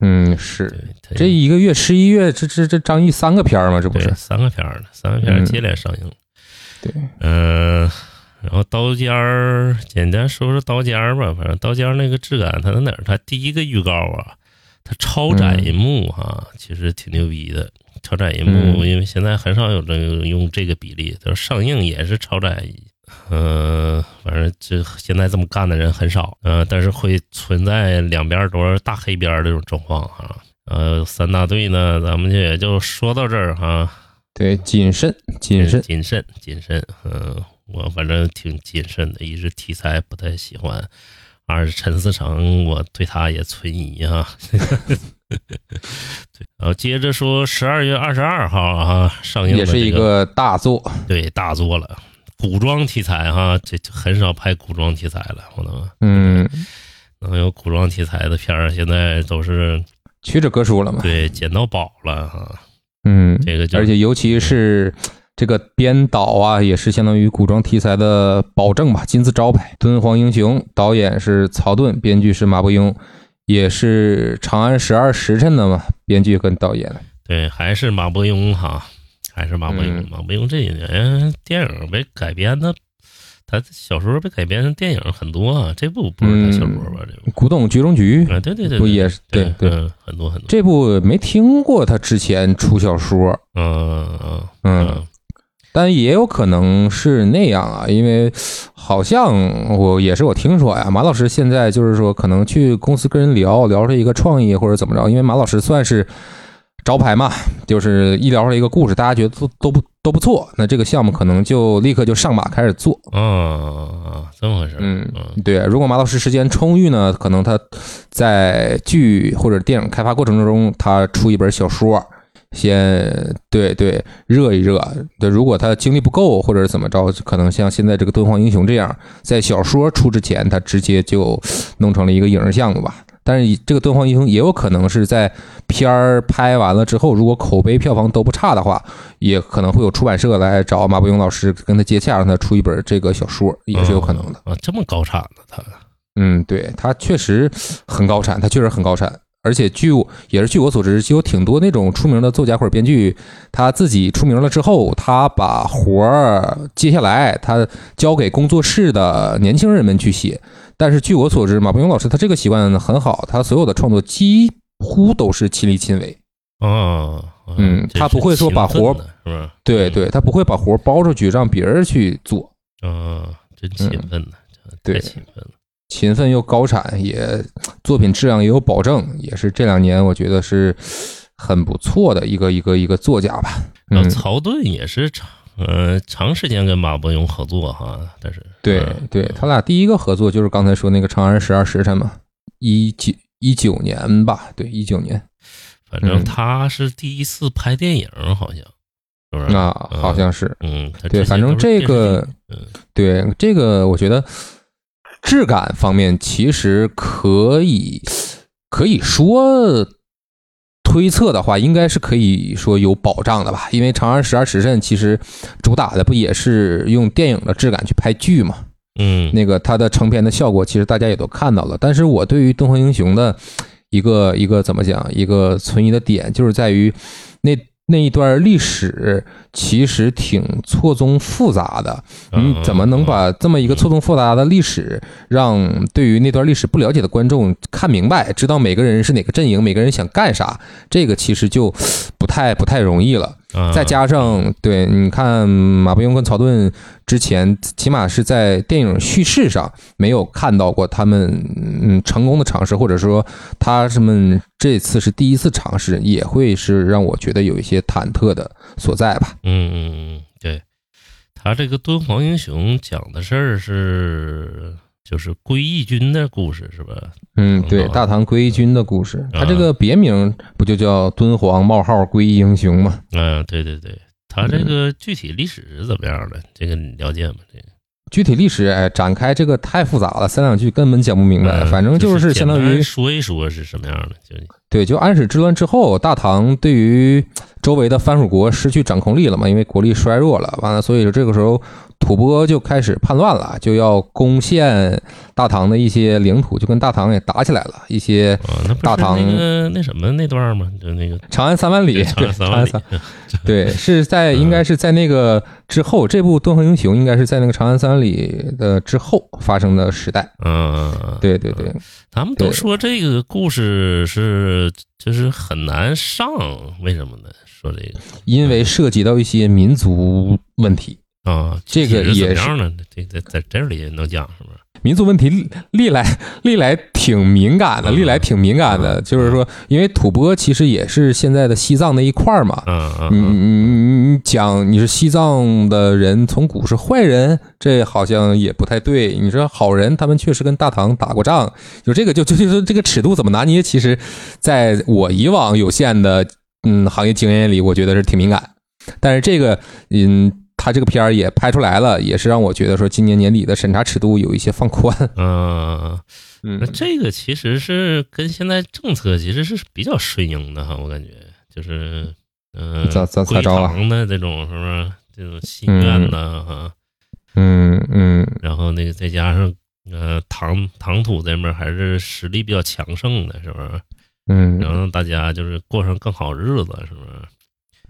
[SPEAKER 3] 嗯，是
[SPEAKER 2] 对，他
[SPEAKER 3] 这一个月十一月，这这这张译三个片儿嘛，这不
[SPEAKER 2] 对
[SPEAKER 3] 是？
[SPEAKER 2] 三个片儿呢，三个片儿接连上映。
[SPEAKER 3] 对，
[SPEAKER 2] 嗯、然后刀尖儿，简单说说刀尖儿吧，反正刀尖儿那个质感，它在哪儿？它第一个预告啊，它超展一幕哈、其实挺牛逼的。超展一幕，
[SPEAKER 3] 嗯
[SPEAKER 2] 因为现在很少有这个用这个比例，就是上映也是超展一。嗯、反正这现在这么干的人很少，呃，但是会存在两边儿都是大黑边儿这种状况啊。呃，三大队呢，咱们就也就说到这儿哈、
[SPEAKER 3] 对，谨慎谨慎。
[SPEAKER 2] 谨慎，谨慎。嗯，我反正挺谨慎的，一是题材不太喜欢，二是陈思诚我对他也存疑啊。 对，然后接着说十二月二十二号啊上映的
[SPEAKER 3] 也是一
[SPEAKER 2] 这
[SPEAKER 3] 个大作，
[SPEAKER 2] 对大作了，古装题材哈、这这很少拍古装题材了，我他妈
[SPEAKER 3] 嗯，
[SPEAKER 2] 能有古装题材的片儿，现在都是
[SPEAKER 3] 曲者歌书了嘛，
[SPEAKER 2] 对捡到宝了哈、啊。
[SPEAKER 3] 嗯，
[SPEAKER 2] 这个就
[SPEAKER 3] 而且尤其是这个编导啊，也是相当于古装题材的保证吧，金字招牌。敦煌英雄导演是曹盾，编剧是马伯庸，也是《长安十二时辰》的嘛，编剧跟导演。
[SPEAKER 2] 对，还是马伯庸哈，还是马伯庸。
[SPEAKER 3] 嗯
[SPEAKER 2] 马伯庸这几年电影被改编的，他小说被改编成电影很多啊。这部不是他小说吧？这部
[SPEAKER 3] 古董局中局
[SPEAKER 2] 啊，对对对，
[SPEAKER 3] 嗯不
[SPEAKER 2] 对
[SPEAKER 3] 也是对对？
[SPEAKER 2] 嗯，很多很多，
[SPEAKER 3] 这部没听过他之前出小说，
[SPEAKER 2] 嗯嗯
[SPEAKER 3] 嗯，但也有可能是那样啊，因为好像我也是我听说啊呀，马老师现在就是说可能去公司跟人聊聊出一个创意或者怎么着，因为马老师算是招牌嘛，就是一聊出来一个故事，大家觉得都都不都不错，那这个项目可能就立刻就上马开始做。
[SPEAKER 2] 嗯啊，这么回事儿，
[SPEAKER 3] 嗯
[SPEAKER 2] 嗯
[SPEAKER 3] 对，如果马老师时间充裕呢，可能他在剧或者电影开发过程中，他出一本小说，先对对热一热。对，如果他精力不够或者是怎么着，可能像现在这个《敦煌英雄》这样，在小说出之前，他直接就弄成了一个影视项目吧。但是这个《敦煌英雄》也有可能是在片儿拍完了之后，如果口碑票房都不差的话，也可能会有出版社来找马伯庸老师跟他接洽，让他出一本这个小说，也是有可能的。
[SPEAKER 2] 啊，这么高产呢，他
[SPEAKER 3] 嗯，对，它确实很高产，它确实很高产，而且据我也是据我所知，有挺多那种出名的作家或者编剧，他自己出名了之后，他把活儿接下来，他交给工作室的年轻人们去写。但是据我所知，马伯庸老师他这个习惯很好，他所有的创作几乎都是亲力亲为。
[SPEAKER 2] 啊，啊
[SPEAKER 3] 嗯
[SPEAKER 2] 这
[SPEAKER 3] 他
[SPEAKER 2] 是
[SPEAKER 3] 不会说
[SPEAKER 2] 勤
[SPEAKER 3] 把活
[SPEAKER 2] 奋的是吧？
[SPEAKER 3] 对对，他不会把活儿包出去让别人去做，
[SPEAKER 2] 啊，真勤
[SPEAKER 3] 嗯
[SPEAKER 2] 奋呢，这太
[SPEAKER 3] 对
[SPEAKER 2] 勤奋了。
[SPEAKER 3] 勤奋又高产，也作品质量也有保证，也是这两年我觉得是很不错的一个一个一个作家吧。
[SPEAKER 2] 然后
[SPEAKER 3] 嗯，
[SPEAKER 2] 曹盾也是长呃长时间跟马伯庸合作哈，但是
[SPEAKER 3] 对
[SPEAKER 2] 嗯
[SPEAKER 3] 对，他俩第一个合作就是刚才说那个《长安十二时辰》嘛，一九一九年吧，对，一九年
[SPEAKER 2] 反正
[SPEAKER 3] 嗯
[SPEAKER 2] 他是第一次拍电影，好像是不是？
[SPEAKER 3] 啊，
[SPEAKER 2] 嗯
[SPEAKER 3] 好像是
[SPEAKER 2] 嗯，他
[SPEAKER 3] 对
[SPEAKER 2] 之前
[SPEAKER 3] 反正
[SPEAKER 2] 都是
[SPEAKER 3] 这个
[SPEAKER 2] 电视剧嗯
[SPEAKER 3] 对这个，我觉得质感方面其实可以可以说推测的话，应该是可以说有保障的吧。因为《长安十二时辰》其实主打的不也是用电影的质感去拍剧嘛？
[SPEAKER 2] 嗯嗯
[SPEAKER 3] 那个它的成片的效果，其实大家也都看到了。但是我对于《东方英雄》的一个一个怎么讲，一个存疑的点，就是在于那那一段历史其实挺错综复杂的。
[SPEAKER 2] 嗯
[SPEAKER 3] 你怎么能把这么一个错综复杂的历史，让对于那段历史不了解的观众看明白，知道每个人是哪个阵营，每个人想干啥？这个其实就不太不太容易了。
[SPEAKER 2] 啊
[SPEAKER 3] 再加上对，你看马伯庸跟曹盾之前，起码是在电影叙事上没有看到过他们嗯成功的尝试，或者说他们这次是第一次尝试，也会是让我觉得有一些忐忑的所在吧。
[SPEAKER 2] 嗯嗯嗯，对，他这个敦煌英雄讲的事儿是就是归义军的故事是吧？
[SPEAKER 3] 嗯，对，
[SPEAKER 2] 嗯
[SPEAKER 3] 大唐归义军的故事，
[SPEAKER 2] 嗯
[SPEAKER 3] 他这个别名不就叫敦煌冒号归义英雄吗？
[SPEAKER 2] 嗯，对对对，他
[SPEAKER 3] 嗯
[SPEAKER 2] 这个具体历史是怎么样的？这个你了解吗？这个
[SPEAKER 3] 具体历史哎，展开这个太复杂了，三两句根本讲不明白。
[SPEAKER 2] 嗯
[SPEAKER 3] 反正
[SPEAKER 2] 就
[SPEAKER 3] 就是相当
[SPEAKER 2] 简
[SPEAKER 3] 于
[SPEAKER 2] 单说一说是什么样的，就
[SPEAKER 3] 对，就安史之乱之后，大唐对于周围的藩属国失去掌控力了嘛，因为国力衰弱了，完了，所以说这个时候吐蕃就开始叛乱了，就要攻陷大唐的一些领土，就跟大唐也打起来了，一些
[SPEAKER 2] 啊，那不是
[SPEAKER 3] 大唐
[SPEAKER 2] 那个那什么那段吗？就那个
[SPEAKER 3] 长安三万里，
[SPEAKER 2] 长
[SPEAKER 3] 对，
[SPEAKER 2] 安三
[SPEAKER 3] 长
[SPEAKER 2] 万
[SPEAKER 3] 安
[SPEAKER 2] 里嗯
[SPEAKER 3] 三， 对，是在应该是在那个之后，这部《敦煌英雄》应该是在那个《长安三万里》的之后发生的时代。
[SPEAKER 2] 嗯，
[SPEAKER 3] 对对对，
[SPEAKER 2] 他们都
[SPEAKER 3] 对
[SPEAKER 2] 说这个故事是就是很难上，为什么呢？说这个
[SPEAKER 3] 因为涉及到一些民族问题，
[SPEAKER 2] 啊，
[SPEAKER 3] 这个
[SPEAKER 2] 具体
[SPEAKER 3] 也
[SPEAKER 2] 怎么样呢？这在在这里能讲是不是？
[SPEAKER 3] 民族问题历历来历来挺敏感的，
[SPEAKER 2] 嗯
[SPEAKER 3] 历来挺敏感的。
[SPEAKER 2] 嗯
[SPEAKER 3] 就是说，因为吐蕃其实也是现在的西藏的一块儿嘛。
[SPEAKER 2] 嗯嗯
[SPEAKER 3] 你你
[SPEAKER 2] 嗯，
[SPEAKER 3] 你你讲你是西藏的人，从古是坏人，这好像也不太对。你说好人，他们确实跟大唐打过仗，就这个就就就是这个尺度怎么拿捏，其实在我以往有限的嗯行业经验里，我觉得是挺敏感。但是这个嗯，他这个片儿也拍出来了，也是让我觉得说今年年底的审查尺度有一些放宽。
[SPEAKER 2] 嗯，
[SPEAKER 3] 嗯
[SPEAKER 2] 那这个其实是跟现在政策其实是比较顺应的哈，我感觉就是嗯，
[SPEAKER 3] 咋咋咋
[SPEAKER 2] 归
[SPEAKER 3] 着啊
[SPEAKER 2] 唐的这种是不是这种心愿呐哈，
[SPEAKER 3] 嗯嗯
[SPEAKER 2] 然后那个再加上呃唐唐土这边还是实力比较强盛的，是不是？然后
[SPEAKER 3] 嗯
[SPEAKER 2] 让大家就是过上更好日子，是不是？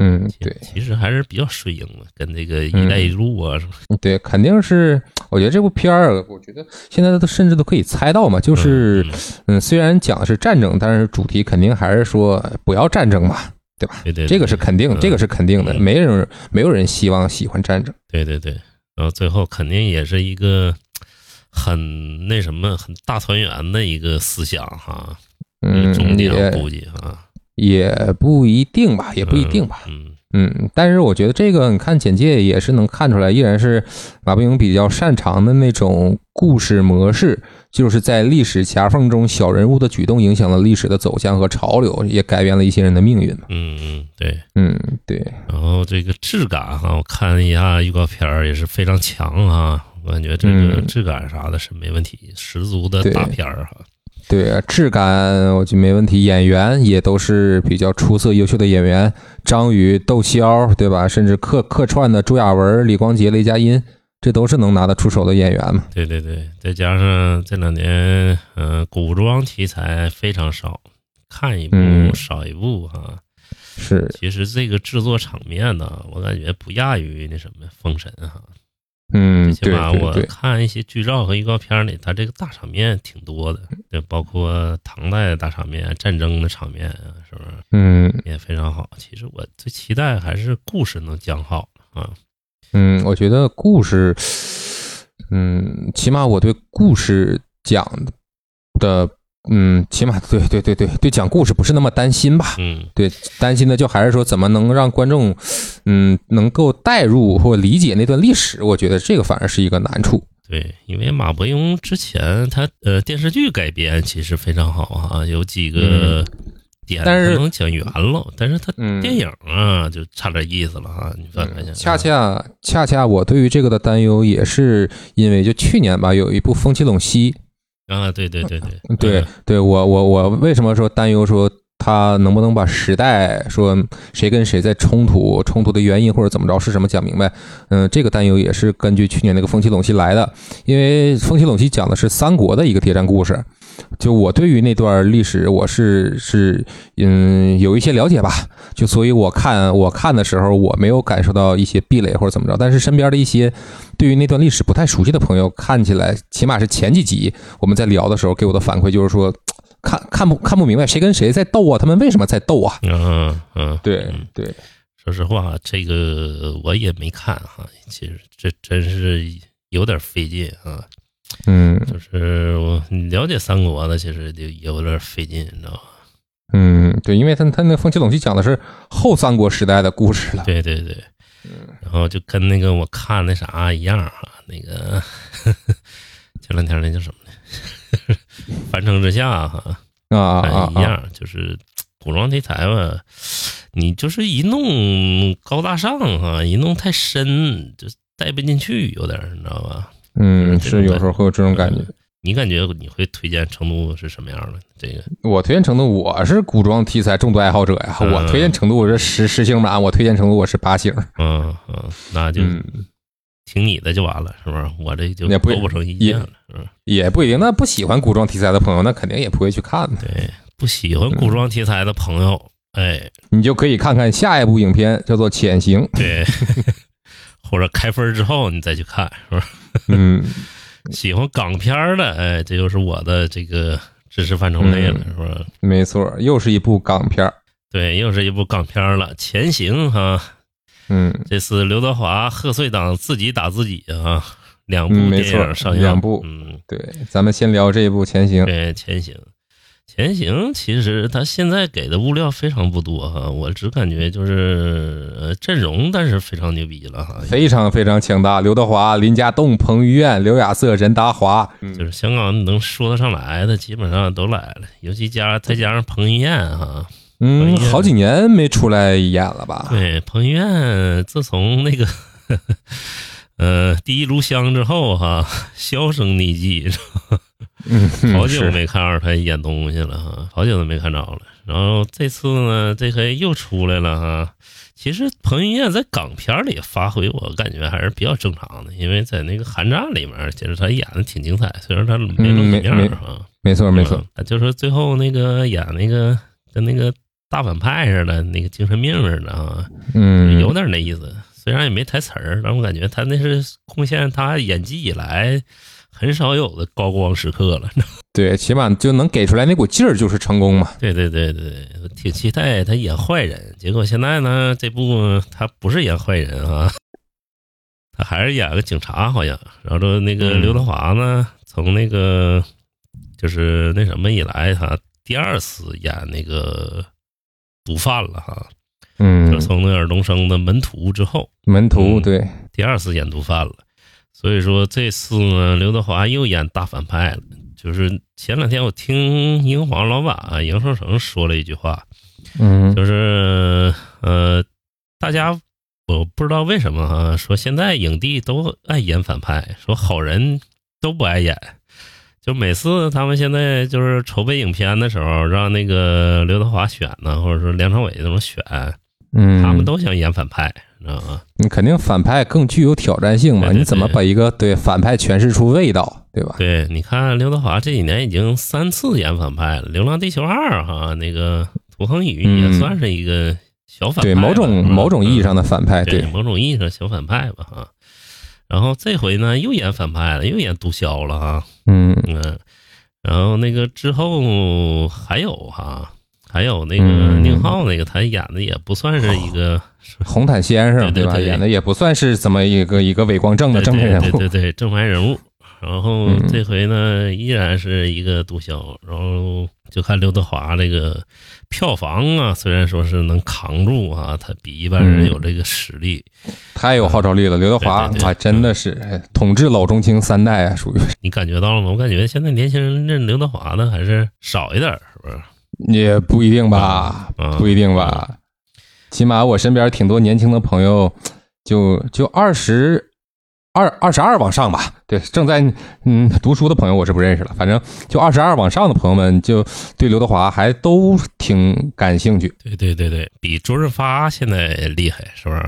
[SPEAKER 3] 嗯，
[SPEAKER 2] 其
[SPEAKER 3] 对嗯
[SPEAKER 2] 其实还是比较顺应的，跟这个“一带一路”啊什么，
[SPEAKER 3] 对，肯定是。我觉得这部片儿，我觉得现在都甚至都可以猜到嘛，就是
[SPEAKER 2] 嗯
[SPEAKER 3] 嗯，虽然讲的是战争，但是主题肯定还是说不要战争嘛，对吧？
[SPEAKER 2] 对对，
[SPEAKER 3] 这个是肯定，
[SPEAKER 2] 嗯
[SPEAKER 3] 这个是肯定的，
[SPEAKER 2] 嗯
[SPEAKER 3] 没人没有人希望喜欢战争。
[SPEAKER 2] 对对对。然后最后肯定也是一个很那什么、很大团圆的一个思想哈，
[SPEAKER 3] 嗯，
[SPEAKER 2] 终点我
[SPEAKER 3] 也
[SPEAKER 2] 估计哈，
[SPEAKER 3] 也不一定吧，也不一定吧。
[SPEAKER 2] 嗯，
[SPEAKER 3] 嗯，但是我觉得这个你看简介也是能看出来，依然是马伯庸比较擅长的那种故事模式，就是在历史夹缝中小人物的举动影响了历史的走向和潮流，也改变了一些人的命运嘛。
[SPEAKER 2] 嗯嗯嗯，对。
[SPEAKER 3] 嗯，对，
[SPEAKER 2] 然后这个质感哈，我看了一下预告片儿也是非常强哈，我感觉这个
[SPEAKER 3] 嗯
[SPEAKER 2] 质感啥的是没问题，十足的
[SPEAKER 3] 对
[SPEAKER 2] 大片儿哈。
[SPEAKER 3] 对，质感我觉得没问题，演员也都是比较出色、优秀的演员，张宇、窦骁，对吧？甚至客客串的朱亚文、李光洁、雷佳音，这都是能拿得出手的演员嘛。
[SPEAKER 2] 对对对，再加上这两年，嗯、古装题材非常少，看一部
[SPEAKER 3] 嗯
[SPEAKER 2] 少一部哈。
[SPEAKER 3] 是，
[SPEAKER 2] 其实这个制作场面呢，我感觉不亚于那什么《封神》哈。
[SPEAKER 3] 嗯，
[SPEAKER 2] 起
[SPEAKER 3] 对
[SPEAKER 2] 码
[SPEAKER 3] 对
[SPEAKER 2] 我
[SPEAKER 3] 对，
[SPEAKER 2] 看一些剧照和预告片里，它这个大场面挺多的，
[SPEAKER 3] 嗯
[SPEAKER 2] 对，包括唐代的大场面、战争的场面啊，是不是
[SPEAKER 3] 嗯。
[SPEAKER 2] 也非常好？其实我最期待还是故事能讲好啊。
[SPEAKER 3] 嗯，我觉得故事，嗯，起码我对故事讲的，嗯，起码对对对对对讲故事不是那么担心吧？
[SPEAKER 2] 嗯
[SPEAKER 3] 对，担心的就还是说怎么能让观众，嗯，能够代入或理解那段历史，我觉得这个反而是一个难处。
[SPEAKER 2] 对，因为马伯庸之前他呃电视剧改编其实非常好啊，有几个点
[SPEAKER 3] 嗯但是
[SPEAKER 2] 他能讲圆了，但是他
[SPEAKER 3] 嗯，
[SPEAKER 2] 电影啊就差点意思了啊，你翻看一下，
[SPEAKER 3] 恰恰恰恰我对于这个的担忧也是因为就去年吧，有一部《风起陇西》，
[SPEAKER 2] 啊，对对对对
[SPEAKER 3] 对对，我我我为什么说担忧说他能不能把时代说谁跟谁在冲突，冲突的原因或者怎么着是什么讲明白？嗯，这个担忧也是根据去年那个《风起陇西》来的，因为《风起陇西》讲的是三国的一个谍战故事。就我对于那段历史，我是是嗯有一些了解吧，就所以我看我看的时候，我没有感受到一些壁垒或者怎么着，但是身边的一些对于那段历史不太熟悉的朋友，看起来起码是前几集我们在聊的时候给我的反馈就是说，看看不看不明白谁跟谁在斗啊，他们为什么在斗啊？
[SPEAKER 2] 嗯嗯，
[SPEAKER 3] 对
[SPEAKER 2] 嗯
[SPEAKER 3] 对，
[SPEAKER 2] 说实话，这个我也没看哈，其实这真是有点费劲啊。
[SPEAKER 3] 嗯
[SPEAKER 2] 就是我了解三国的，其实就有点费劲，你知道吗？
[SPEAKER 3] 嗯，对，因为他他那《风起陇西》讲的是后三国时代的故事了，
[SPEAKER 2] 对对对，然后就跟那个我看那啥一样啊，那个 前两天那叫什么呢？ 樊城之下哈、
[SPEAKER 3] 啊啊
[SPEAKER 2] 哎
[SPEAKER 3] 啊
[SPEAKER 2] 一
[SPEAKER 3] 啊！
[SPEAKER 2] 样，就是古装题材吧。你就是一弄高大上哈、一弄太深，就带不进去，有点儿你知道吧？
[SPEAKER 3] 嗯，是有时候会有这种感觉。
[SPEAKER 2] 你感觉你会推荐程度是什么样的？这个
[SPEAKER 3] 我推荐程度，我是古装题材重度爱好者呀。
[SPEAKER 2] 嗯
[SPEAKER 3] 我推荐程度，我是十十星满，我推荐程度我是八星。
[SPEAKER 2] 嗯嗯，那就
[SPEAKER 3] 嗯，
[SPEAKER 2] 听你的就完了，是不是？我这就
[SPEAKER 3] 也不
[SPEAKER 2] 构不成意见了，嗯，
[SPEAKER 3] 也不一定。那不喜欢古装题材的朋友，那肯定也不会去看的。
[SPEAKER 2] 对，不喜欢古装题材的朋友，哎，。
[SPEAKER 3] 你就可以看看下一部影片，叫做《潜行》
[SPEAKER 2] 对，或者开分之后你再去看，是不是？
[SPEAKER 3] 嗯，
[SPEAKER 2] 喜欢港片儿的，哎，这就是我的这个知识范畴内了，
[SPEAKER 3] 嗯
[SPEAKER 2] 是不是？
[SPEAKER 3] 没错，又是一部港片儿。
[SPEAKER 2] 对，又是一部港片儿了，《前行》哈，
[SPEAKER 3] 嗯，
[SPEAKER 2] 这次刘德华贺岁档自己打自己啊，两部
[SPEAKER 3] 嗯没
[SPEAKER 2] 电影
[SPEAKER 3] 错
[SPEAKER 2] 上映，
[SPEAKER 3] 两部
[SPEAKER 2] 嗯，
[SPEAKER 3] 对，咱们先聊这一部《潜行》。
[SPEAKER 2] 对，前行，前行，其实他现在给的物料非常不多哈，我只感觉就是呃阵容，但是非常牛逼了哈，
[SPEAKER 3] 非常非常强大，刘德华、林家栋、彭于晏、刘亚瑟、任达华，嗯
[SPEAKER 2] 就是香港能说得上来的，基本上都来了，尤其加再加上彭于晏哈，
[SPEAKER 3] 嗯，
[SPEAKER 2] 彭于晏
[SPEAKER 3] 好几年没出来演了吧？
[SPEAKER 2] 对，彭于晏自从那个 呃第一炉香之后哈， 销声匿迹，
[SPEAKER 3] 嗯，
[SPEAKER 2] 好久
[SPEAKER 3] 嗯是
[SPEAKER 2] 没看二他演东西了哈，好久都没看着了。然后这次呢，这回又出来了哈。其实彭于晏在港片里发挥，我感觉还是比较正常的，因为在那个寒战里面，其实他演的挺精彩，虽然他没露
[SPEAKER 3] 嗯没
[SPEAKER 2] 面
[SPEAKER 3] 没
[SPEAKER 2] 儿哈。
[SPEAKER 3] 没错没错
[SPEAKER 2] 嗯，，他就是最后那个演那个跟那个大反派似的，那个精神病似的啊，
[SPEAKER 3] 嗯，
[SPEAKER 2] 有点那意思。虽然也没台词儿，但我感觉他那是贡献他演技以来很少有的高光时刻了。
[SPEAKER 3] 对，起码就能给出来那股劲儿，就是成功嘛。
[SPEAKER 2] 对对对对，我挺期待他演坏人。结果现在呢，这部他不是演坏人啊，他还是演个警察好像。然后那个
[SPEAKER 3] 嗯
[SPEAKER 2] 刘德华呢，从那个就是那什么以来，他第二次演那个毒贩了哈，就
[SPEAKER 3] 嗯
[SPEAKER 2] 是，从那尔冬升的门徒之后，
[SPEAKER 3] 门徒
[SPEAKER 2] 嗯
[SPEAKER 3] 对，
[SPEAKER 2] 第二次演毒贩了。所以说这次呢，刘德华又演大反派了。就是前两天我听英皇老板啊杨受成说了一句话，
[SPEAKER 3] 嗯
[SPEAKER 2] 就是呃，大家我不知道为什么哈、说现在影帝都爱演反派，说好人都不爱演。就每次他们现在就是筹备影片的时候，让那个刘德华选呢，或者说梁朝伟这种选，
[SPEAKER 3] 嗯，
[SPEAKER 2] 他们都想演反派，你知道吗？
[SPEAKER 3] 你肯定反派更具有挑战性嘛？
[SPEAKER 2] 对对
[SPEAKER 3] 你怎么
[SPEAKER 2] 对
[SPEAKER 3] 把一个对反派诠释出味道，对吧？
[SPEAKER 2] 对，你看刘德华这几年已经三次演反派了，《流浪地球二》哈，那个涂恒宇也
[SPEAKER 3] 嗯
[SPEAKER 2] 算是一个小反派
[SPEAKER 3] 对，
[SPEAKER 2] 吧，
[SPEAKER 3] 某种
[SPEAKER 2] 嗯
[SPEAKER 3] 某种意义
[SPEAKER 2] 嗯
[SPEAKER 3] 上的反派，
[SPEAKER 2] 对，
[SPEAKER 3] 哎对，
[SPEAKER 2] 某种意义上小反派吧哈。然后这回呢，又演反派了，又演毒枭了哈，
[SPEAKER 3] 嗯
[SPEAKER 2] 嗯，然后那个之后还有哈，还有那个
[SPEAKER 3] 嗯哦
[SPEAKER 2] 宁浩那个，他演的也不算是一个
[SPEAKER 3] 红毯先生
[SPEAKER 2] 对对
[SPEAKER 3] 吧？
[SPEAKER 2] 对
[SPEAKER 3] 演的也不算是怎么一个一个伟光正的
[SPEAKER 2] 对
[SPEAKER 3] 正面人
[SPEAKER 2] 对
[SPEAKER 3] 物
[SPEAKER 2] 对，对对正牌人物。然后
[SPEAKER 3] 嗯
[SPEAKER 2] 这回呢，依然是一个毒枭，然后就看刘德华这个票房啊，虽然说是能扛住啊，他比一般人
[SPEAKER 3] 嗯
[SPEAKER 2] 有这个实力，
[SPEAKER 3] 太有号召力了。刘德华
[SPEAKER 2] 对对对
[SPEAKER 3] 啊，真的是哎统治老中青三代啊，属于
[SPEAKER 2] 你感觉到了吗？我感觉现在年轻人认刘德华的还是少一点儿，是不是？
[SPEAKER 3] 也不一定吧，
[SPEAKER 2] 嗯
[SPEAKER 3] 不一定吧。起码我身边挺多年轻的朋友，就就二十二二十二往上吧，对，正在嗯读书的朋友我是不认识了，反正就二十二往上的朋友们，就对刘德华还都挺感兴趣。
[SPEAKER 2] 对对对对，比周润发现在厉害，是不是？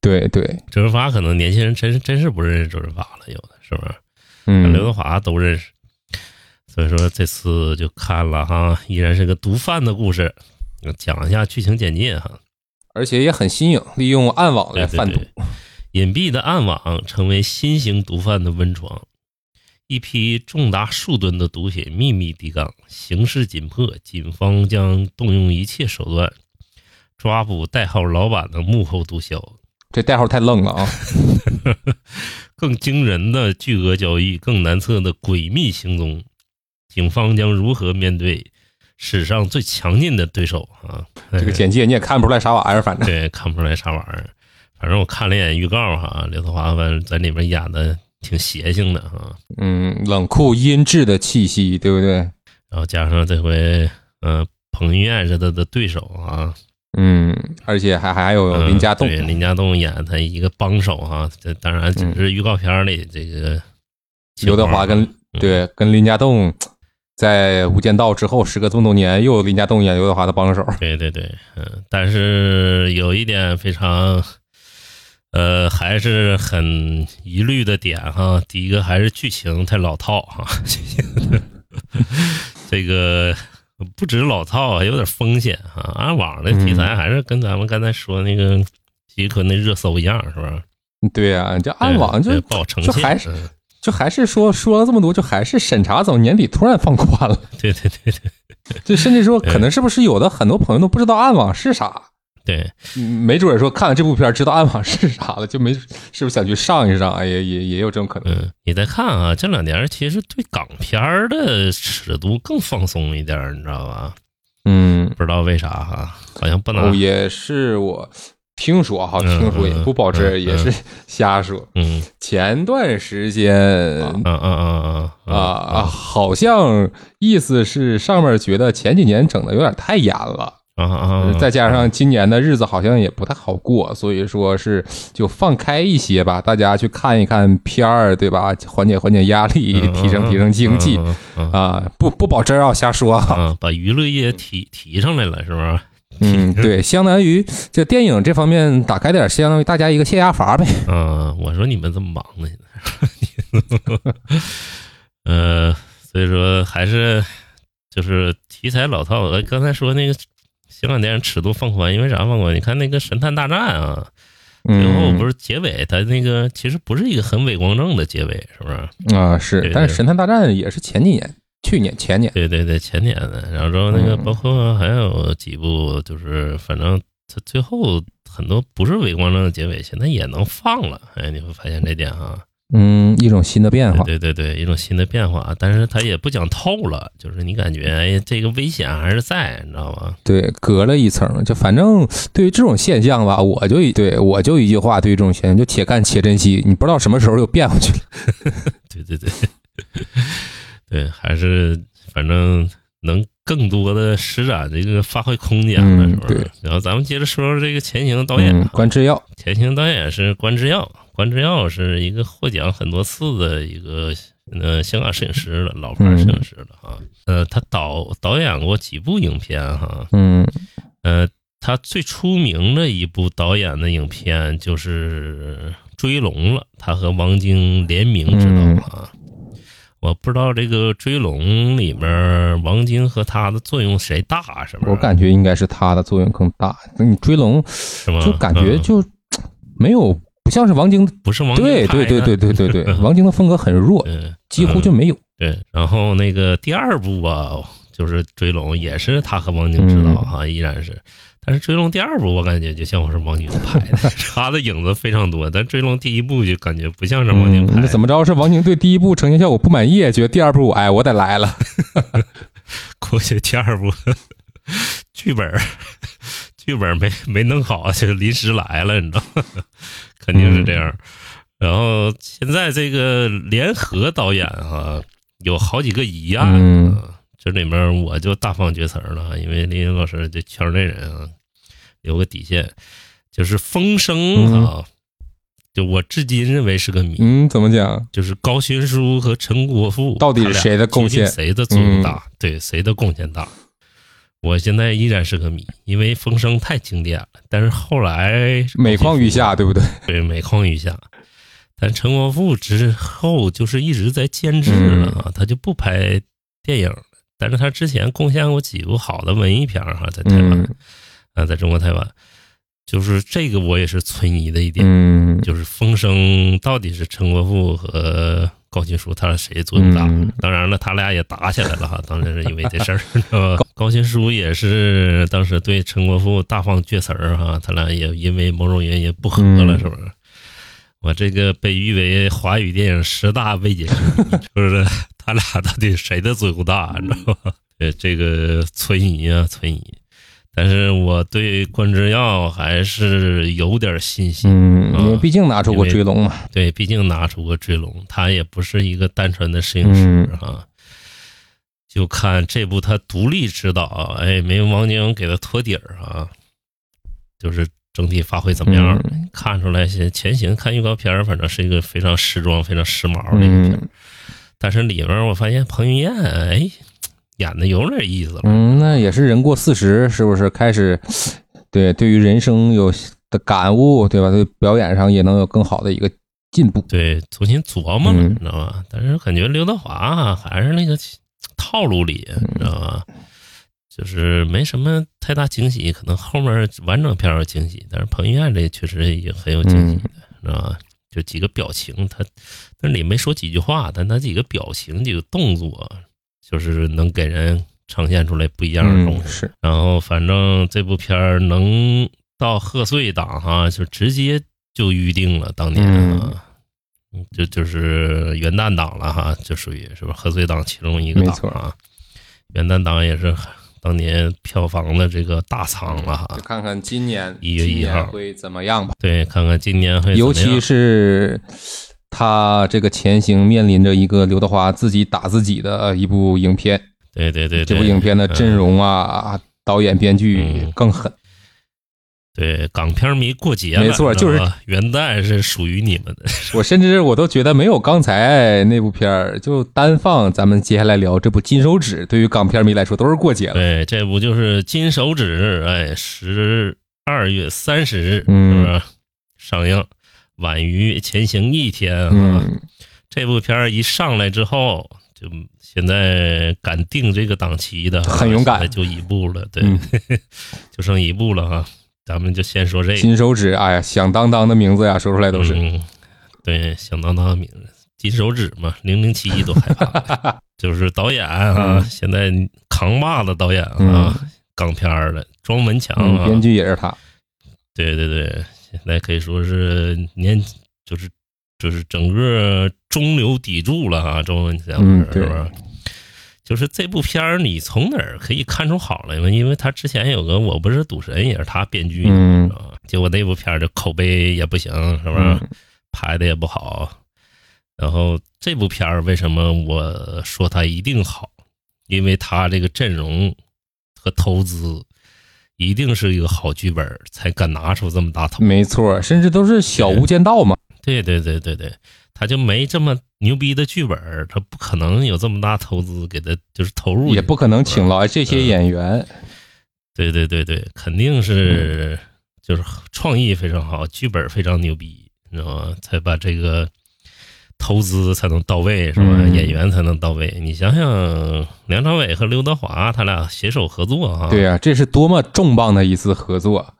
[SPEAKER 3] 对对，
[SPEAKER 2] 周润发可能年轻人真真是不认识周润发了，有的是不是？
[SPEAKER 3] 嗯，
[SPEAKER 2] 刘德华都认识，所以说这次就看了哈，依然是个毒贩的故事，讲一下剧情简介哈。
[SPEAKER 3] 而且也很新颖，利用暗网来
[SPEAKER 2] 对对
[SPEAKER 3] 贩毒
[SPEAKER 2] 对。，隐蔽的暗网成为新型毒贩的温床。一批重达数吨的毒品秘密抵港，形势紧迫，警方将动用一切手段抓捕代号“老板”的幕后毒枭。
[SPEAKER 3] 这代号太愣了啊！
[SPEAKER 2] 更惊人的巨额交易，更难测的诡秘行踪，警方将如何面对史上最强劲的 对手啊？
[SPEAKER 3] 这个简介你也看不出来啥玩意儿，反正
[SPEAKER 2] 对，看不出来啥玩意儿。反正我看了一眼预告哈，刘德华反正在里面演的挺邪性的啊哈，
[SPEAKER 3] 嗯，冷酷阴质的气息，对不对？
[SPEAKER 2] 然后加上这回嗯、呃彭于晏是他的对手啊，
[SPEAKER 3] 嗯，而且还还有
[SPEAKER 2] 嗯
[SPEAKER 3] 哦林家栋，
[SPEAKER 2] 对林家栋演他一个帮手哈，这当然只是预告片里这个
[SPEAKER 3] 嗯刘德华跟
[SPEAKER 2] 嗯
[SPEAKER 3] 对跟林家栋在《无间道》之后，时隔这么多年，又有林家栋演刘德华的帮手。
[SPEAKER 2] 对对对，嗯，但是有一点非常，呃，还是很疑虑的点哈。第一个还是剧情太老套哈， 这个不止老套，还有点风险哈。按往的题材，还是跟咱们刚才说那个徐坤那热搜一样，是吧？
[SPEAKER 3] 对呀、啊，这暗
[SPEAKER 2] 对
[SPEAKER 3] 网就
[SPEAKER 2] 对不好呈
[SPEAKER 3] 就
[SPEAKER 2] 现，
[SPEAKER 3] 还是
[SPEAKER 2] 嗯
[SPEAKER 3] 就还是说说了这么多，就还是审查怎么年底突然放宽了？
[SPEAKER 2] 对对对对
[SPEAKER 3] 就甚至说，可能是不是有的很多朋友都不知道暗网是啥？
[SPEAKER 2] 对。
[SPEAKER 3] 嗯没准儿说看了这部片儿知道暗网是啥了，就没是不是想去上一上？哎，也也也有这种可能。
[SPEAKER 2] 嗯，你再看啊，这两年其实对港片儿的尺度更放松一点儿，你知道吧？
[SPEAKER 3] 嗯，
[SPEAKER 2] 不知道为啥哈，好像不
[SPEAKER 3] 哦，
[SPEAKER 2] 能，
[SPEAKER 3] 也是我听说哈，
[SPEAKER 2] 嗯
[SPEAKER 3] 听说也不保
[SPEAKER 2] 嗯
[SPEAKER 3] 持，
[SPEAKER 2] 嗯
[SPEAKER 3] 也是瞎说。
[SPEAKER 2] 嗯
[SPEAKER 3] 前段时间
[SPEAKER 2] 嗯嗯嗯嗯
[SPEAKER 3] 啊啊，好像意思是上面觉得前几年整的有点太严了，
[SPEAKER 2] 啊啊，
[SPEAKER 3] 再加上今年的日子好像也不太好过，所以说是就放开一些吧，大家去看一看片儿，对吧？缓解缓解压力，
[SPEAKER 2] 嗯
[SPEAKER 3] 提升提升经济
[SPEAKER 2] 啊
[SPEAKER 3] 啊！不不保真啊，瞎说啊。
[SPEAKER 2] 啊，把娱乐业提提上来了，是不是？
[SPEAKER 3] 嗯，对，相当于这电影这方面打开点儿，相当于大家一个泄压阀呗。
[SPEAKER 2] 嗯，我说你们这么忙呢，现在， 呃，所以说还是就是题材老套。呃，刚才说那个香港电影尺度放宽，因为啥放宽？你看那个《神探大战》啊，最后不
[SPEAKER 3] 是
[SPEAKER 2] 是结尾，它那个其实不是一个很伟光正的结尾，是不是？对
[SPEAKER 3] 啊，是，但
[SPEAKER 2] 对
[SPEAKER 3] 是《神探大战》也是前几年、去年、前年，
[SPEAKER 2] 对对对，前年的，然后之后那个
[SPEAKER 3] 嗯
[SPEAKER 2] 包括还有几部，就是反正它最后很多不是伪光正的结尾，现在也能放了。哎，你会发现这点啊，
[SPEAKER 3] 嗯，一种新的变化。
[SPEAKER 2] 对对对，一种新的变化，但是它也不讲透了，就是你感觉哎这个危险还是在，你知道吗？
[SPEAKER 3] 对，隔了一层，就反正对于这种现象吧，我就一对我就一句话，对于这种现象就且看且珍惜，你不知道什么时候又变回去了。
[SPEAKER 2] 对对 对，对，还是反正能更多的施展这个发挥空间了，
[SPEAKER 3] 嗯
[SPEAKER 2] 是不是
[SPEAKER 3] 对？
[SPEAKER 2] 然后咱们接着说说这个前行导演
[SPEAKER 3] 嗯
[SPEAKER 2] 啊，
[SPEAKER 3] 关之耀，
[SPEAKER 2] 前行导演是关之耀，关之耀是一个获奖很多次的一个呃香港摄影师了，老牌摄影师
[SPEAKER 3] 嗯
[SPEAKER 2] 了哈。呃，他导导演过几部影片哈，
[SPEAKER 3] 嗯
[SPEAKER 2] 呃，他最出名的一部导演的影片就是《追龙》了，他和王晶联名执
[SPEAKER 3] 嗯
[SPEAKER 2] 导啊。我不知道这个《追龙》里面王晶和他的作用谁大，是吧？
[SPEAKER 3] 我感觉应该是他的作用更大。你追龙
[SPEAKER 2] 是吗？
[SPEAKER 3] 就感觉
[SPEAKER 2] 嗯
[SPEAKER 3] 就没有不像是王晶，
[SPEAKER 2] 不是王晶
[SPEAKER 3] 对对
[SPEAKER 2] 拍
[SPEAKER 3] 对
[SPEAKER 2] 的
[SPEAKER 3] 对，对 对对，王晶的风格很弱，
[SPEAKER 2] 嗯，
[SPEAKER 3] 几乎就没有。
[SPEAKER 2] 对，然后那个第二部啊，就是《追龙》，也是他和王晶指导哈，
[SPEAKER 3] 嗯
[SPEAKER 2] 依然是。但是《追龙》第二部，我感觉就像是王晶拍的， 他的影子非常多。但《追龙》第一部就感觉不像是王晶
[SPEAKER 3] 嗯，
[SPEAKER 2] 拍
[SPEAKER 3] 那
[SPEAKER 2] 的，
[SPEAKER 3] 怎么着是王晶对第一部呈现效果不满意，觉得第二部哎我得来了。
[SPEAKER 2] 估计第二部剧本儿剧本儿没没弄好，就临时来了，你知道吗，肯定是这样。然后现在这个联合导演啊，有好几个疑案，
[SPEAKER 3] 嗯
[SPEAKER 2] 啊这里面我就大放厥词儿了，因为林云老师这圈内人啊有个底线，就是风声啊。就我至今认为是个谜，
[SPEAKER 3] 嗯，怎么讲？
[SPEAKER 2] 就是高群书和陈国富
[SPEAKER 3] 到底
[SPEAKER 2] 他俩
[SPEAKER 3] 谁的贡献嗯
[SPEAKER 2] 究竟谁的作用大？对，谁的贡献大？我现在依然是个谜，因为风声太经典了，但是后来
[SPEAKER 3] 每况愈下，，对不对？
[SPEAKER 2] 对，每况愈下。但陈国富之后就是一直在监制了啊，
[SPEAKER 3] 嗯
[SPEAKER 2] 他就不拍电影了。但是他之前贡献过几部好的文艺片儿哈、在台湾、
[SPEAKER 3] 嗯
[SPEAKER 2] 啊，在中国台湾，就是这个我也是存疑的一点，
[SPEAKER 3] 嗯，
[SPEAKER 2] 就是风声到底是陈国富和高群书他俩谁作用大？
[SPEAKER 3] 嗯
[SPEAKER 2] 当然了，他俩也打起来了哈，当然是因为这事 儿。知道吧高群书也是当时对陈国富大放厥词儿哈，他俩也因为某种原因不和了，
[SPEAKER 3] 嗯
[SPEAKER 2] 是不是？我这个被誉为华语电影十大未解之谜，就是 他俩到底谁的嘴大，你知道吧？对这个存疑啊，存疑。但是我对关之耀还是有点信心，
[SPEAKER 3] 嗯，
[SPEAKER 2] 啊
[SPEAKER 3] 因为毕竟拿出过追龙嘛，
[SPEAKER 2] 对，毕竟拿出过追龙，他也不是一个单纯的摄影师啊。就看这部他独立执导啊，哎，没有王晶给他托底儿啊，就是整体发挥怎么样，哎看出来些前行看预告片儿，反正是一个非常时装、非常时髦的一个片儿。
[SPEAKER 3] 嗯
[SPEAKER 2] 但是里面我发现彭于晏，哎，演的有点意思了。
[SPEAKER 3] 嗯，那也是人过四十，是不是开始对对于人生有的感悟，对吧？对表演上也能有更好的一个进步。
[SPEAKER 2] 对，重新琢磨了，
[SPEAKER 3] 嗯
[SPEAKER 2] 你知道吧？但是感觉刘德华啊还是那个套路里，你知道吧？就是没什么太大惊喜，可能后面完整片儿有惊喜，但是彭于晏这确实也很有惊喜
[SPEAKER 3] 嗯
[SPEAKER 2] 的，知道吧？就几个表情，他那里没说几句话，但他几个表情、几个动作，就是能给人呈现出来不一样的东西
[SPEAKER 3] 嗯，。是，
[SPEAKER 2] 然后反正这部片儿能到贺岁档哈、就直接就预定了当年啊，嗯就就是元旦档了哈、就属于是吧？贺岁档其中一个档
[SPEAKER 3] 没错
[SPEAKER 2] 啊，元旦档也是当年票房的这个大仓了哈、
[SPEAKER 3] 就看看今年
[SPEAKER 2] 1月1号
[SPEAKER 3] 今年会怎么样吧。
[SPEAKER 2] 对，看看今年会怎么样
[SPEAKER 3] 尤其是他这个前行面临着一个刘德华自己打自己的一部影片，
[SPEAKER 2] 对对对对
[SPEAKER 3] 这部影片的阵容啊、导演、编剧
[SPEAKER 2] 嗯
[SPEAKER 3] 更狠。
[SPEAKER 2] 对港片迷过节了，
[SPEAKER 3] 没错
[SPEAKER 2] 知道
[SPEAKER 3] 就是
[SPEAKER 2] 吧元旦是属于你们的，
[SPEAKER 3] 我甚至我都觉得没有刚才那部片儿，就单放咱们接下来聊这部《金手指》，对于港片迷来说都是过节了。
[SPEAKER 2] 对，这不就是金手指？哎，十二月三十日，
[SPEAKER 3] 嗯
[SPEAKER 2] 是不是上映？晚于前行一天啊！
[SPEAKER 3] 嗯，
[SPEAKER 2] 这部片儿一上来之后，就现在敢定这个档期的啊，
[SPEAKER 3] 很勇敢
[SPEAKER 2] 现在 就一部了，对，
[SPEAKER 3] 嗯
[SPEAKER 2] 就剩一部了哈。咱们就先说这
[SPEAKER 3] 《
[SPEAKER 2] 个，
[SPEAKER 3] 金手指》，哎呀，响当当的名字呀，说出来都是。
[SPEAKER 2] 嗯、对，响当当的名字，金手指嘛，零零七都害怕 了就是导演啊，
[SPEAKER 3] 嗯
[SPEAKER 2] 现在扛把子导演啊，
[SPEAKER 3] 嗯
[SPEAKER 2] 港片儿的庄文强
[SPEAKER 3] 嗯，
[SPEAKER 2] 啊，
[SPEAKER 3] 编剧也是他。
[SPEAKER 2] 对对对，现在可以说是年就是就是整个中流砥柱了哈，周文强
[SPEAKER 3] 嗯
[SPEAKER 2] 是
[SPEAKER 3] 对
[SPEAKER 2] 吧？就是这部片儿，你从哪儿可以看出好来吗？因为他之前有个《我不是赌神》，也是他编剧的，
[SPEAKER 3] 嗯
[SPEAKER 2] 啊，结果那部片儿就口碑也不行，是吧？
[SPEAKER 3] 嗯
[SPEAKER 2] 拍的也不好。然后这部片儿为什么我说它一定好？因为它这个阵容和投资，一定是一个好剧本儿才敢拿出这么大投。
[SPEAKER 3] 没错，甚至都是《小无间道》嘛。
[SPEAKER 2] 对对对对对，他就没这么牛逼的剧本儿，他不可能有这么大投资给他就是投入进去，
[SPEAKER 3] 也不可能请来这
[SPEAKER 2] 嗯
[SPEAKER 3] 些演员。
[SPEAKER 2] 对对对对，肯定是
[SPEAKER 3] 嗯
[SPEAKER 2] 就是创意非常好，剧本非常牛逼，你知道吗？才把这个投资才能到位，是吧？
[SPEAKER 3] 嗯
[SPEAKER 2] 演员才能到位。你想想，梁朝伟和刘德华他俩携手合作啊，
[SPEAKER 3] 对呀、这是多么重磅的一次合作！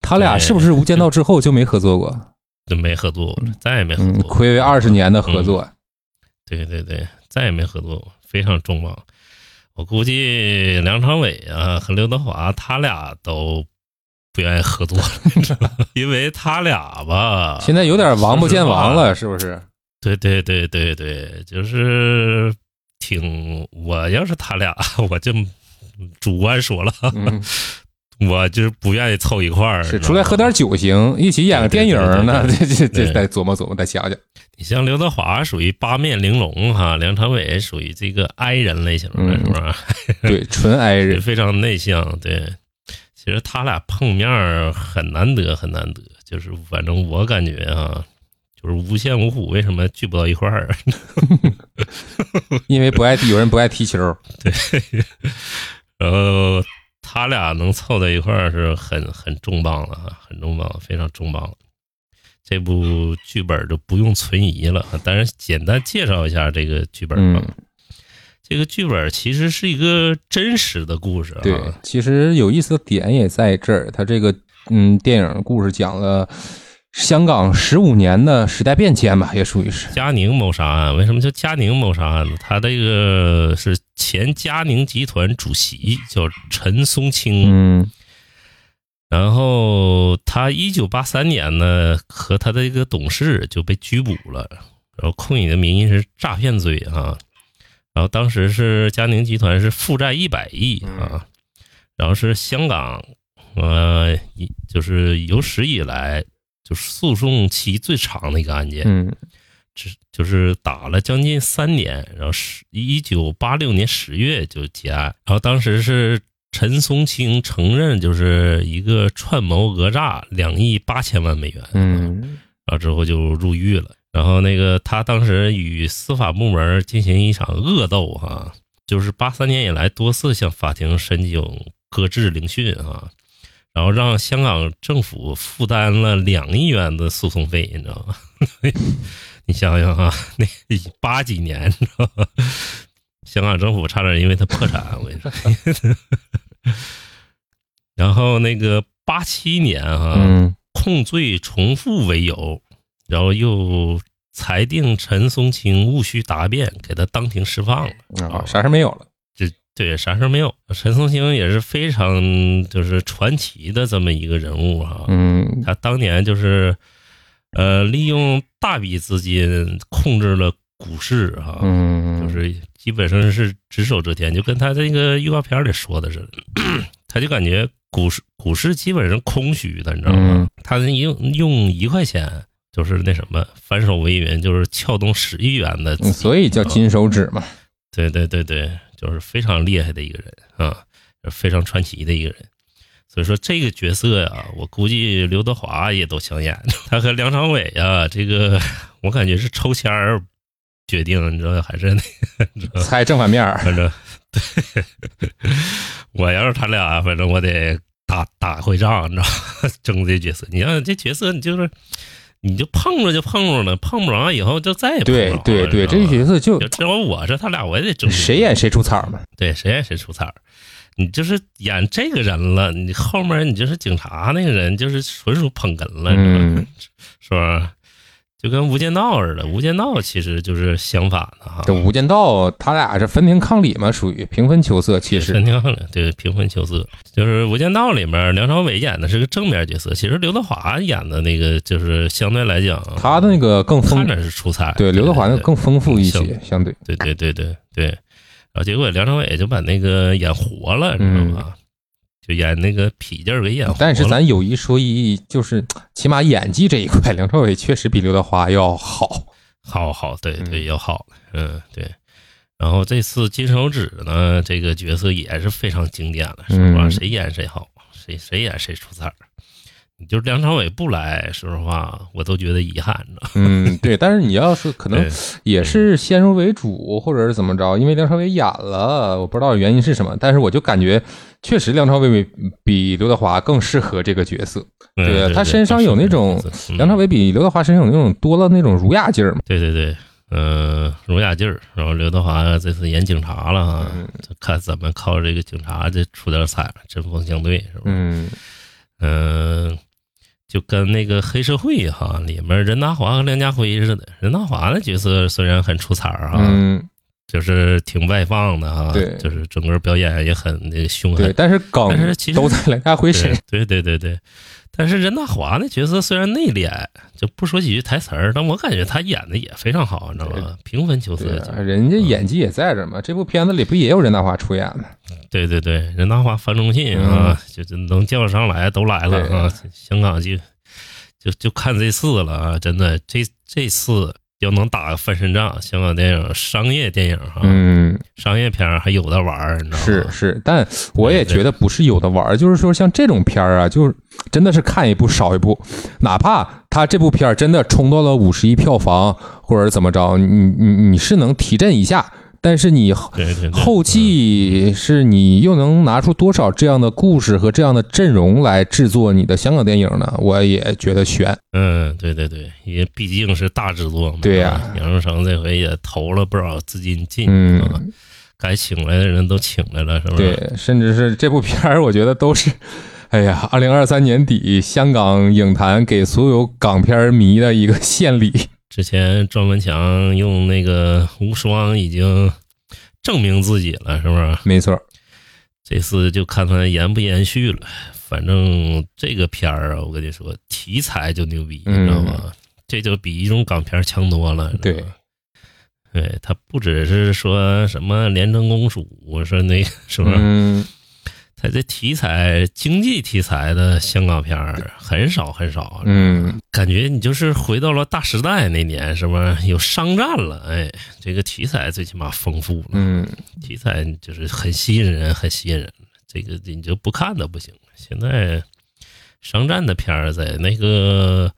[SPEAKER 3] 他俩
[SPEAKER 2] 对
[SPEAKER 3] 是不是《无间道》之后就没合作过？
[SPEAKER 2] 就没合作过，再也没合
[SPEAKER 3] 嗯，
[SPEAKER 2] 作过，
[SPEAKER 3] 暌违二十年的合
[SPEAKER 2] 嗯
[SPEAKER 3] 作。
[SPEAKER 2] 对对对，再也没合作过，非常重磅。我估计梁朝伟啊和刘德华他俩都不愿意合作了，你知道吗 因为他俩吧，
[SPEAKER 3] 现在有点王不见
[SPEAKER 2] 说
[SPEAKER 3] 王
[SPEAKER 2] 实话
[SPEAKER 3] 了，是不是？
[SPEAKER 2] 对对对对对，就是挺我要是他俩， 我就主观说了，
[SPEAKER 3] 嗯，
[SPEAKER 2] 我就是不愿意凑一块儿。
[SPEAKER 3] 是出来喝点
[SPEAKER 2] 酒。
[SPEAKER 3] 酒行，一起演个电影儿呢。
[SPEAKER 2] 对
[SPEAKER 3] 这这
[SPEAKER 2] 对
[SPEAKER 3] 这再琢磨琢磨，再想 想。
[SPEAKER 2] 你像刘德华属于八面玲珑哈，梁朝伟属于这个 I 人类型的，
[SPEAKER 3] 嗯
[SPEAKER 2] 是吧？
[SPEAKER 3] 对，纯挨
[SPEAKER 2] 也
[SPEAKER 3] 人。
[SPEAKER 2] 非常内向。对，其实他俩碰面儿很难得，很难得。就是反正我感觉啊，就是无限五虎为什么聚不到一块儿？啊
[SPEAKER 3] 因为不爱踢，有人不爱 踢球，
[SPEAKER 2] 然后他俩能凑在一块儿是很很重磅了啊，很重磅，非常重磅了。这部剧本就不用存疑了，当然简单介绍一下这个剧本吧。
[SPEAKER 3] 嗯
[SPEAKER 2] 这个剧本其实是一个真实的故事、啊，
[SPEAKER 3] 对，其实有意思的点也在这儿，它这个嗯，电影故事讲了香港十五年的时代变迁吧，也属于是。
[SPEAKER 2] 嘉宁谋杀案，为什么叫嘉宁谋杀案呢？他这个是前嘉宁集团主席叫陈松青，
[SPEAKER 3] 嗯
[SPEAKER 2] 然后他一九八三年呢和他的一个董事就被拘捕了，然后控以的名义是诈骗罪啊，然后当时是嘉宁集团是负债一百亿啊，然后是香港呃一就是有史以来就是诉讼期最长的一个案件，
[SPEAKER 3] 嗯
[SPEAKER 2] 只就是打了将近三年，然后十一九八六年十月就结案，然后当时是陈松青承认就是一个串谋讹诈两亿八千万美元，
[SPEAKER 3] 嗯
[SPEAKER 2] 然后之后就入狱了。然后那个他当时与司法部门进行一场恶斗哈、就是八三年以来多次向法庭申请搁置聆讯啊，然后让香港政府负担了两亿元的诉讼费，你知道吗？ 你想想啊，那八几年，你知道吗？香港政府差点因为他破产，我跟你说。 然后那个八七年哈、
[SPEAKER 3] 嗯
[SPEAKER 2] 控罪重复为由，然后又裁定陈松青务虚答辩，给他当庭释放了。
[SPEAKER 3] 啊，啥事儿没有了。
[SPEAKER 2] 这对啥事儿没有。陈松青也是非常就是传奇的这么一个人物哈、
[SPEAKER 3] 嗯
[SPEAKER 2] 他当年就是呃利用大笔资金控制了股市哈、
[SPEAKER 3] 嗯，
[SPEAKER 2] 就是基本上是只手遮天，就跟他这个预告片里说的似的，他就感觉股市股市基本上空虚的，你知道吗
[SPEAKER 3] 嗯？
[SPEAKER 2] 他用用一块钱就是那什么反手为云，就是撬动十亿元的资金，
[SPEAKER 3] 嗯所以叫金手指嘛。
[SPEAKER 2] 对对对对，就是非常厉害的一个人啊，非常传奇的一个人。嗯所以说这个角色呀、我估计刘德华也都想演。他和梁朝伟啊，这个 我感觉是抽签儿决定，你知道还是那个，你知道
[SPEAKER 3] 猜正反面儿，
[SPEAKER 2] 反正对， 我要是他俩，反正我得打打回仗，你知道吗？ 争这角色。你像这角色，你就是你就碰着就碰着了，碰不着以后就再也碰不着
[SPEAKER 3] 对
[SPEAKER 2] 了。
[SPEAKER 3] 对对，这
[SPEAKER 2] 你知道吗
[SPEAKER 3] 个角色就
[SPEAKER 2] 就只有我是他俩，我也得争。
[SPEAKER 3] 谁演谁出彩儿嘛。
[SPEAKER 2] 对谁演谁出彩儿。你就是演这个人了，你后面你就是警察那个人，就是纯属捧哏了，你知道吗
[SPEAKER 3] 嗯，
[SPEAKER 2] 是吧？就跟《无间道》似的，《无间道》其实就是相反的哈。
[SPEAKER 3] 这《无间道》他俩是分庭抗礼嘛，属于平分秋色。其实
[SPEAKER 2] 陈亮的对平分秋色，就是《无间道》里面梁朝伟演的是个正面角色，其实刘德华演的那个就是相对来讲，
[SPEAKER 3] 他的那个更丰
[SPEAKER 2] 看，着是出彩，
[SPEAKER 3] 对刘德华那个更丰富一些，
[SPEAKER 2] 像
[SPEAKER 3] 相对。
[SPEAKER 2] 对对对对对，然后结果梁朝伟就把那个演活了，你知道吧？就演那个痞劲儿给演活了。
[SPEAKER 3] 嗯但是咱有一说一，就是起码演技这一块， 梁朝伟确实比刘德华要好。
[SPEAKER 2] 好好，对对，
[SPEAKER 3] 嗯
[SPEAKER 2] 要好，嗯，对。然后这次金手指呢，这个角色也是非常经典了，是吧？
[SPEAKER 3] 嗯
[SPEAKER 2] 谁演谁好，谁谁演谁出彩儿。你就梁朝伟不来，说实话，我都觉得遗憾 呢。
[SPEAKER 3] 嗯，对。但是你要是可能
[SPEAKER 2] 对
[SPEAKER 3] 也是先入为主，或者是怎么着，因为梁朝伟演了，我不知道原因是什么，但是我就感觉确实梁朝伟比比刘德华更适合这个角色。
[SPEAKER 2] 嗯
[SPEAKER 3] 对啊他身上有那种
[SPEAKER 2] 是嗯
[SPEAKER 3] 梁朝伟比刘德华身上有那种多了那种儒雅劲儿嘛。
[SPEAKER 2] 对对对，嗯、儒雅劲儿。然后刘德华这次演警察了啊，
[SPEAKER 3] 嗯
[SPEAKER 2] 就看怎么靠这个警察这出点彩儿，针锋相对是吧？
[SPEAKER 3] 嗯
[SPEAKER 2] 嗯，就跟那个黑社会哈里面任达华和梁家辉似的。任达华的角色虽然很出彩儿啊，
[SPEAKER 3] 嗯，
[SPEAKER 2] 就是挺外放的啊，
[SPEAKER 3] 对
[SPEAKER 2] 就是整个表演也很那个凶
[SPEAKER 3] 对。
[SPEAKER 2] 狠。
[SPEAKER 3] 但是梗
[SPEAKER 2] 但是其实
[SPEAKER 3] 都 在梁家辉身上。
[SPEAKER 2] 对对对对，但是任达华那角色虽然内敛，就不说几句台词儿，但我感觉他演的也非常好，你知道吗？平分秋色
[SPEAKER 3] 对，
[SPEAKER 2] 就
[SPEAKER 3] 啊，人家
[SPEAKER 2] 嗯
[SPEAKER 3] 演技也在这儿嘛。这部片子里不也有任达华出演吗？
[SPEAKER 2] 对对对，任达华、樊中信
[SPEAKER 3] 嗯
[SPEAKER 2] 啊，就就能叫得上来都来了啊。香港就就就看这次了啊，真的，这这次要能打个翻身仗，香港电影商业电影哈、
[SPEAKER 3] 嗯，
[SPEAKER 2] 商业片儿还有的玩儿，你知道吗？
[SPEAKER 3] 是是，但我也觉得不是有的玩儿，就是说像这种片儿啊，就是真的是看一部少一部，哪怕他这部片儿真的冲到了五十亿票房或者怎么着，你你你是能提振一下，但是你
[SPEAKER 2] 对对对，
[SPEAKER 3] 后期是你又能拿出多少这样的故事和这样的阵容来制作你的香港电影呢？我也觉得悬。
[SPEAKER 2] 嗯，对对对，也毕竟是大制作嘛。
[SPEAKER 3] 对呀
[SPEAKER 2] 啊杨受成这回也投了不少资金进去啊，
[SPEAKER 3] 嗯，
[SPEAKER 2] 该请来的人都请来了，是不是？
[SPEAKER 3] 对，甚至是这部片儿，我觉得都是， 哎呀，二零二三年底香港影坛给所有港片儿迷的一个献礼。
[SPEAKER 2] 之前庄文强用那个无双已经证明自己了，是不是？
[SPEAKER 3] 没错，
[SPEAKER 2] 这次就看他延不延续了。反正这个片儿啊，我跟你说，题材就牛逼，你知道吗？这就比一种港片儿强多了。你知道吗，对，他不只是说什么廉政公署，说那个是不是？
[SPEAKER 3] 嗯，
[SPEAKER 2] 他这题材经济题材的香港片儿很少很少，
[SPEAKER 3] 嗯，
[SPEAKER 2] 感觉你就是回到了大时代那年，是吧？有商战了，哎，这个题材最起码丰富了，
[SPEAKER 3] 嗯，
[SPEAKER 2] 题材就是很吸引人，很吸引人。这个你就不看都不行。现在商战的片儿在那个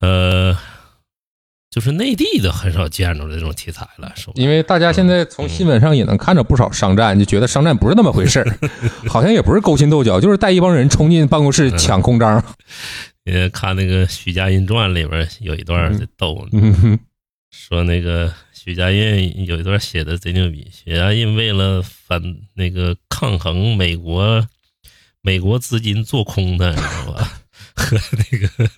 [SPEAKER 2] 呃，就是内地的很少见着这种题材了，是吧？
[SPEAKER 3] 因为大家现在从新闻上也能看着不少商战，就觉得商战不是那么回事 儿，好像也不是勾心斗角，就是带一帮人冲进办公室抢空章。
[SPEAKER 2] 呃，看那个《许家印传》里边有一段就逗呢。
[SPEAKER 3] 嗯哼，
[SPEAKER 2] 说那个许家印有一段写的贼牛逼，许家印为了反那个抗衡美国，美国资金做空他，你知道吧？和那个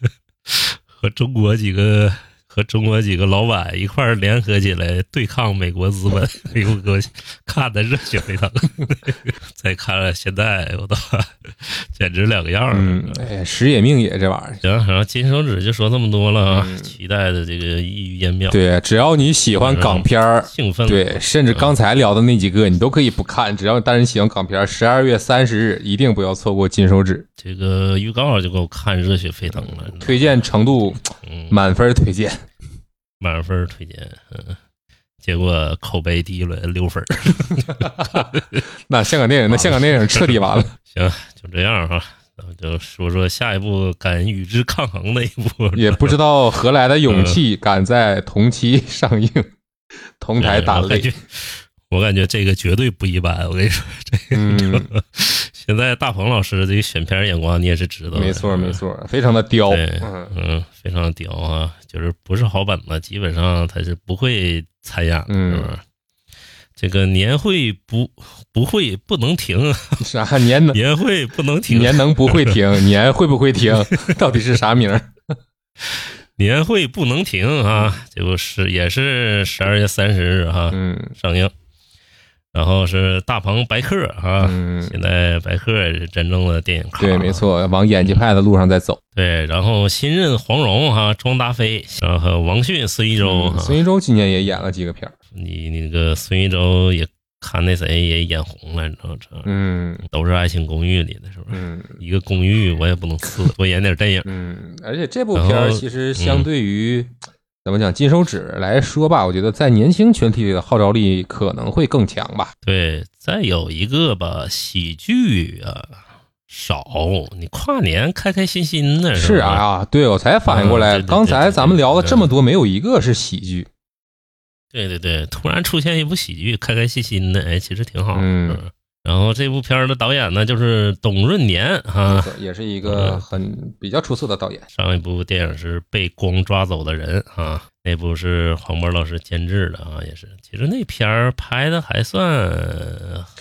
[SPEAKER 2] 和中国几个和中国几个老板一块儿联合起来对抗美国资本，哎呦我给我看的热血沸腾。 再看了现在，我都简直两个样儿了。
[SPEAKER 3] 嗯，哎呀，时也命也这玩意儿。
[SPEAKER 2] 行，然后金手指就说这么多了啊，期待的这个溢于言表。
[SPEAKER 3] 嗯对，只要你喜欢港片儿，
[SPEAKER 2] 兴奋了
[SPEAKER 3] 对，甚至刚才聊的那几个你都可以不看，只要单人喜欢港片儿，十二月三十日一定不要错过《金手指
[SPEAKER 2] 这个预告就给我看热血沸腾了，》，
[SPEAKER 3] 推荐程度
[SPEAKER 2] 嗯，
[SPEAKER 3] 满分推荐。
[SPEAKER 2] 满分推荐，嗯，结果口碑第一轮六分儿，
[SPEAKER 3] 那香港电
[SPEAKER 2] 啊
[SPEAKER 3] 影，那香港电影彻底完了。
[SPEAKER 2] 行，就这样哈，咱们就说说下一部敢与之抗衡的一部，
[SPEAKER 3] 也不知道何来的
[SPEAKER 2] 嗯
[SPEAKER 3] 勇气，敢在同期上映，同台打
[SPEAKER 2] 我感
[SPEAKER 3] 擂。
[SPEAKER 2] 觉我感觉这个绝对不一般，我跟你说，
[SPEAKER 3] 嗯，
[SPEAKER 2] 现在大鹏老师这个选片眼光你也是知道的，
[SPEAKER 3] 没错没错，非常的刁。
[SPEAKER 2] 对
[SPEAKER 3] 嗯
[SPEAKER 2] 嗯，非常屌啊，就是不是好本子，基本上他是不会参演的，
[SPEAKER 3] 嗯
[SPEAKER 2] 是吧？这个年会不不会不能停，
[SPEAKER 3] 啥啊年 能
[SPEAKER 2] 年会不能停，
[SPEAKER 3] 年能不会 停，年会不会停？到底是啥名儿？
[SPEAKER 2] 年会不能停啊！这不是也是十二月三十日哈、
[SPEAKER 3] 嗯
[SPEAKER 2] 上映，然后是大鹏白客啊，
[SPEAKER 3] 嗯，
[SPEAKER 2] 现在白客也是真正的电影咖，
[SPEAKER 3] 对，没。错，往演技派的路上在走。
[SPEAKER 2] 对，然后新任黄蓉哈、庄达菲，然后还有王迅、孙艺洲
[SPEAKER 3] 嗯
[SPEAKER 2] 哈、
[SPEAKER 3] 孙艺洲今年也演了几个片儿。
[SPEAKER 2] 你那个孙艺洲也看那谁也眼红了，你知道吗？这
[SPEAKER 3] 嗯
[SPEAKER 2] 都是《爱情公寓》里的，是不是？
[SPEAKER 3] 嗯
[SPEAKER 2] 一个公寓我也不能次，多演点电影。
[SPEAKER 3] 嗯，而且这部片儿
[SPEAKER 2] 然后嗯
[SPEAKER 3] 其实相对于。怎么讲？金手指来说吧，我觉得在年轻群体里的号召力可能会更强吧。
[SPEAKER 2] 对，再有一个吧，喜剧啊少，你跨年开开心心的
[SPEAKER 3] 是
[SPEAKER 2] 吧？
[SPEAKER 3] 啊，对，我才反应过
[SPEAKER 2] 嗯
[SPEAKER 3] 来，
[SPEAKER 2] 对对
[SPEAKER 3] 刚才咱们聊了这么
[SPEAKER 2] 对
[SPEAKER 3] 多，没有一个是喜剧。
[SPEAKER 2] 对对对，突然出现一部喜剧，开开心心的，哎，其实挺好。
[SPEAKER 3] 嗯
[SPEAKER 2] 是吧，然后这部片儿的导演呢，就是董润年哈、
[SPEAKER 3] 也是
[SPEAKER 2] 嗯
[SPEAKER 3] 一个很比较出色的导演。
[SPEAKER 2] 上一部电影是《被光抓走的人》啊，那部是黄渤老师监制的啊，也是。其实那片儿拍的还算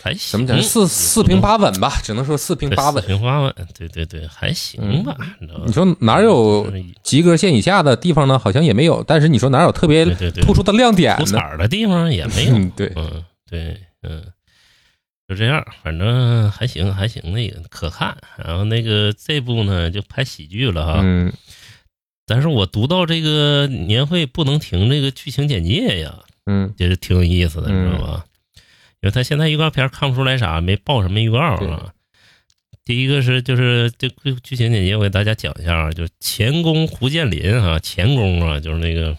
[SPEAKER 2] 还行，
[SPEAKER 3] 怎么讲？四四平八稳吧，只能说四平
[SPEAKER 2] 对
[SPEAKER 3] 八稳嗯
[SPEAKER 2] 四。平八稳，对对对，还行吧。你知道吧
[SPEAKER 3] 你说哪有
[SPEAKER 2] 就是
[SPEAKER 3] 及格线以下的地方呢？好像也没有。但是你说哪有特别
[SPEAKER 2] 对对对
[SPEAKER 3] 突出的亮点
[SPEAKER 2] 出彩
[SPEAKER 3] 呢？
[SPEAKER 2] 儿的地方也没有。
[SPEAKER 3] 嗯，对，
[SPEAKER 2] 嗯，对，嗯，就这样，反正还行，还行，那个可看。然后那个这部呢，就拍喜剧了哈。
[SPEAKER 3] 嗯
[SPEAKER 2] 但是我读到这个年会不能停这个剧情简介呀，
[SPEAKER 3] 嗯，
[SPEAKER 2] 也是挺有意思的，
[SPEAKER 3] 嗯
[SPEAKER 2] 你知道吧？因为他现在预告片看不出来啥，没报什么预告
[SPEAKER 3] 对
[SPEAKER 2] 啊。第一个是就是这个剧情简介，我给大家讲一下啊，就是钳工胡建林啊，钳工啊，就是那个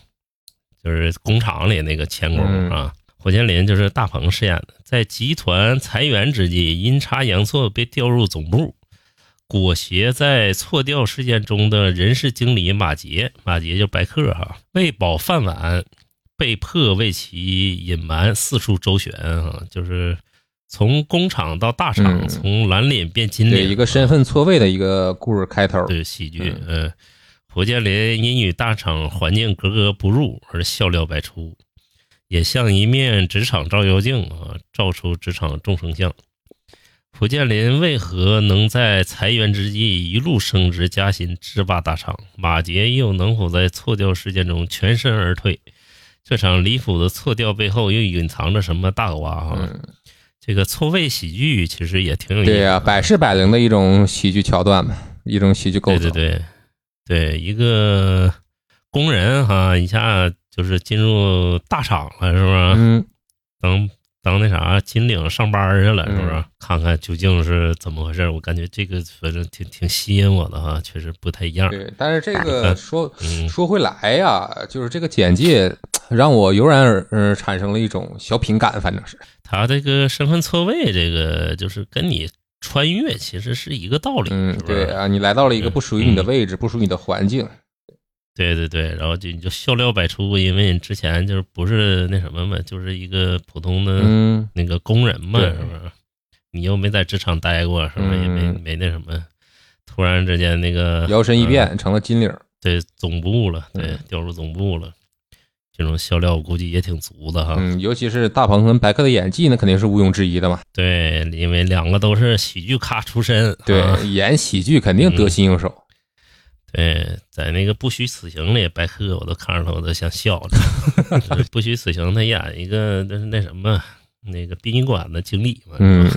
[SPEAKER 2] 就是工厂里那个钳工
[SPEAKER 3] 嗯
[SPEAKER 2] 啊，胡建林就是大鹏饰演的，在集团裁员之际，阴差阳错被调入总部。裹挟在错调事件中的人事经理马杰，马杰就白客哈，为保饭碗，被迫为其隐瞒，四处周旋啊，就是从工厂到大厂，
[SPEAKER 3] 嗯
[SPEAKER 2] 从蓝领变金
[SPEAKER 3] 对
[SPEAKER 2] 领啊，
[SPEAKER 3] 一个身份错位的一个故事开头，
[SPEAKER 2] 对喜剧，嗯，火箭林因与大厂环境格格不入而笑料百出，也像一面职场照妖镜啊，照出职场众生相。火箭林为何能在裁员之际一路升职加薪，制霸大厂？马杰又能否在错调事件中全身而退？这场离谱的错调背后又隐藏着什么大瓜啊？
[SPEAKER 3] 嗯，
[SPEAKER 2] 这个错位喜剧其实也挺有意思的。
[SPEAKER 3] 对呀、百试百灵的一种喜剧桥段嘛，一种喜剧构
[SPEAKER 2] 对
[SPEAKER 3] 造，
[SPEAKER 2] 对对，对一个工人哈，一下就是进入大厂了，是不是？
[SPEAKER 3] 嗯，
[SPEAKER 2] 当当那啥金领上班去了，是不是？
[SPEAKER 3] 嗯
[SPEAKER 2] 看看究竟是怎么回事？我感觉这个反正挺挺吸引我的哈，确实不太一样。
[SPEAKER 3] 对，但是这个说
[SPEAKER 2] 嗯
[SPEAKER 3] 说回来呀、就是这个简介让我油然而、呃、产生了一种小品感，反正是，
[SPEAKER 2] 他这个身份错位，这个就是跟你穿越其实是一个道理，
[SPEAKER 3] 嗯
[SPEAKER 2] 是，嗯不是？
[SPEAKER 3] 对啊，你来到了一个不属于你的位置，不属于你的环境，
[SPEAKER 2] 对对对，然后就你就笑料百出，因为你之前就是不是那什么嘛，就是一个普通的
[SPEAKER 3] 嗯，
[SPEAKER 2] 那个工人嘛，
[SPEAKER 3] 对
[SPEAKER 2] 是不是？你又没在职场待过，是不是？也没
[SPEAKER 3] 嗯
[SPEAKER 2] 没那什么，突然之间那个
[SPEAKER 3] 摇身一
[SPEAKER 2] 嗯
[SPEAKER 3] 变成了金领儿，
[SPEAKER 2] 对总部了，对
[SPEAKER 3] 嗯
[SPEAKER 2] 调入总部了，这种笑料我估计也挺足的哈。
[SPEAKER 3] 嗯，尤其是大鹏跟白客的演技，那肯定是毋庸置疑
[SPEAKER 2] 啊
[SPEAKER 3] 的嘛，
[SPEAKER 2] 对，因为两个都是喜剧咖出身，
[SPEAKER 3] 对，
[SPEAKER 2] 啊
[SPEAKER 3] 演喜剧肯定得心应手，
[SPEAKER 2] 对，在那个不虚此行里，白客我都看着他，我都想笑 了。就是不虚此行，他演一个那那什么那个殡仪馆的经理嘛，
[SPEAKER 3] 嗯，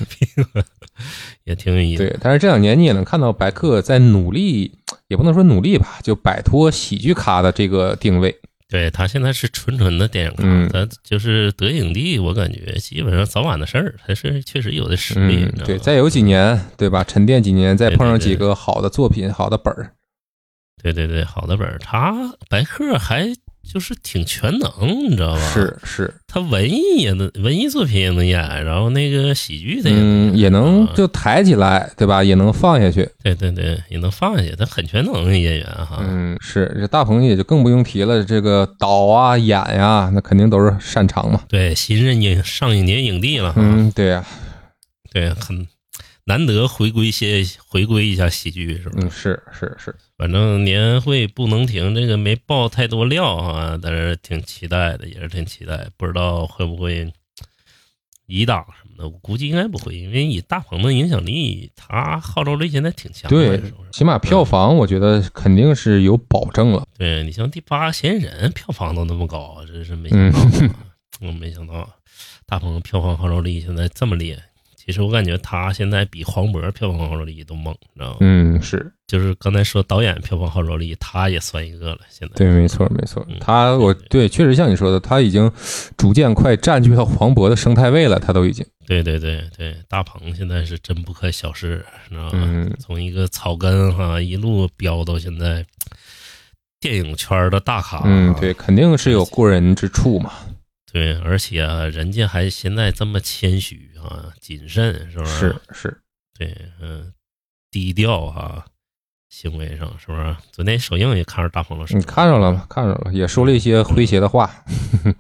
[SPEAKER 2] 也挺有意思。
[SPEAKER 3] 对，但是这两年你也能看到白客在努力，也不能说努力吧，就摆脱喜剧咖的这个定位。
[SPEAKER 2] 对他现在是纯纯的电影咖，
[SPEAKER 3] 嗯
[SPEAKER 2] 他就是得影帝，我感觉基本上早晚的事儿，他是确实有的实力，
[SPEAKER 3] 嗯
[SPEAKER 2] 你知道，
[SPEAKER 3] 对，
[SPEAKER 2] 吧
[SPEAKER 3] 再有几年，对吧？沉淀几年，再
[SPEAKER 2] 对对
[SPEAKER 3] 碰上
[SPEAKER 2] 对
[SPEAKER 3] 几个好的作品、好的本儿，
[SPEAKER 2] 对对对，好的本儿，他白客还就是挺全能，你知道吧？
[SPEAKER 3] 是是，
[SPEAKER 2] 他文艺也能，文艺作品也能演，然后那个喜剧的也能演、
[SPEAKER 3] 嗯，也能
[SPEAKER 2] 啊
[SPEAKER 3] 就抬起来，对吧？也能放下去，
[SPEAKER 2] 对对对，也能放下去，他很全能的演员哈。
[SPEAKER 3] 嗯，是。这大鹏也就更不用提了，这个导啊、演呀、那肯定都是擅长嘛。
[SPEAKER 2] 对，新任影上一年影帝了哈，
[SPEAKER 3] 嗯，对呀、
[SPEAKER 2] 对，很难得回归些回归一下喜剧，是吧？
[SPEAKER 3] 嗯，是是是，
[SPEAKER 2] 反正年会不能停，这个没爆太多料啊，但是挺期待的，也是挺期待，不知道会不会移档什么的，我估计应该不会，因为以大鹏的影响力，他号召力现在挺强的，
[SPEAKER 3] 对
[SPEAKER 2] 是嗯不是
[SPEAKER 3] 起码票房我觉得肯定是有保证了。
[SPEAKER 2] 对你像第八嫌疑人票房都那么高，真是没想
[SPEAKER 3] 嗯
[SPEAKER 2] 到，我没想到大鹏票房号召力现在这么厉害。其实我感觉他现在比黄渤票房号召力都猛，你知道吗？
[SPEAKER 3] 嗯，是。
[SPEAKER 2] 就是刚才说导演票房号召力，他也算一个了。现在
[SPEAKER 3] 对，没错，没错
[SPEAKER 2] 嗯，
[SPEAKER 3] 他我对，确实像你说的，他已经逐渐快占据到黄渤的生态位了，他都已经，
[SPEAKER 2] 对对对对，大鹏现在是真不可小视，你知道吗？
[SPEAKER 3] 嗯
[SPEAKER 2] 从一个草根哈一路飙到现在电影圈的大咖，
[SPEAKER 3] 嗯，对，肯定是有过人之处嘛，
[SPEAKER 2] 对，而且、啊、人家还现在这么谦虚啊，谨慎是不
[SPEAKER 3] 是是，
[SPEAKER 2] 对，嗯、低调哈、行为上是不是？昨天首映也看着大鹏老师，
[SPEAKER 3] 你看着了吗？看着了，也说了一些诙谐的话，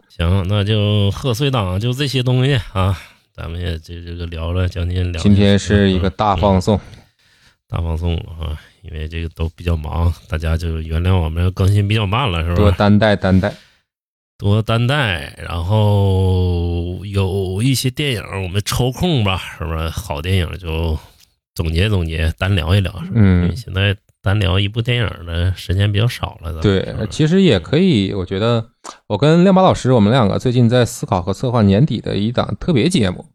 [SPEAKER 2] 行，那就贺岁档就这些东西啊，咱们也这这个聊了将近两。
[SPEAKER 3] 今天是一个大
[SPEAKER 2] 嗯
[SPEAKER 3] 放送，
[SPEAKER 2] 大放送了啊，因为这个都比较忙，大家就原谅我们更新比较慢了，是
[SPEAKER 3] 多
[SPEAKER 2] 吧？
[SPEAKER 3] 担待担待，
[SPEAKER 2] 多担待，然后有一些电影我们抽空吧，是不是？好电影就总结总结，单聊一聊，是吧？因为
[SPEAKER 3] 嗯，
[SPEAKER 2] 现在单聊一部电影的时间比较少了，咱们
[SPEAKER 3] 对
[SPEAKER 2] 是吧，
[SPEAKER 3] 其实也可以，我觉得我跟亮马老师，我们两个最近在思考和策划年底的一档特别节目。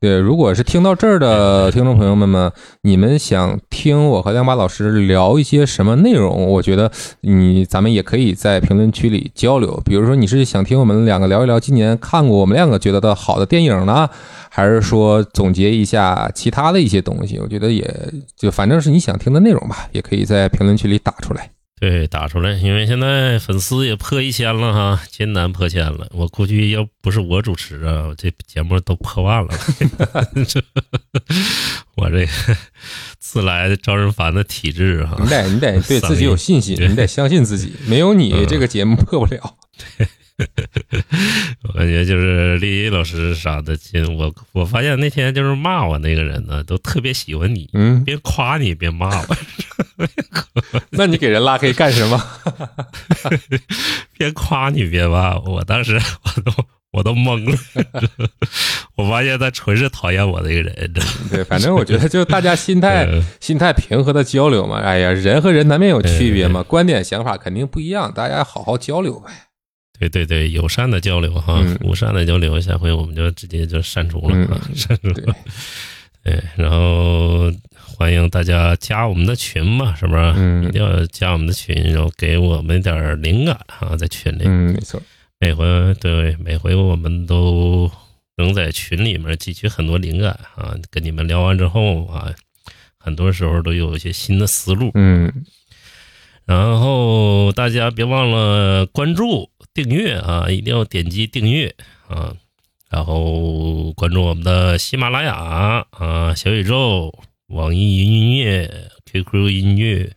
[SPEAKER 3] 对，如果是听到这儿的听众朋友们们，你们想听我和亮马老师聊一些什么内容？我觉得你咱们也可以在评论区里交流。比如说，你是想听我们两个聊一聊今年看过我们两个觉得的好的电影呢，还是说总结一下其他的一些东西？我觉得也就反正是你想听的内容吧，也可以在评论区里打出来。
[SPEAKER 2] 对，打出来，因为现在粉丝也破一千了哈，艰难破千了。我估计要不是我主持啊，这节目都破万了。 我这个自来招人烦的体质哈、
[SPEAKER 3] 你得你得对自己有信心，
[SPEAKER 2] 对
[SPEAKER 3] 你得相信自己，没有
[SPEAKER 2] 嗯
[SPEAKER 3] 你这个节目破不了。
[SPEAKER 2] 我感觉就是丽丽老师啥的，其实我我发现那天就是骂我那个人呢，都特别喜欢你，
[SPEAKER 3] 嗯，
[SPEAKER 2] 边夸你边骂我，
[SPEAKER 3] 那你给人拉黑干什么？
[SPEAKER 2] 边夸你边骂我。我当时 我都我都懵了， 我发现他纯是讨厌我的一个人，真的
[SPEAKER 3] 对，反正我觉得就大家心态
[SPEAKER 2] 嗯
[SPEAKER 3] 心态平和的交流嘛。哎呀，人和人难免有区
[SPEAKER 2] 嗯
[SPEAKER 3] 别嘛，观点想法肯定不一样，大家好好交流呗。
[SPEAKER 2] 对对对，友善的交流哈
[SPEAKER 3] 嗯，
[SPEAKER 2] 无善的交流，下回我们就直接就删除了啊，删除
[SPEAKER 3] 对
[SPEAKER 2] 了。对，然后欢迎大家加我们的群嘛，是不是？
[SPEAKER 3] 嗯
[SPEAKER 2] 一定要加我们的群，然后给我们点儿灵感啊，在群里。
[SPEAKER 3] 嗯，没错。
[SPEAKER 2] 每回对每回我们都能在群里面汲取很多灵感啊，跟你们聊完之后啊，很多时候都有一些新的思路。
[SPEAKER 3] 嗯，
[SPEAKER 2] 然后大家别忘了关注、订阅啊，一定要点击订阅啊，然后关注我们的喜马拉雅啊、小宇宙、网易云音乐、QQ 音乐，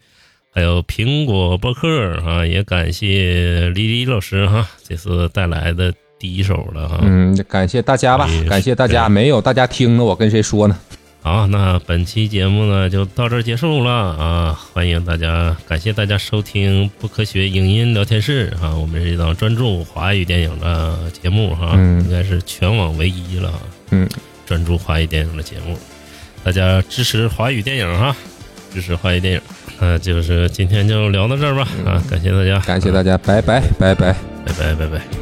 [SPEAKER 2] 还有苹果播客啊。也感谢李李老师哈、这次带来的第一首了哈、
[SPEAKER 3] 嗯，感谢大家吧
[SPEAKER 2] 哎，
[SPEAKER 3] 感谢大家，
[SPEAKER 2] 对
[SPEAKER 3] 没有大家听呢，我跟谁说呢？
[SPEAKER 2] 好，那本期节目呢就到这儿结束了啊！欢迎大家，感谢大家收听不科学影音聊天室啊！我们是一档专注华语电影的节目哈、
[SPEAKER 3] 嗯
[SPEAKER 2] 应该是全网唯一了啊，
[SPEAKER 3] 嗯，
[SPEAKER 2] 专注华语电影的节目，大家支持华语电影哈、支持华语电影。那就是今天就聊到这儿吧啊！感谢大家，
[SPEAKER 3] 嗯感谢大
[SPEAKER 2] 家，
[SPEAKER 3] 家，拜拜，拜拜。
[SPEAKER 2] 拜拜，拜拜。